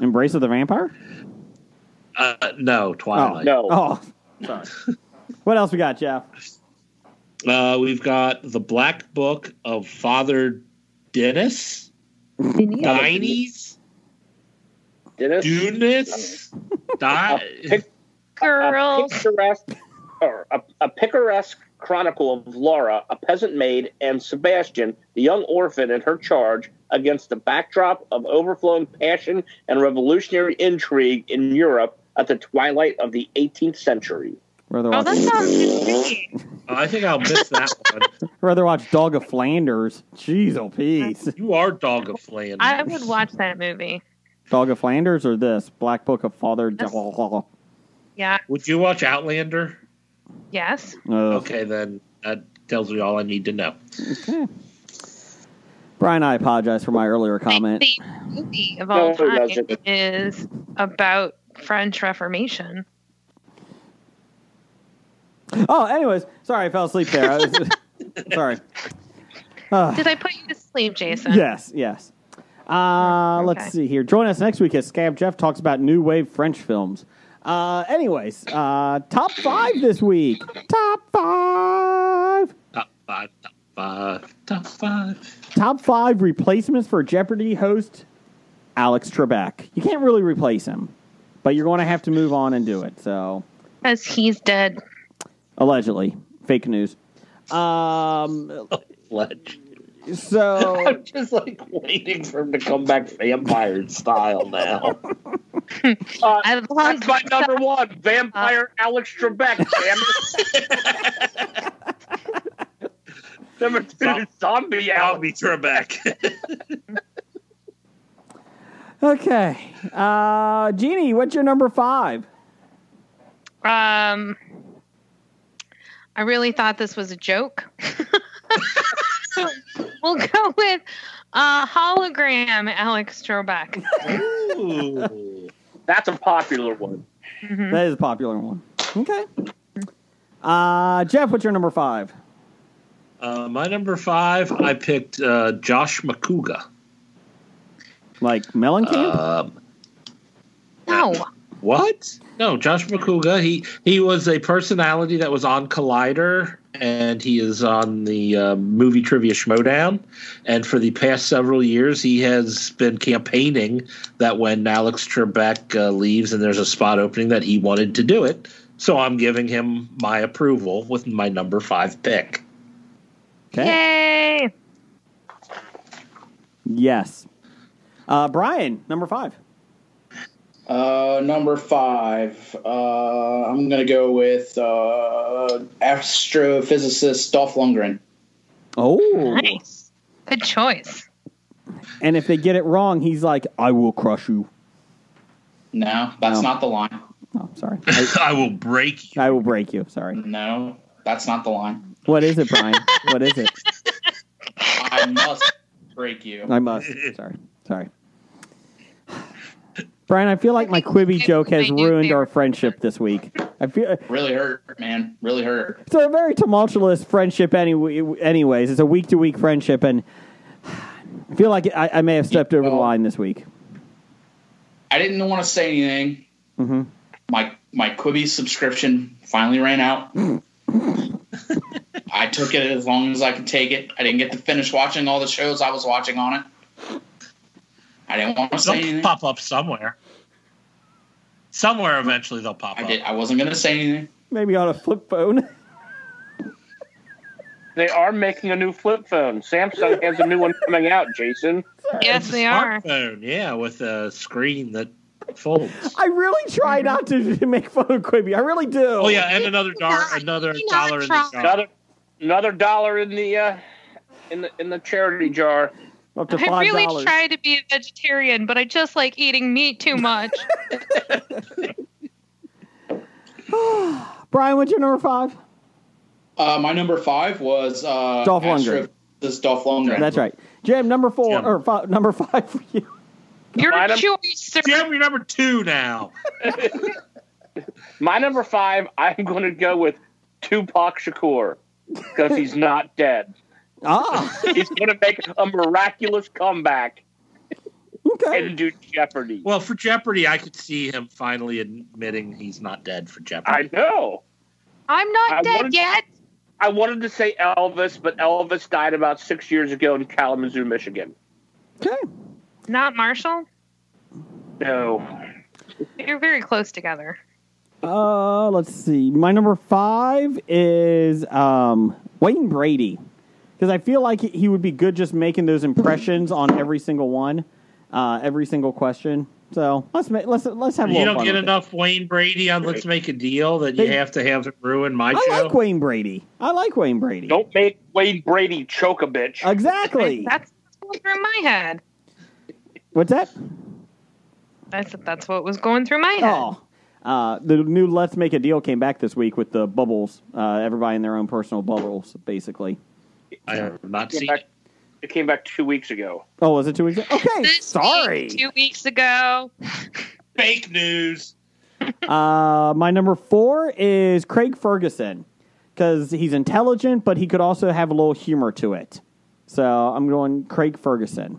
Speaker 4: Embrace of the Vampire?
Speaker 5: Uh, no, Twilight.
Speaker 6: No.
Speaker 4: Oh, sorry. what else we got, Jeff?
Speaker 5: Uh, we've got the Black Book of Father Dennis. Dinies?
Speaker 6: Dennis?
Speaker 5: Dunis? Di-
Speaker 6: pic- A
Speaker 7: Girls,
Speaker 6: picturesque, or a, a picaresque chronicle of Laura, a peasant maid, and Sebastian, the young orphan in her charge, against the backdrop of overflowing passion and revolutionary intrigue in Europe at the twilight of the 18th century.
Speaker 4: Rather
Speaker 7: oh,
Speaker 4: watch,
Speaker 7: that sounds intriguing.
Speaker 5: I think I'll miss that one.
Speaker 4: rather watch Dog of Flanders. Jeez, oh, peace.
Speaker 5: You are Dog of Flanders.
Speaker 7: I would watch that movie.
Speaker 4: Dog of Flanders or this Black Book of Father.
Speaker 7: Yes.
Speaker 4: Ugh.
Speaker 7: Yeah.
Speaker 5: Would you watch Outlander?
Speaker 7: Yes.
Speaker 5: Okay, then that tells me all I need to know.
Speaker 4: okay. Brian, I apologize for my earlier comment.
Speaker 7: The movie of all
Speaker 6: No, it
Speaker 7: time
Speaker 6: doesn't.
Speaker 7: is about French Reformation.
Speaker 4: Oh, anyways, sorry, I fell asleep there. I was, sorry.
Speaker 7: Did I put you to sleep, Jason?
Speaker 4: Yes, yes. Uh,
Speaker 7: Okay.
Speaker 4: Let's see here. Join us next week as Scab Jeff talks about new wave French films. Uh, anyways, uh, top five this week. Top five.
Speaker 5: Top five, top five, top five.
Speaker 4: Top five replacements for Jeopardy host Alex Trebek. You can't really replace him, but you're going to have to move on and do it. So
Speaker 7: Because he's dead.
Speaker 4: allegedly, fake news. Um,
Speaker 5: Ledge.
Speaker 4: so
Speaker 5: I'm just like waiting for him to come back vampire style now.
Speaker 6: Uh,
Speaker 7: I love
Speaker 6: that's my number one, Vampire Alex Trebek, damn it. number two, Zombie
Speaker 5: I'll
Speaker 6: Alex.
Speaker 5: be Trebek.
Speaker 4: okay, uh, Jeannie, what's your number five?
Speaker 7: Um, I really thought this was a joke. so we'll go with uh, hologram Alex Trebek.
Speaker 5: Ooh.
Speaker 6: That's a popular one.
Speaker 7: Mhm.
Speaker 4: That is a popular one. Okay. Uh, Jeff, what's your number five?
Speaker 5: Uh, my number five, I picked uh, Josh McCouga.
Speaker 4: Like Mellencamp?
Speaker 5: Um,
Speaker 7: No,
Speaker 5: What? No, Josh McCouga. He he was a personality that was on Collider, and he is on the uh, movie Trivia Schmodown. And for the past several years, he has been campaigning that when Alex Trebek uh, leaves and there's a spot opening, that he wanted to do it. So I'm giving him my approval with my number five pick.
Speaker 4: okay.
Speaker 7: yay!
Speaker 4: Yes. Uh, Brian, number five.
Speaker 8: Uh, number five, uh, I'm gonna go with uh, astrophysicist Dolph Lundgren.
Speaker 4: Oh.
Speaker 7: Nice, good choice.
Speaker 4: And if they get it wrong, he's like, I will crush you.
Speaker 8: No, that's
Speaker 4: No.
Speaker 8: not the line.
Speaker 4: Oh, sorry.
Speaker 5: I will break you.
Speaker 4: I will break you. Sorry.
Speaker 8: No, that's not the line.
Speaker 4: What is it, Brian? what is it?
Speaker 8: I must break you.
Speaker 4: I must. Sorry. Sorry. Brian, I feel like my Quibi joke has ruined our friendship this week. I feel
Speaker 8: Really hurt, man. Really hurt.
Speaker 4: it's a very tumultuous friendship anyway anyways it's a week to week friendship and i feel like I, I may have stepped over the line this week
Speaker 8: I didn't want to say anything.
Speaker 4: hmm
Speaker 8: My my Quibi subscription finally ran out. I took it as long as I could take it. I didn't get to finish watching all the shows I was watching on it. I didn't want to say
Speaker 5: They'll
Speaker 8: anything.
Speaker 5: pop up somewhere. Somewhere eventually they'll pop
Speaker 8: I
Speaker 5: up.
Speaker 8: did. I wasn't gonna say anything.
Speaker 4: Maybe on a flip phone.
Speaker 6: They are making a new flip phone. Samsung has a new one coming out, Jason.
Speaker 7: Yes, they are.
Speaker 5: Smartphone, yeah, with a screen that folds.
Speaker 4: I really try not to, make fun of Quibi. I really do.
Speaker 5: Oh yeah, and another dar,
Speaker 7: not-
Speaker 5: another
Speaker 7: do not
Speaker 5: dollar in
Speaker 7: try.
Speaker 5: the jar.
Speaker 6: Another another dollar in the uh, in the in the charity jar.
Speaker 4: Up to
Speaker 7: I
Speaker 4: five
Speaker 7: really
Speaker 4: dollars.
Speaker 7: try to be a vegetarian, but I just like eating meat too much.
Speaker 4: Brian, what's your number five?
Speaker 8: Uh, my number five was uh,
Speaker 4: Dolph
Speaker 8: Astro
Speaker 4: Lundgren.
Speaker 8: versus Dolph Lundgren.
Speaker 4: That's right, Jim. Number four
Speaker 5: Jim.
Speaker 4: or five, number five for you.
Speaker 7: Your
Speaker 6: Item-
Speaker 7: choice, sir.
Speaker 5: Jim, you're number two now.
Speaker 6: My number five, I'm going to go with Tupac Shakur because he's not dead.
Speaker 4: Ah,
Speaker 6: He's going to make a miraculous comeback
Speaker 4: okay.
Speaker 6: and do Jeopardy.
Speaker 5: Well, for Jeopardy, I could see him finally admitting he's not dead for Jeopardy.
Speaker 6: I know.
Speaker 7: I'm not
Speaker 6: I
Speaker 7: dead
Speaker 6: wanted-
Speaker 7: yet.
Speaker 6: I wanted to say Elvis, but Elvis died about six years ago in Kalamazoo, Michigan.
Speaker 4: Okay.
Speaker 7: Not Marshall.
Speaker 6: No.
Speaker 7: You're very close together.
Speaker 4: Uh, let's see. My number five is um, Wayne Brady because I feel like he would be good just making those impressions on every single one, uh, every single question. So let's ma- let's let's have a
Speaker 5: you
Speaker 4: little
Speaker 5: don't
Speaker 4: fun
Speaker 5: get
Speaker 4: with it.
Speaker 5: enough Wayne Brady on Let's Make a Deal that you
Speaker 4: They-
Speaker 5: have to have him ruin
Speaker 4: I
Speaker 5: my show.
Speaker 4: like Wayne Brady. I like Wayne Brady.
Speaker 6: Don't make Wade Brady choke a bitch.
Speaker 4: Exactly.
Speaker 7: That's what's going through my head.
Speaker 4: What's that?
Speaker 7: I said that's what was going through my head.
Speaker 4: Oh, uh, the new Let's Make a Deal came back this week with the bubbles. Uh, everybody in their own personal bubbles, basically.
Speaker 5: I have not
Speaker 6: It came
Speaker 5: seen
Speaker 6: back-
Speaker 5: it.
Speaker 6: it came back two weeks ago.
Speaker 4: Oh, was it two weeks? ago? Okay,
Speaker 7: This
Speaker 4: sorry.
Speaker 7: week, two weeks ago.
Speaker 5: Fake news.
Speaker 4: Uh, my number four is Craig Ferguson because he's intelligent, but he could also have a little humor to it. So I'm going Craig Ferguson.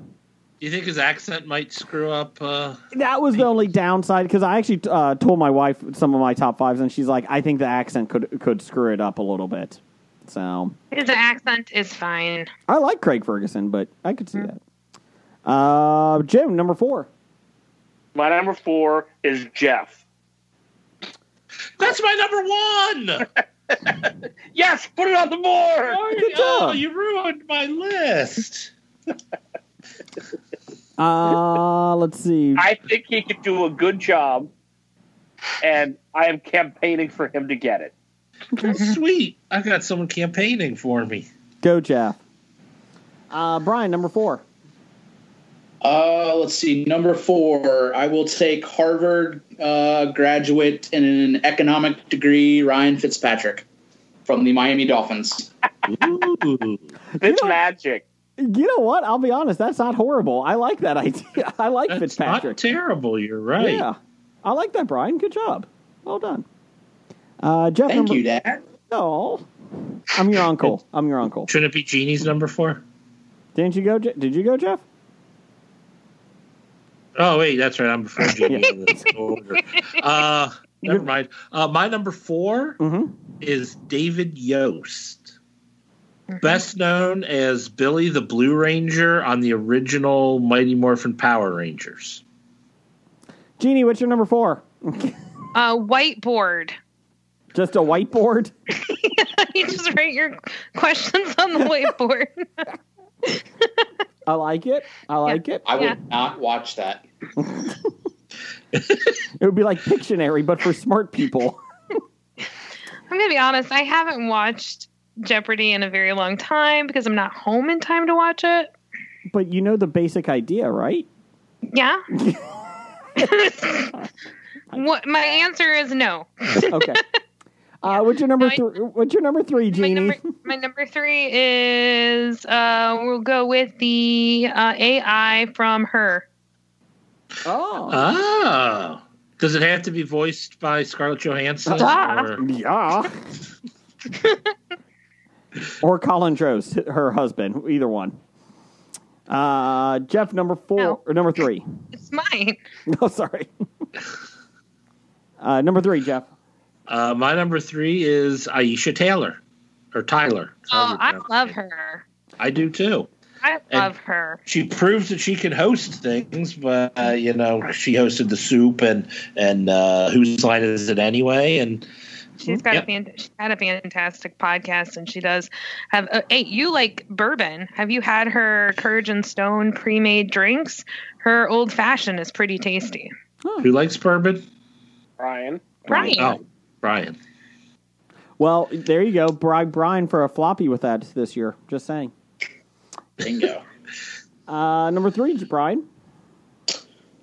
Speaker 5: Do you think his accent might screw up? Uh,
Speaker 4: That was the only downside because I actually uh, told my wife some of my top fives, and she's like, "I think the accent could could screw it up a little bit." So
Speaker 7: His accent is fine.
Speaker 4: I like Craig Ferguson, but I could see that. Uh, Jim, number four.
Speaker 6: My number four is Jeff.
Speaker 5: That's my number one.
Speaker 6: Yes, put it on the board.
Speaker 4: Good
Speaker 5: Oh,
Speaker 4: job.
Speaker 5: you ruined my list.
Speaker 4: Uh, let's see.
Speaker 6: I think he could do a good job, and I am campaigning for him to get it.
Speaker 5: How sweet. I've got someone campaigning for me.
Speaker 4: Go, Jeff. Uh, Brian, number four.
Speaker 8: Uh, let's see. Number four, I will take Harvard uh, graduate in an economic degree, Ryan Fitzpatrick from the Miami Dolphins.
Speaker 5: Ooh.
Speaker 6: It's
Speaker 4: know-
Speaker 6: magic.
Speaker 4: You know what? I'll be honest. That's not horrible. I like that idea. I like
Speaker 5: That's not
Speaker 4: Fitzpatrick.
Speaker 5: terrible. You're right.
Speaker 4: Yeah, I like that, Brian. Good job. Well done. Uh, Jeff,
Speaker 8: Thank
Speaker 4: number
Speaker 8: you, Dad.
Speaker 4: No, I'm your uncle. I'm your uncle.
Speaker 5: Shouldn't it be Genie's number four?
Speaker 4: Didn't you go? Je- Did you go, Jeff?
Speaker 5: Oh, wait, that's right. I'm before Genie. in this order. Uh, never mind. Uh, my number four
Speaker 4: Mm-hmm.
Speaker 5: is David Yost,
Speaker 4: Mm-hmm.
Speaker 5: best known as Billy the Blue Ranger on the original Mighty Morphin Power Rangers.
Speaker 4: Jeannie, what's your number four?
Speaker 7: Uh, whiteboard.
Speaker 4: Just a whiteboard.
Speaker 7: you just write your questions on the whiteboard.
Speaker 4: I like it. I like it.
Speaker 8: I would
Speaker 7: Yeah.
Speaker 8: not watch that.
Speaker 4: It would be like Pictionary, but for smart people.
Speaker 7: I'm gonna be honest. I haven't watched Jeopardy in a very long time because I'm not home in time to watch it.
Speaker 4: But you know the basic idea, right?
Speaker 7: Yeah. what my answer is no.
Speaker 4: Okay. Uh, what's your number
Speaker 7: No, I-
Speaker 4: three? What's your number three,
Speaker 7: My
Speaker 4: Jeannie?
Speaker 7: number my number three is uh we'll go with the uh, AI from her.
Speaker 4: oh,
Speaker 5: Ah. Does it have to be voiced by Scarlett Johansson?
Speaker 7: Ah.
Speaker 5: or-
Speaker 4: yeah. or Colin Jost, her husband, either one. Uh, Jeff, number four
Speaker 7: No.
Speaker 4: or number three?
Speaker 7: It's mine.
Speaker 4: No, sorry. uh, number three, Jeff.
Speaker 5: Uh, my number three is Aisha Taylor or Tyler.
Speaker 7: Oh,
Speaker 5: Tyler
Speaker 7: I
Speaker 5: Perry.
Speaker 7: love her.
Speaker 5: I do too.
Speaker 7: I
Speaker 5: And-
Speaker 7: love her.
Speaker 5: She proves that she can host things, but uh, you know she hosted the soup and and uh, whose line is it anyway? And
Speaker 7: She's
Speaker 5: Mm-hmm.
Speaker 7: got
Speaker 5: Yep.
Speaker 7: a fan, she's had a fantastic podcast, and she does have. Uh, hey, you like bourbon? Have you had her Courage and Stone pre-made drinks? Her old fashioned is pretty tasty.
Speaker 5: who likes bourbon?
Speaker 6: Ryan.
Speaker 7: Brian,
Speaker 5: Oh, Brian.
Speaker 4: Well, there you go. Bribe Brian for a floppy with that this year. Just saying.
Speaker 8: Bingo.
Speaker 4: Uh, number three, Brian.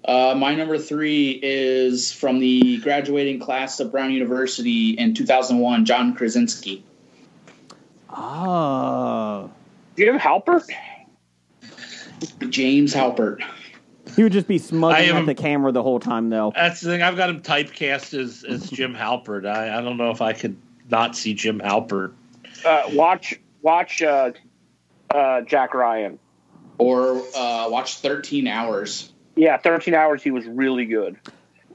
Speaker 8: Uh, my number three is from the graduating class of Brown University in 2001, John Krasinski.
Speaker 4: Oh.
Speaker 6: Jim Halpert?
Speaker 8: James Halpert.
Speaker 4: He would just be smuggling
Speaker 5: I am-
Speaker 4: at the camera the whole time, though.
Speaker 5: That's the thing. I've got him typecast as, as Jim Halpert. I, I don't know if I could not see Jim Halpert.
Speaker 6: Uh, watch watch uh, uh, Jack Ryan.
Speaker 8: Or uh, watch 13 Hours.
Speaker 6: Yeah, 13 hours. He was really good.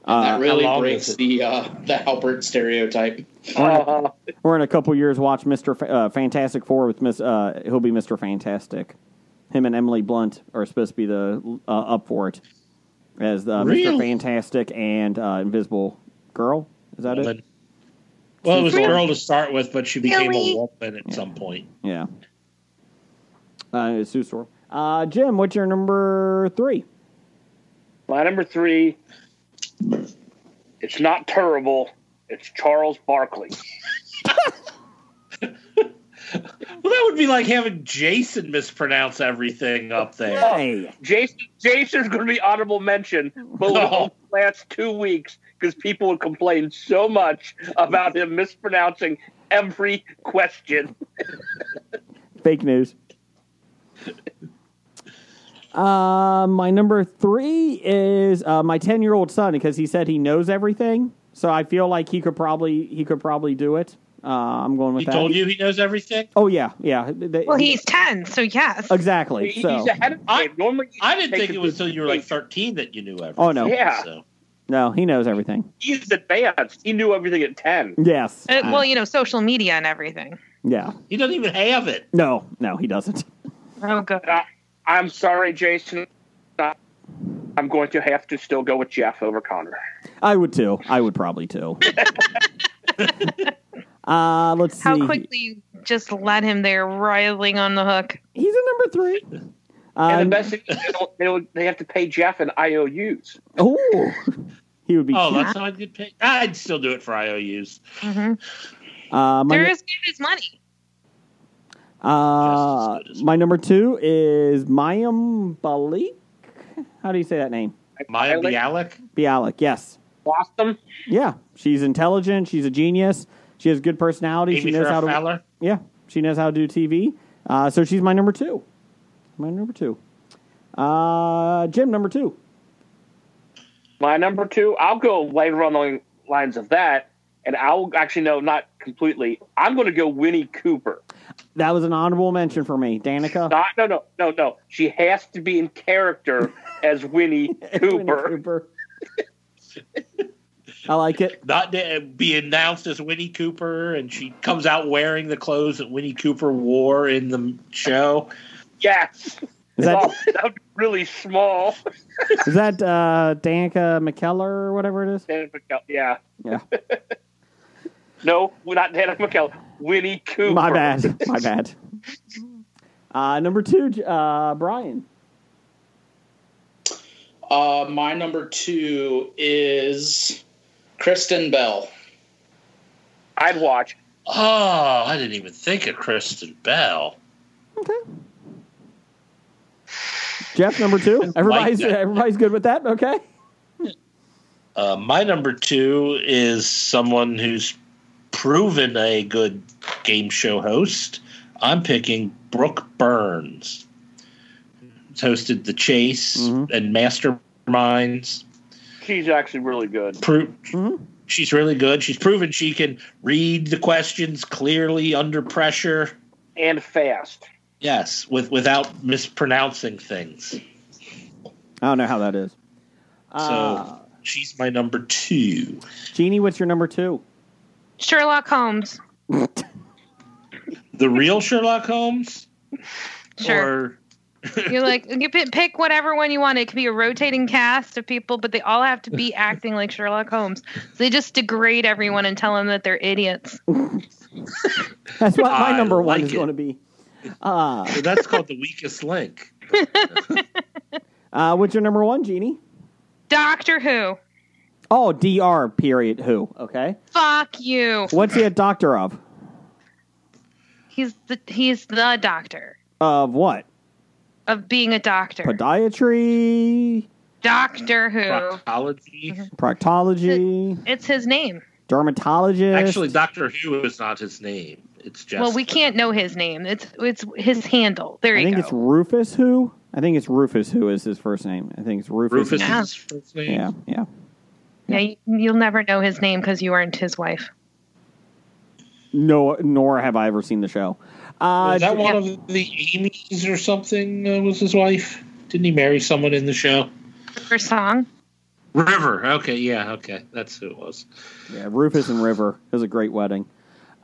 Speaker 4: Uh,
Speaker 8: that really
Speaker 5: how long is
Speaker 8: breaks
Speaker 5: it?
Speaker 8: the uh, the Halpert stereotype.
Speaker 6: Uh,
Speaker 4: We're in a couple years. Watch Mister Fa- uh, Fantastic Four with Miss. Uh, he'll be Mister Fantastic. Him and Emily Blunt are supposed to be the uh, up for it as uh, Mister
Speaker 5: Really?
Speaker 4: Fantastic and uh, Invisible Girl. Is that it?
Speaker 5: Woman. Well, it was a
Speaker 7: Really?
Speaker 5: girl to start with, but she became
Speaker 7: Really?
Speaker 5: a woman at some point.
Speaker 4: Yeah. Uh, it's Sue Storm. Uh, Jim, what's your number three?
Speaker 6: my number three. It's not terrible. It's Charles Barkley.
Speaker 5: Well, that would be like having Jason mispronounce everything up there.
Speaker 4: Hey,
Speaker 6: Jason Jason's going to be honorable mention, but would only last two weeks because people would complain so much about him mispronouncing every question.
Speaker 4: fake news. Uh, my number three is uh, my ten-year-old son because he said he knows everything. So I feel like he could probably he could probably do it. Uh, I'm going with
Speaker 5: He
Speaker 4: that.
Speaker 5: told you he knows everything.
Speaker 4: Oh yeah, yeah. They-
Speaker 7: well, he's ten, so yes.
Speaker 4: exactly.
Speaker 6: He-
Speaker 4: so
Speaker 6: He's ahead of
Speaker 5: I-
Speaker 6: time. Normally,
Speaker 5: I didn't think
Speaker 6: Take
Speaker 5: it
Speaker 6: a
Speaker 5: was
Speaker 6: good
Speaker 5: until you were like
Speaker 6: peek.
Speaker 5: 13 that you knew everything.
Speaker 4: Oh, no.
Speaker 6: Yeah.
Speaker 5: So.
Speaker 4: no, he knows everything.
Speaker 6: he's advanced. He knew everything at 10.
Speaker 4: Yes.
Speaker 7: Uh, well, you know, social media and everything.
Speaker 4: yeah.
Speaker 5: He doesn't even have it.
Speaker 4: No, no, he doesn't.
Speaker 7: Oh, good.
Speaker 6: I'm sorry, Jason. I'm going to have to still go with Jeff over Connor.
Speaker 4: I would too. I would probably too. uh, let's see.
Speaker 7: How quickly you just let him there, riling on the hook.
Speaker 4: He's a number three.
Speaker 6: And
Speaker 4: Um,
Speaker 6: the best thing is they, don't, they, don't, they have to pay Jeff in IOUs.
Speaker 4: Oh, he would be.
Speaker 5: Oh,
Speaker 4: cute.
Speaker 5: that's how I'd get picked. I'd still do it for IOUs.
Speaker 7: hmm
Speaker 4: Uh, my,
Speaker 7: There
Speaker 4: nu-
Speaker 7: is good as money.
Speaker 4: uh,
Speaker 5: Just as good as-
Speaker 4: my number two is Mayim Balik. How do you say that name?
Speaker 5: Maya
Speaker 6: like-
Speaker 5: Bialik.
Speaker 4: Bialik. Yes.
Speaker 6: Lost them.
Speaker 4: Yeah. She's intelligent. She's a genius. She has good personality.
Speaker 5: Amy
Speaker 4: she knows
Speaker 5: Farrah
Speaker 4: how to.
Speaker 5: Fowler.
Speaker 4: Yeah, she knows how to do TV. Uh, so she's my number two. My number two. Uh, Jim, number two.
Speaker 6: My number two, I'll go later on the lines of that. And I'll actually, no, not completely. I'm going to go Winnie Cooper.
Speaker 4: That was an honorable mention for me, Danica.
Speaker 6: Not, no, no, no, no. She has to be in character as Winnie
Speaker 4: Winnie
Speaker 6: Cooper.
Speaker 4: Cooper. I like it.
Speaker 5: Not to be announced as Winnie Cooper, and she comes out wearing the clothes that Winnie Cooper wore in the show.
Speaker 6: Yes.
Speaker 4: Is that-
Speaker 6: Well, that would be really small.
Speaker 4: Is that uh, Danica McKellar or whatever it is?
Speaker 6: Shannon McKell- Yeah.
Speaker 4: Yeah.
Speaker 6: No, we're not Hannah McKell. Winnie Cooper.
Speaker 4: My bad. My bad. Uh, number two, J- uh, Brian.
Speaker 8: Uh, my number two is Kristen Bell.
Speaker 6: I'd watch.
Speaker 5: Oh, I didn't even think of Kristen Bell.
Speaker 4: Jeff, number two. Everybody's
Speaker 5: that.
Speaker 4: everybody's good with that. Okay.
Speaker 5: Uh, my number two is someone who's proven a good game show host. I'm picking Brooke Burns. Who's hosted The Chase
Speaker 4: Mhm.
Speaker 5: and Masterminds.
Speaker 6: She's actually really good.
Speaker 5: Pro-
Speaker 4: Mhm.
Speaker 5: She's really good. She's proven she can read the questions clearly under pressure.
Speaker 6: And fast.
Speaker 5: Yes, with without mispronouncing things.
Speaker 4: I don't know how that is. Uh,
Speaker 5: so she's my number two.
Speaker 4: Jeannie, what's your number two?
Speaker 7: Sherlock Holmes.
Speaker 5: the real Sherlock Holmes?
Speaker 7: Sure.
Speaker 5: Or
Speaker 7: You're like you pi- pick whatever one you want. It could be a rotating cast of people, but they all have to be acting like Sherlock Holmes. So they just degrade everyone and tell them that they're idiots.
Speaker 4: That's what my
Speaker 5: I
Speaker 4: number one
Speaker 5: like
Speaker 4: is
Speaker 5: it.
Speaker 4: going to be. Uh,
Speaker 5: well, that's called the weakest link.
Speaker 4: uh, what's your number one, Genie?
Speaker 7: Doctor Who.
Speaker 4: Oh, Dr. Period. Who? Okay.
Speaker 7: Fuck you.
Speaker 4: What's he a doctor of?
Speaker 7: He's the he's the doctor
Speaker 4: Of what?
Speaker 7: of being a doctor.
Speaker 4: Podiatry,
Speaker 7: doctor Who.
Speaker 5: Proctology.
Speaker 7: Mm-hmm.
Speaker 4: proctology,
Speaker 7: It's his name.
Speaker 4: dermatologist.
Speaker 5: Actually, Doctor Who is not his name. It's just
Speaker 7: Well, we can't know his name. It's it's his handle. There
Speaker 4: I
Speaker 7: you
Speaker 4: think
Speaker 7: go.
Speaker 4: it's Rufus. Who? I think it's Rufus. Who is his first name? I think it's Rufus.
Speaker 5: Rufus
Speaker 7: Yeah.
Speaker 5: is his first name.
Speaker 4: Yeah, yeah.
Speaker 7: yeah, you, you'll never know his name because you aren't his wife.
Speaker 4: No, nor have I ever seen the show. Uh,
Speaker 5: Is that one
Speaker 7: yeah.
Speaker 5: of the Amy's or something? Uh, was his wife? Didn't he marry someone in the show?
Speaker 7: Her song.
Speaker 5: River. Okay, yeah, okay, that's who it was.
Speaker 4: yeah, Rufus and River. It was a great wedding.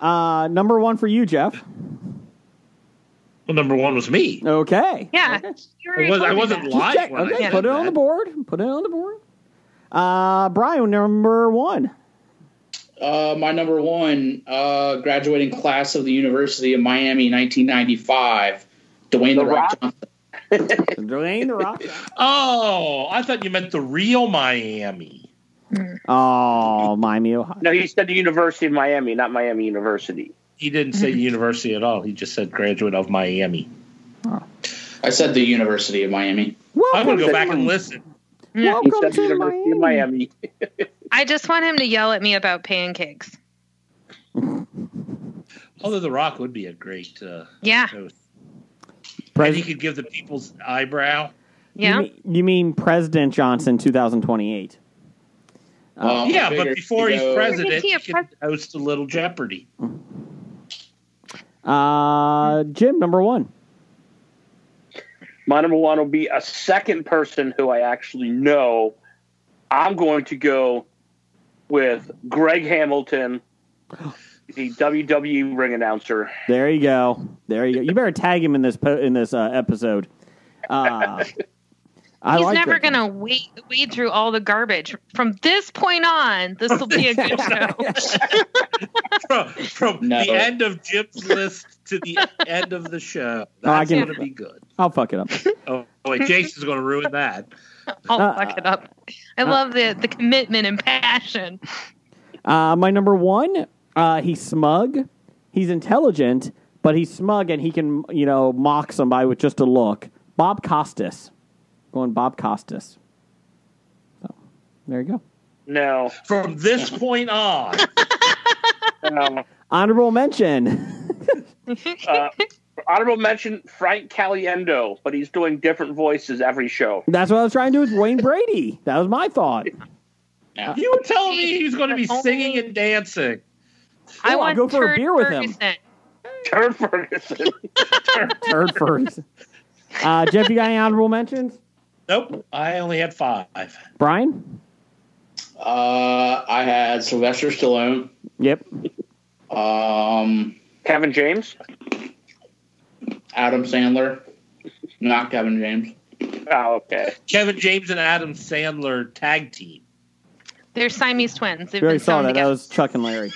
Speaker 4: Uh, number one for you, Jeff.
Speaker 5: Well, number one was me.
Speaker 4: Okay.
Speaker 7: Yeah.
Speaker 4: Okay. Just
Speaker 7: You
Speaker 5: I,
Speaker 7: already
Speaker 5: was,
Speaker 7: told
Speaker 5: I
Speaker 7: me
Speaker 5: wasn't
Speaker 7: that.
Speaker 5: lying.
Speaker 4: check-
Speaker 5: when I
Speaker 4: okay,
Speaker 5: said
Speaker 4: put it on
Speaker 5: that.
Speaker 4: the board. Put it on the board. Uh, Brian, number one.
Speaker 8: Uh, my number one, uh, graduating class of the University of Miami, 1995, Dwayne the,
Speaker 6: The
Speaker 8: Rock,
Speaker 6: Rock?
Speaker 8: Johnson.
Speaker 4: Dwayne the Rock.
Speaker 5: Oh, I thought you meant the real Miami.
Speaker 4: Oh, Miami, Ohio.
Speaker 6: No, he said the University of Miami, not Miami University.
Speaker 5: He didn't
Speaker 7: Mm-hmm.
Speaker 5: say university at all. He just said graduate of Miami.
Speaker 8: I said the University of Miami.
Speaker 5: I'm
Speaker 4: Welcome
Speaker 5: gonna go
Speaker 4: to
Speaker 5: back and
Speaker 4: Miami.
Speaker 5: listen.
Speaker 6: He
Speaker 4: Welcome
Speaker 6: said the
Speaker 4: Oh, to
Speaker 6: University
Speaker 4: Miami.
Speaker 6: of Miami.
Speaker 7: I just want him to yell at me about pancakes.
Speaker 5: Although The Rock would be a great uh,
Speaker 7: Yeah.
Speaker 5: host. And he
Speaker 4: Pres-
Speaker 5: could give the people's eyebrow.
Speaker 7: Yeah.
Speaker 4: You mean, you mean President Johnson 2028.
Speaker 8: Um, I
Speaker 5: yeah,
Speaker 8: figured,
Speaker 5: but before
Speaker 8: you
Speaker 5: he's
Speaker 8: know,
Speaker 5: president,
Speaker 7: Isn't he
Speaker 5: he
Speaker 7: a
Speaker 5: could
Speaker 7: pres-
Speaker 5: host a little Jeopardy.
Speaker 4: Uh, Jim, number one.
Speaker 6: My number one will be a second person who I actually know. I'm going to go with Greg Hamilton, the WWE ring announcer.
Speaker 4: There you go. There you go. You better tag him in this po- in this uh, episode. Uh, I
Speaker 7: He's
Speaker 4: like
Speaker 7: never
Speaker 4: it.
Speaker 7: going to wade, wade through all the garbage. From this point on, this will be a good show.
Speaker 5: From, from
Speaker 8: No.
Speaker 5: the end of Jim's list to the end of the show.
Speaker 4: No, I
Speaker 5: That's
Speaker 4: can-
Speaker 5: going to be good.
Speaker 4: I'll fuck it up.
Speaker 5: Oh, wait, Jason's going to ruin that.
Speaker 7: I'll
Speaker 4: Uh,
Speaker 7: fuck it up. I love the, the commitment and passion.
Speaker 4: Uh, my number one. Uh, he's smug. He's intelligent, but he's smug, and he can you know mock somebody with just a look. Bob Costas, going Bob Costas. So, there you go.
Speaker 6: No,
Speaker 5: From this point on,
Speaker 6: no.
Speaker 4: Honorable mention.
Speaker 6: Uh, honorable mention Frank Caliendo, but he's doing different voices every show.
Speaker 4: That's what I was trying to do with Wayne Brady. That was my thought.
Speaker 5: you were telling me he was going to be
Speaker 7: Only-
Speaker 5: singing and dancing.
Speaker 7: I
Speaker 4: I'll
Speaker 7: want
Speaker 4: go for a
Speaker 7: Turd
Speaker 4: beer with him.
Speaker 7: Ferguson.
Speaker 6: Turd Ferguson.
Speaker 4: Turd first. Uh, Jeff, you got any honorable mentions?
Speaker 5: Nope, I only had five.
Speaker 4: Brian?
Speaker 8: Uh, I had Sylvester Stallone.
Speaker 4: Yep.
Speaker 8: Um,
Speaker 6: Kevin James.
Speaker 8: Adam Sandler, not Kevin James.
Speaker 6: Oh, okay.
Speaker 5: Kevin James and Adam Sandler tag team.
Speaker 7: They're Siamese twins. They've
Speaker 4: You already
Speaker 7: been
Speaker 4: saw
Speaker 7: sewn
Speaker 4: that. That
Speaker 7: together.
Speaker 4: was Chuck and Larry.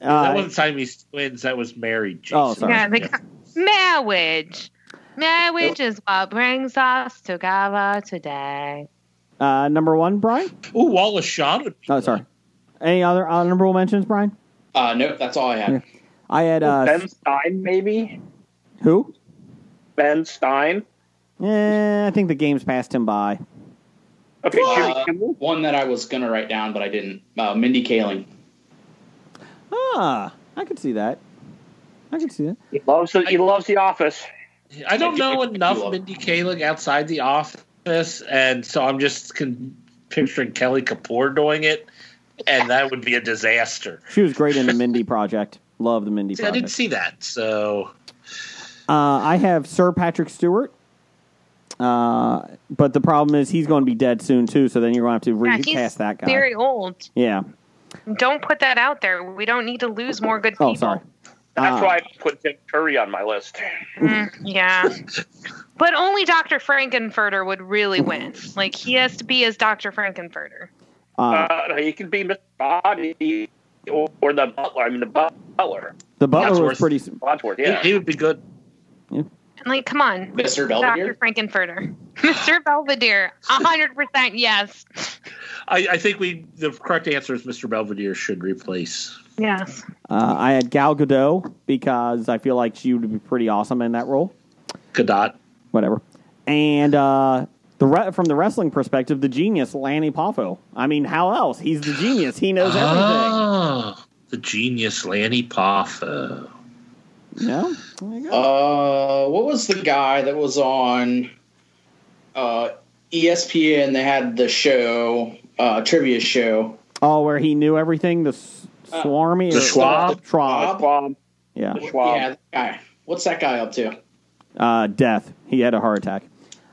Speaker 5: that
Speaker 4: Uh,
Speaker 5: wasn't Siamese twins. That was married. Jason.
Speaker 4: Oh, sorry.
Speaker 7: Yeah, they got marriage. Marriage is what brings us together today.
Speaker 4: uh, number one, Brian?
Speaker 5: Ooh, Wallace Shawn. Would be
Speaker 4: Oh, sorry. Any other honorable mentions, Brian?
Speaker 8: Uh, nope, that's all I had.
Speaker 4: I had uh,
Speaker 6: ben Stein, maybe?
Speaker 4: who?
Speaker 6: Ben Stein.
Speaker 4: Eh, I think the game's passed him by.
Speaker 6: Okay, Jimmy
Speaker 8: Uh,
Speaker 6: Kimmel.
Speaker 8: one that I was gonna write down, but I didn't. Uh, Mindy Kaling.
Speaker 4: Ah, I could see that. I could see that.
Speaker 6: He loves, the, he loves The Office.
Speaker 5: good. I don't know enough Mindy Kaling outside the office, and so I'm just con- picturing Kelly Kapoor doing it, and that would be a disaster.
Speaker 4: She was great in the Mindy Project. Love the Mindy
Speaker 5: See, I didn't
Speaker 4: Project.
Speaker 5: see that, so
Speaker 4: Uh, I have Sir Patrick Stewart. Uh, but the problem is he's going to be dead soon too. So then you're going to have to
Speaker 7: Yeah,
Speaker 4: recast
Speaker 7: he's
Speaker 4: that guy.
Speaker 7: very old.
Speaker 4: Yeah.
Speaker 7: Don't put that out there. We don't need to lose more good people.
Speaker 4: Oh, sorry.
Speaker 6: That's
Speaker 4: Ah.
Speaker 6: why I put Tim Curry on my list.
Speaker 7: Mm, yeah. But only Dr. Frankenfurter would really win. Like he has to be as Dr. Frankenfurter.
Speaker 4: Uh,
Speaker 6: Uh, he can be Mr. Body or, or the butler. I mean, the butler.
Speaker 4: the butler was
Speaker 5: Wadsworth.
Speaker 4: pretty. s-
Speaker 6: Wadsworth, yeah.
Speaker 5: He, he would be good.
Speaker 7: And like, come on,
Speaker 8: Mr.
Speaker 7: Dr.
Speaker 8: Belvedere.
Speaker 7: Frankenfurter, Mr. Belvedere, hundred percent yes,
Speaker 5: I, I think we the correct answer is Mr. Belvedere should replace.
Speaker 7: yes.
Speaker 4: Uh, I had Gal Gadot because I feel like she would be pretty awesome in that role.
Speaker 5: Godot.
Speaker 4: Whatever. And uh, the re- from the wrestling perspective, the genius Lanny Poffo. I mean, how else? He's the genius. He knows
Speaker 5: Ah, the genius Lanny uh, Poffo.
Speaker 4: everything. No, there you go.
Speaker 8: Uh, what was the guy that was on uh, ESPN? They had the show, uh, trivia show.
Speaker 4: oh, where he knew everything. The s- swarmy.
Speaker 5: uh, the
Speaker 4: or-
Speaker 5: Schwab?
Speaker 4: Schwab.
Speaker 6: Schwab.
Speaker 4: Yeah.
Speaker 6: Schwab.
Speaker 8: Yeah, that guy. What's that guy up to?
Speaker 4: Uh, death. He had a heart attack.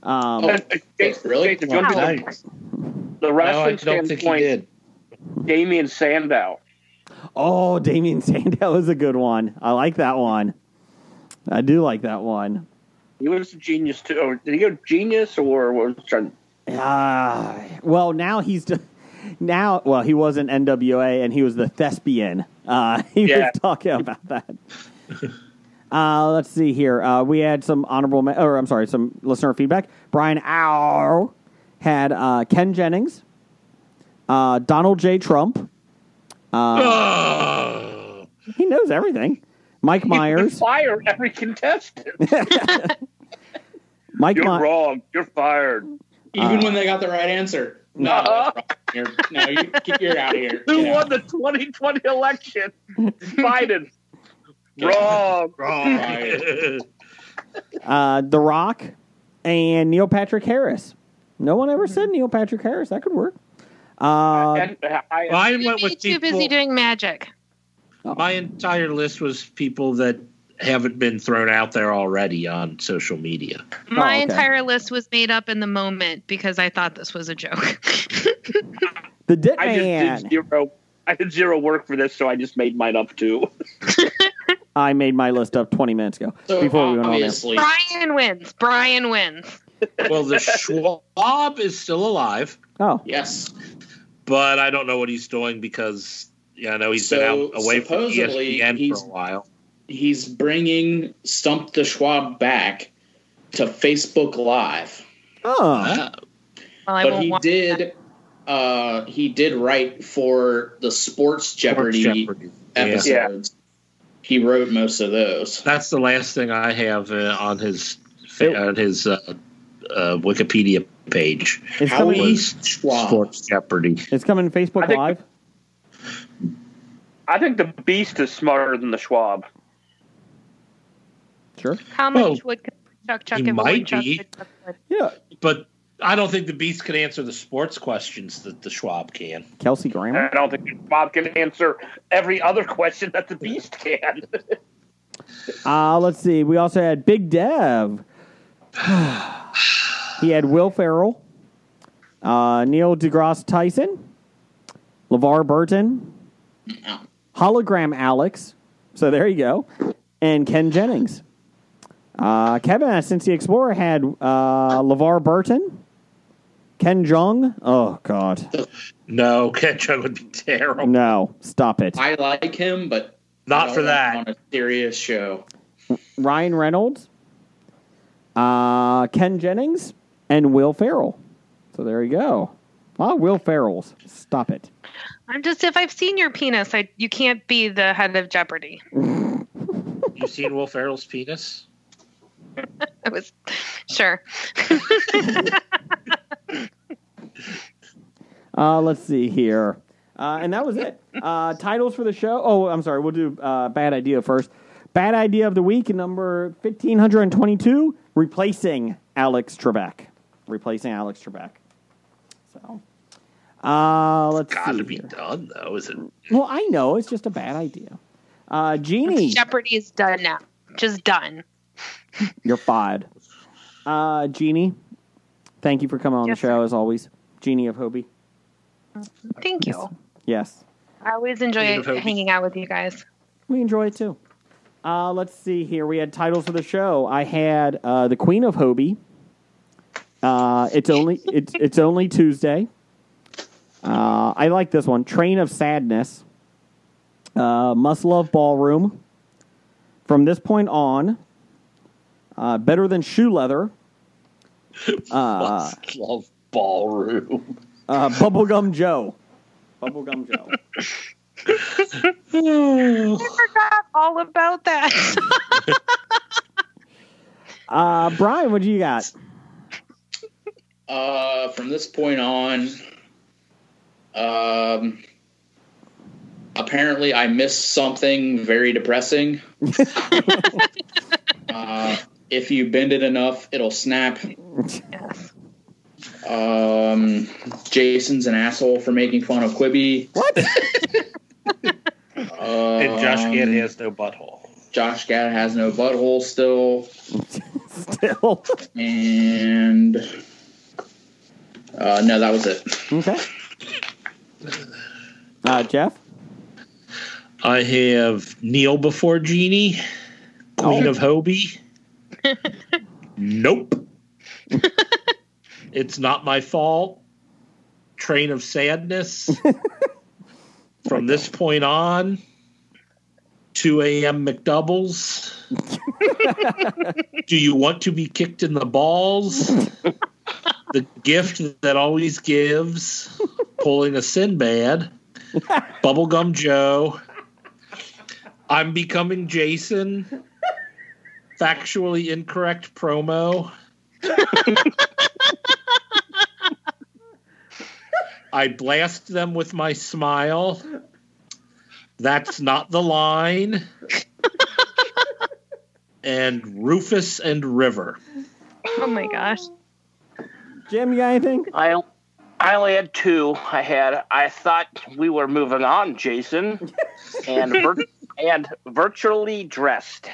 Speaker 4: Um,
Speaker 8: Oh,
Speaker 6: Uh, Jason,
Speaker 8: really?
Speaker 6: Jason, if you want to
Speaker 7: Wow.
Speaker 6: do the,
Speaker 5: No,
Speaker 6: the
Speaker 5: I
Speaker 6: wrestling
Speaker 5: don't think he
Speaker 6: standpoint,
Speaker 5: did.
Speaker 6: Damian Sandow.
Speaker 4: Oh, Damien Sandow is a good one. I like that one. I do like that one.
Speaker 6: He was a genius too. Or did he go genius or what was trying?
Speaker 4: Ah, well, now he's d- now. Well, he was an NWA, and he was the thespian. Uh, he
Speaker 6: Yeah.
Speaker 4: was talking about that. uh, let's see here. Uh, we had some honorable, ma- or I'm sorry, some listener feedback. Brian Ow had uh, Ken Jennings, uh, Donald J. Trump. Uh,
Speaker 5: Oh,
Speaker 4: He knows everything. Mike Myers.
Speaker 6: Fire every contestant.
Speaker 4: Mike.
Speaker 6: You're
Speaker 4: My-
Speaker 6: wrong. You're fired.
Speaker 8: Even when they got the right answer. No,
Speaker 6: Uh-huh.
Speaker 8: that's wrong. You're- no, you, get- you're out of here.
Speaker 6: Who
Speaker 8: Get
Speaker 6: won
Speaker 8: out.
Speaker 6: the 2020 election? Biden.
Speaker 8: Get out.
Speaker 6: wrong.
Speaker 8: Wrong. Right.
Speaker 4: uh, The Rock, and Neil Patrick Harris. No one ever said Neil Patrick Harris. That could work. Uh,
Speaker 6: And I,
Speaker 5: Mine
Speaker 7: You'd
Speaker 5: went
Speaker 7: be
Speaker 5: with
Speaker 7: too
Speaker 5: people.
Speaker 7: busy doing magic.
Speaker 5: My entire list was people that haven't been thrown out there already on social media.
Speaker 7: My
Speaker 4: okay.
Speaker 7: entire list was made up in the moment because I thought this was a joke.
Speaker 4: the Dit
Speaker 6: I
Speaker 4: Man.
Speaker 6: just did zero. I did zero work for this, so I just made mine up too.
Speaker 4: I made my list up 20 minutes ago
Speaker 8: So
Speaker 4: before we went on there.
Speaker 8: obviously,
Speaker 7: Brian wins. Brian wins.
Speaker 5: Well, the Schwab is still alive,
Speaker 4: Oh,
Speaker 8: yes.
Speaker 5: but I don't know what he's doing because yeah, I know he's been
Speaker 8: So,
Speaker 5: out away from E
Speaker 8: supposedly,
Speaker 5: ESPN
Speaker 8: he's-
Speaker 5: for a while.
Speaker 8: He's bringing Stump the Schwab back to Facebook Live.
Speaker 4: oh,
Speaker 5: Oh.
Speaker 7: Well, I
Speaker 8: but
Speaker 7: won't
Speaker 8: he
Speaker 7: watch
Speaker 8: did uh he did write for the sports jeopardy,
Speaker 5: Jeopardy. Yeah.
Speaker 8: episodes he wrote most of those
Speaker 5: That's the last thing I have uh, on his on his uh, uh, Wikipedia page.
Speaker 4: it's
Speaker 8: Howie
Speaker 4: coming,
Speaker 5: Howie
Speaker 8: Schwab.
Speaker 5: Sports Jeopardy.
Speaker 4: it's coming
Speaker 6: I
Speaker 4: Facebook
Speaker 6: think-
Speaker 4: Live.
Speaker 6: I think the Beast is smarter than the Schwab.
Speaker 4: Sure.
Speaker 7: How much
Speaker 5: Well,
Speaker 7: would Chuck Chuck
Speaker 5: Oh. he
Speaker 7: and
Speaker 5: might
Speaker 7: Chuck
Speaker 5: be.
Speaker 7: Chuck would-
Speaker 4: Yeah.
Speaker 5: But I don't think the Beast can answer the sports questions that the Schwab can.
Speaker 4: Kelsey Grammer.
Speaker 6: I don't think the Schwab can answer every other question that the Beast can.
Speaker 4: Uh, let's see. We also had Big Dev. he had Will Farrell, uh, Neil deGrasse Tyson, LeVar Burton, Hologram Alex. So there you go. And Ken Jennings. Uh, Kevin at Cincy Explorer had uh, LeVar Burton, Ken Jung. Oh, God.
Speaker 5: No, Ketchup would be terrible.
Speaker 4: No, stop it.
Speaker 8: i like him but I
Speaker 5: Not
Speaker 8: don't
Speaker 5: for
Speaker 8: want him
Speaker 5: that.
Speaker 8: on a serious show
Speaker 4: Ryan Reynolds, uh, Ken Jennings, and Will Farrell. So there you go. Ah, Will Farrell's. Stop it.
Speaker 7: I'm just if I've seen your penis, I you can't be the head of Jeopardy.
Speaker 5: You've seen Will Ferrell's penis?
Speaker 7: I was sure.
Speaker 4: Uh, let's see here. Uh, and that was it. Uh, titles for the show. Oh, I'm sorry. We'll do uh, Bad Idea first. Bad Idea of the Week, number 1522, replacing Alex Trebek. Replacing Alex Trebek. So, uh, let's
Speaker 5: Got
Speaker 4: see.
Speaker 5: to be
Speaker 4: here.
Speaker 5: done though, is it?
Speaker 4: Well, I know. It's just a bad idea. Uh, Jeannie.
Speaker 7: Jeopardy is done now. Just done.
Speaker 4: You're fired. Uh, Jeannie, thank you for coming on
Speaker 7: Yes,
Speaker 4: the show as always. Jeannie of Hobie.
Speaker 7: Thank you.
Speaker 4: Yes.
Speaker 7: I always enjoy
Speaker 5: Kind of hokey.
Speaker 7: hanging out with you guys.
Speaker 4: We enjoy it too. Uh, let's see here. We had titles for the show. I had uh, the Queen of Hobie. Uh, it's only it's it's only Tuesday. Uh, I like this one. Train of Sadness. Uh, must love ballroom. From this point on, uh, better than shoe leather. Uh,
Speaker 5: Love ballroom.
Speaker 4: uh, Bubblegum Joe. Bubblegum Joe.
Speaker 7: I forgot all about that.
Speaker 4: Uh, Brian, what do you got?
Speaker 8: Uh, from this point on, um, apparently I missed something very depressing. uh, if you bend it enough, it'll snap.
Speaker 7: yes.
Speaker 8: Um, Jason's an asshole for making fun of Quibi.
Speaker 4: What?
Speaker 5: and Josh
Speaker 8: Um,
Speaker 5: Gad has no butthole.
Speaker 8: Josh Gad has no butthole still,
Speaker 4: Still.
Speaker 8: and uh, no, that was it.
Speaker 4: Okay. Uh, Jeff?
Speaker 5: I have Neil before Genie, Queen of Hobie. nope. it's not my fault. Train of Sadness. From this point on, 2 a.m. McDoubles. Do you want to be kicked in the balls? the gift that always gives, pulling a Sinbad, Bubblegum Joe. I'm becoming Jason. Factually incorrect promo. I blast them with my smile. That's not the line. and Rufus and River.
Speaker 7: Oh my gosh.
Speaker 4: Jim, you got anything?
Speaker 6: I I only had two. I had I thought we were moving on, Jason, and vir- and virtually dressed.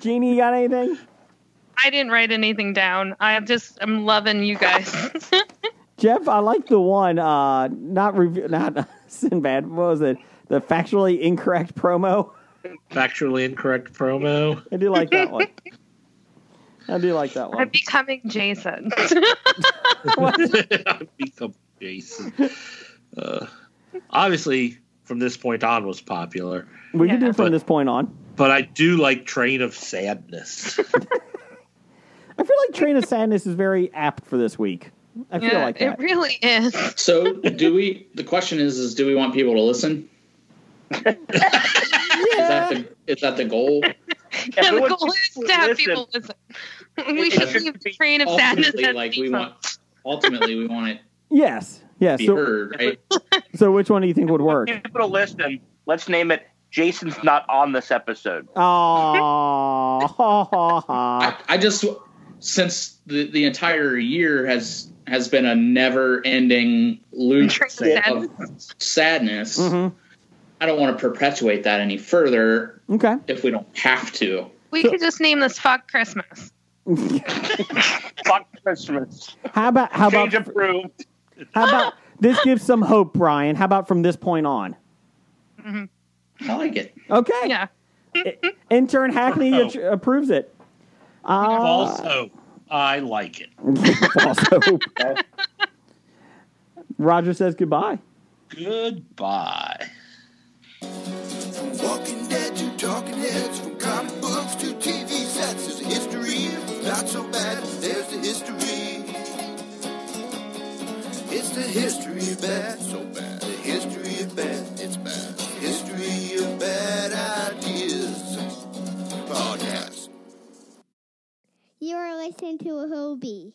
Speaker 4: Jeannie, you got anything?
Speaker 7: I didn't write anything down. I just I'm loving you guys.
Speaker 4: Jeff, I like the one, uh, not review, not Sinbad. What was it? The factually incorrect promo.
Speaker 5: Factually incorrect promo.
Speaker 4: I do like that one. I do like that
Speaker 7: I'm
Speaker 4: one.
Speaker 7: becoming Jason.
Speaker 5: I become Jason. Uh, obviously, from this point on, was popular,
Speaker 4: We can do
Speaker 7: Yeah.
Speaker 4: from this point on.
Speaker 5: but I do like Train of Sadness.
Speaker 4: I feel like Train of Sadness is very apt for this week. I feel
Speaker 7: yeah,
Speaker 4: like
Speaker 7: it
Speaker 4: that.
Speaker 7: really is.
Speaker 8: So, do we? The question is: Is do we want people to listen? Is that
Speaker 4: yeah.
Speaker 8: the is that the goal?
Speaker 7: Yeah, the
Speaker 6: Everyone
Speaker 7: goal is
Speaker 6: should
Speaker 7: to have
Speaker 6: listen.
Speaker 7: people listen. We
Speaker 6: It
Speaker 7: should
Speaker 8: should
Speaker 7: leave the
Speaker 6: be
Speaker 7: train of sadness
Speaker 8: Ultimately,
Speaker 7: at
Speaker 8: like we
Speaker 7: people.
Speaker 8: want. Ultimately, we want it
Speaker 4: Yes. Yeah.
Speaker 8: to be
Speaker 4: So,
Speaker 8: heard, right?
Speaker 4: so which one do you think would work?
Speaker 6: People to listen. Let's name it. Jason's not on this episode.
Speaker 4: Aww. ha, ha, ha.
Speaker 8: I, I just since the, the entire year has has been a never ending loop
Speaker 7: Train of
Speaker 8: of sadness.
Speaker 4: Mhm.
Speaker 8: I don't want to perpetuate that any further
Speaker 4: Okay.
Speaker 8: if we don't have to.
Speaker 7: We
Speaker 4: So-
Speaker 7: could just name this "Fuck Christmas."
Speaker 6: Fuck Christmas.
Speaker 4: How about how about
Speaker 6: Change approved.
Speaker 4: how about this gives some hope, Brian? How about from this point on?
Speaker 8: I like it.
Speaker 4: Okay.
Speaker 7: Yeah,
Speaker 4: Intern Hackney
Speaker 5: Oh.
Speaker 4: attr- approves it. Uh,
Speaker 5: False hope. I like it.
Speaker 4: false hope. Roger says goodbye.
Speaker 5: Goodbye.
Speaker 2: Walking dead to talking heads, from comic books to TV sets. There's a history, not so bad. There's the history. It's the history of bad, so bad. The history of bad, it's bad. History of bad ideas. Podcast.
Speaker 10: You are listening to a Hobie.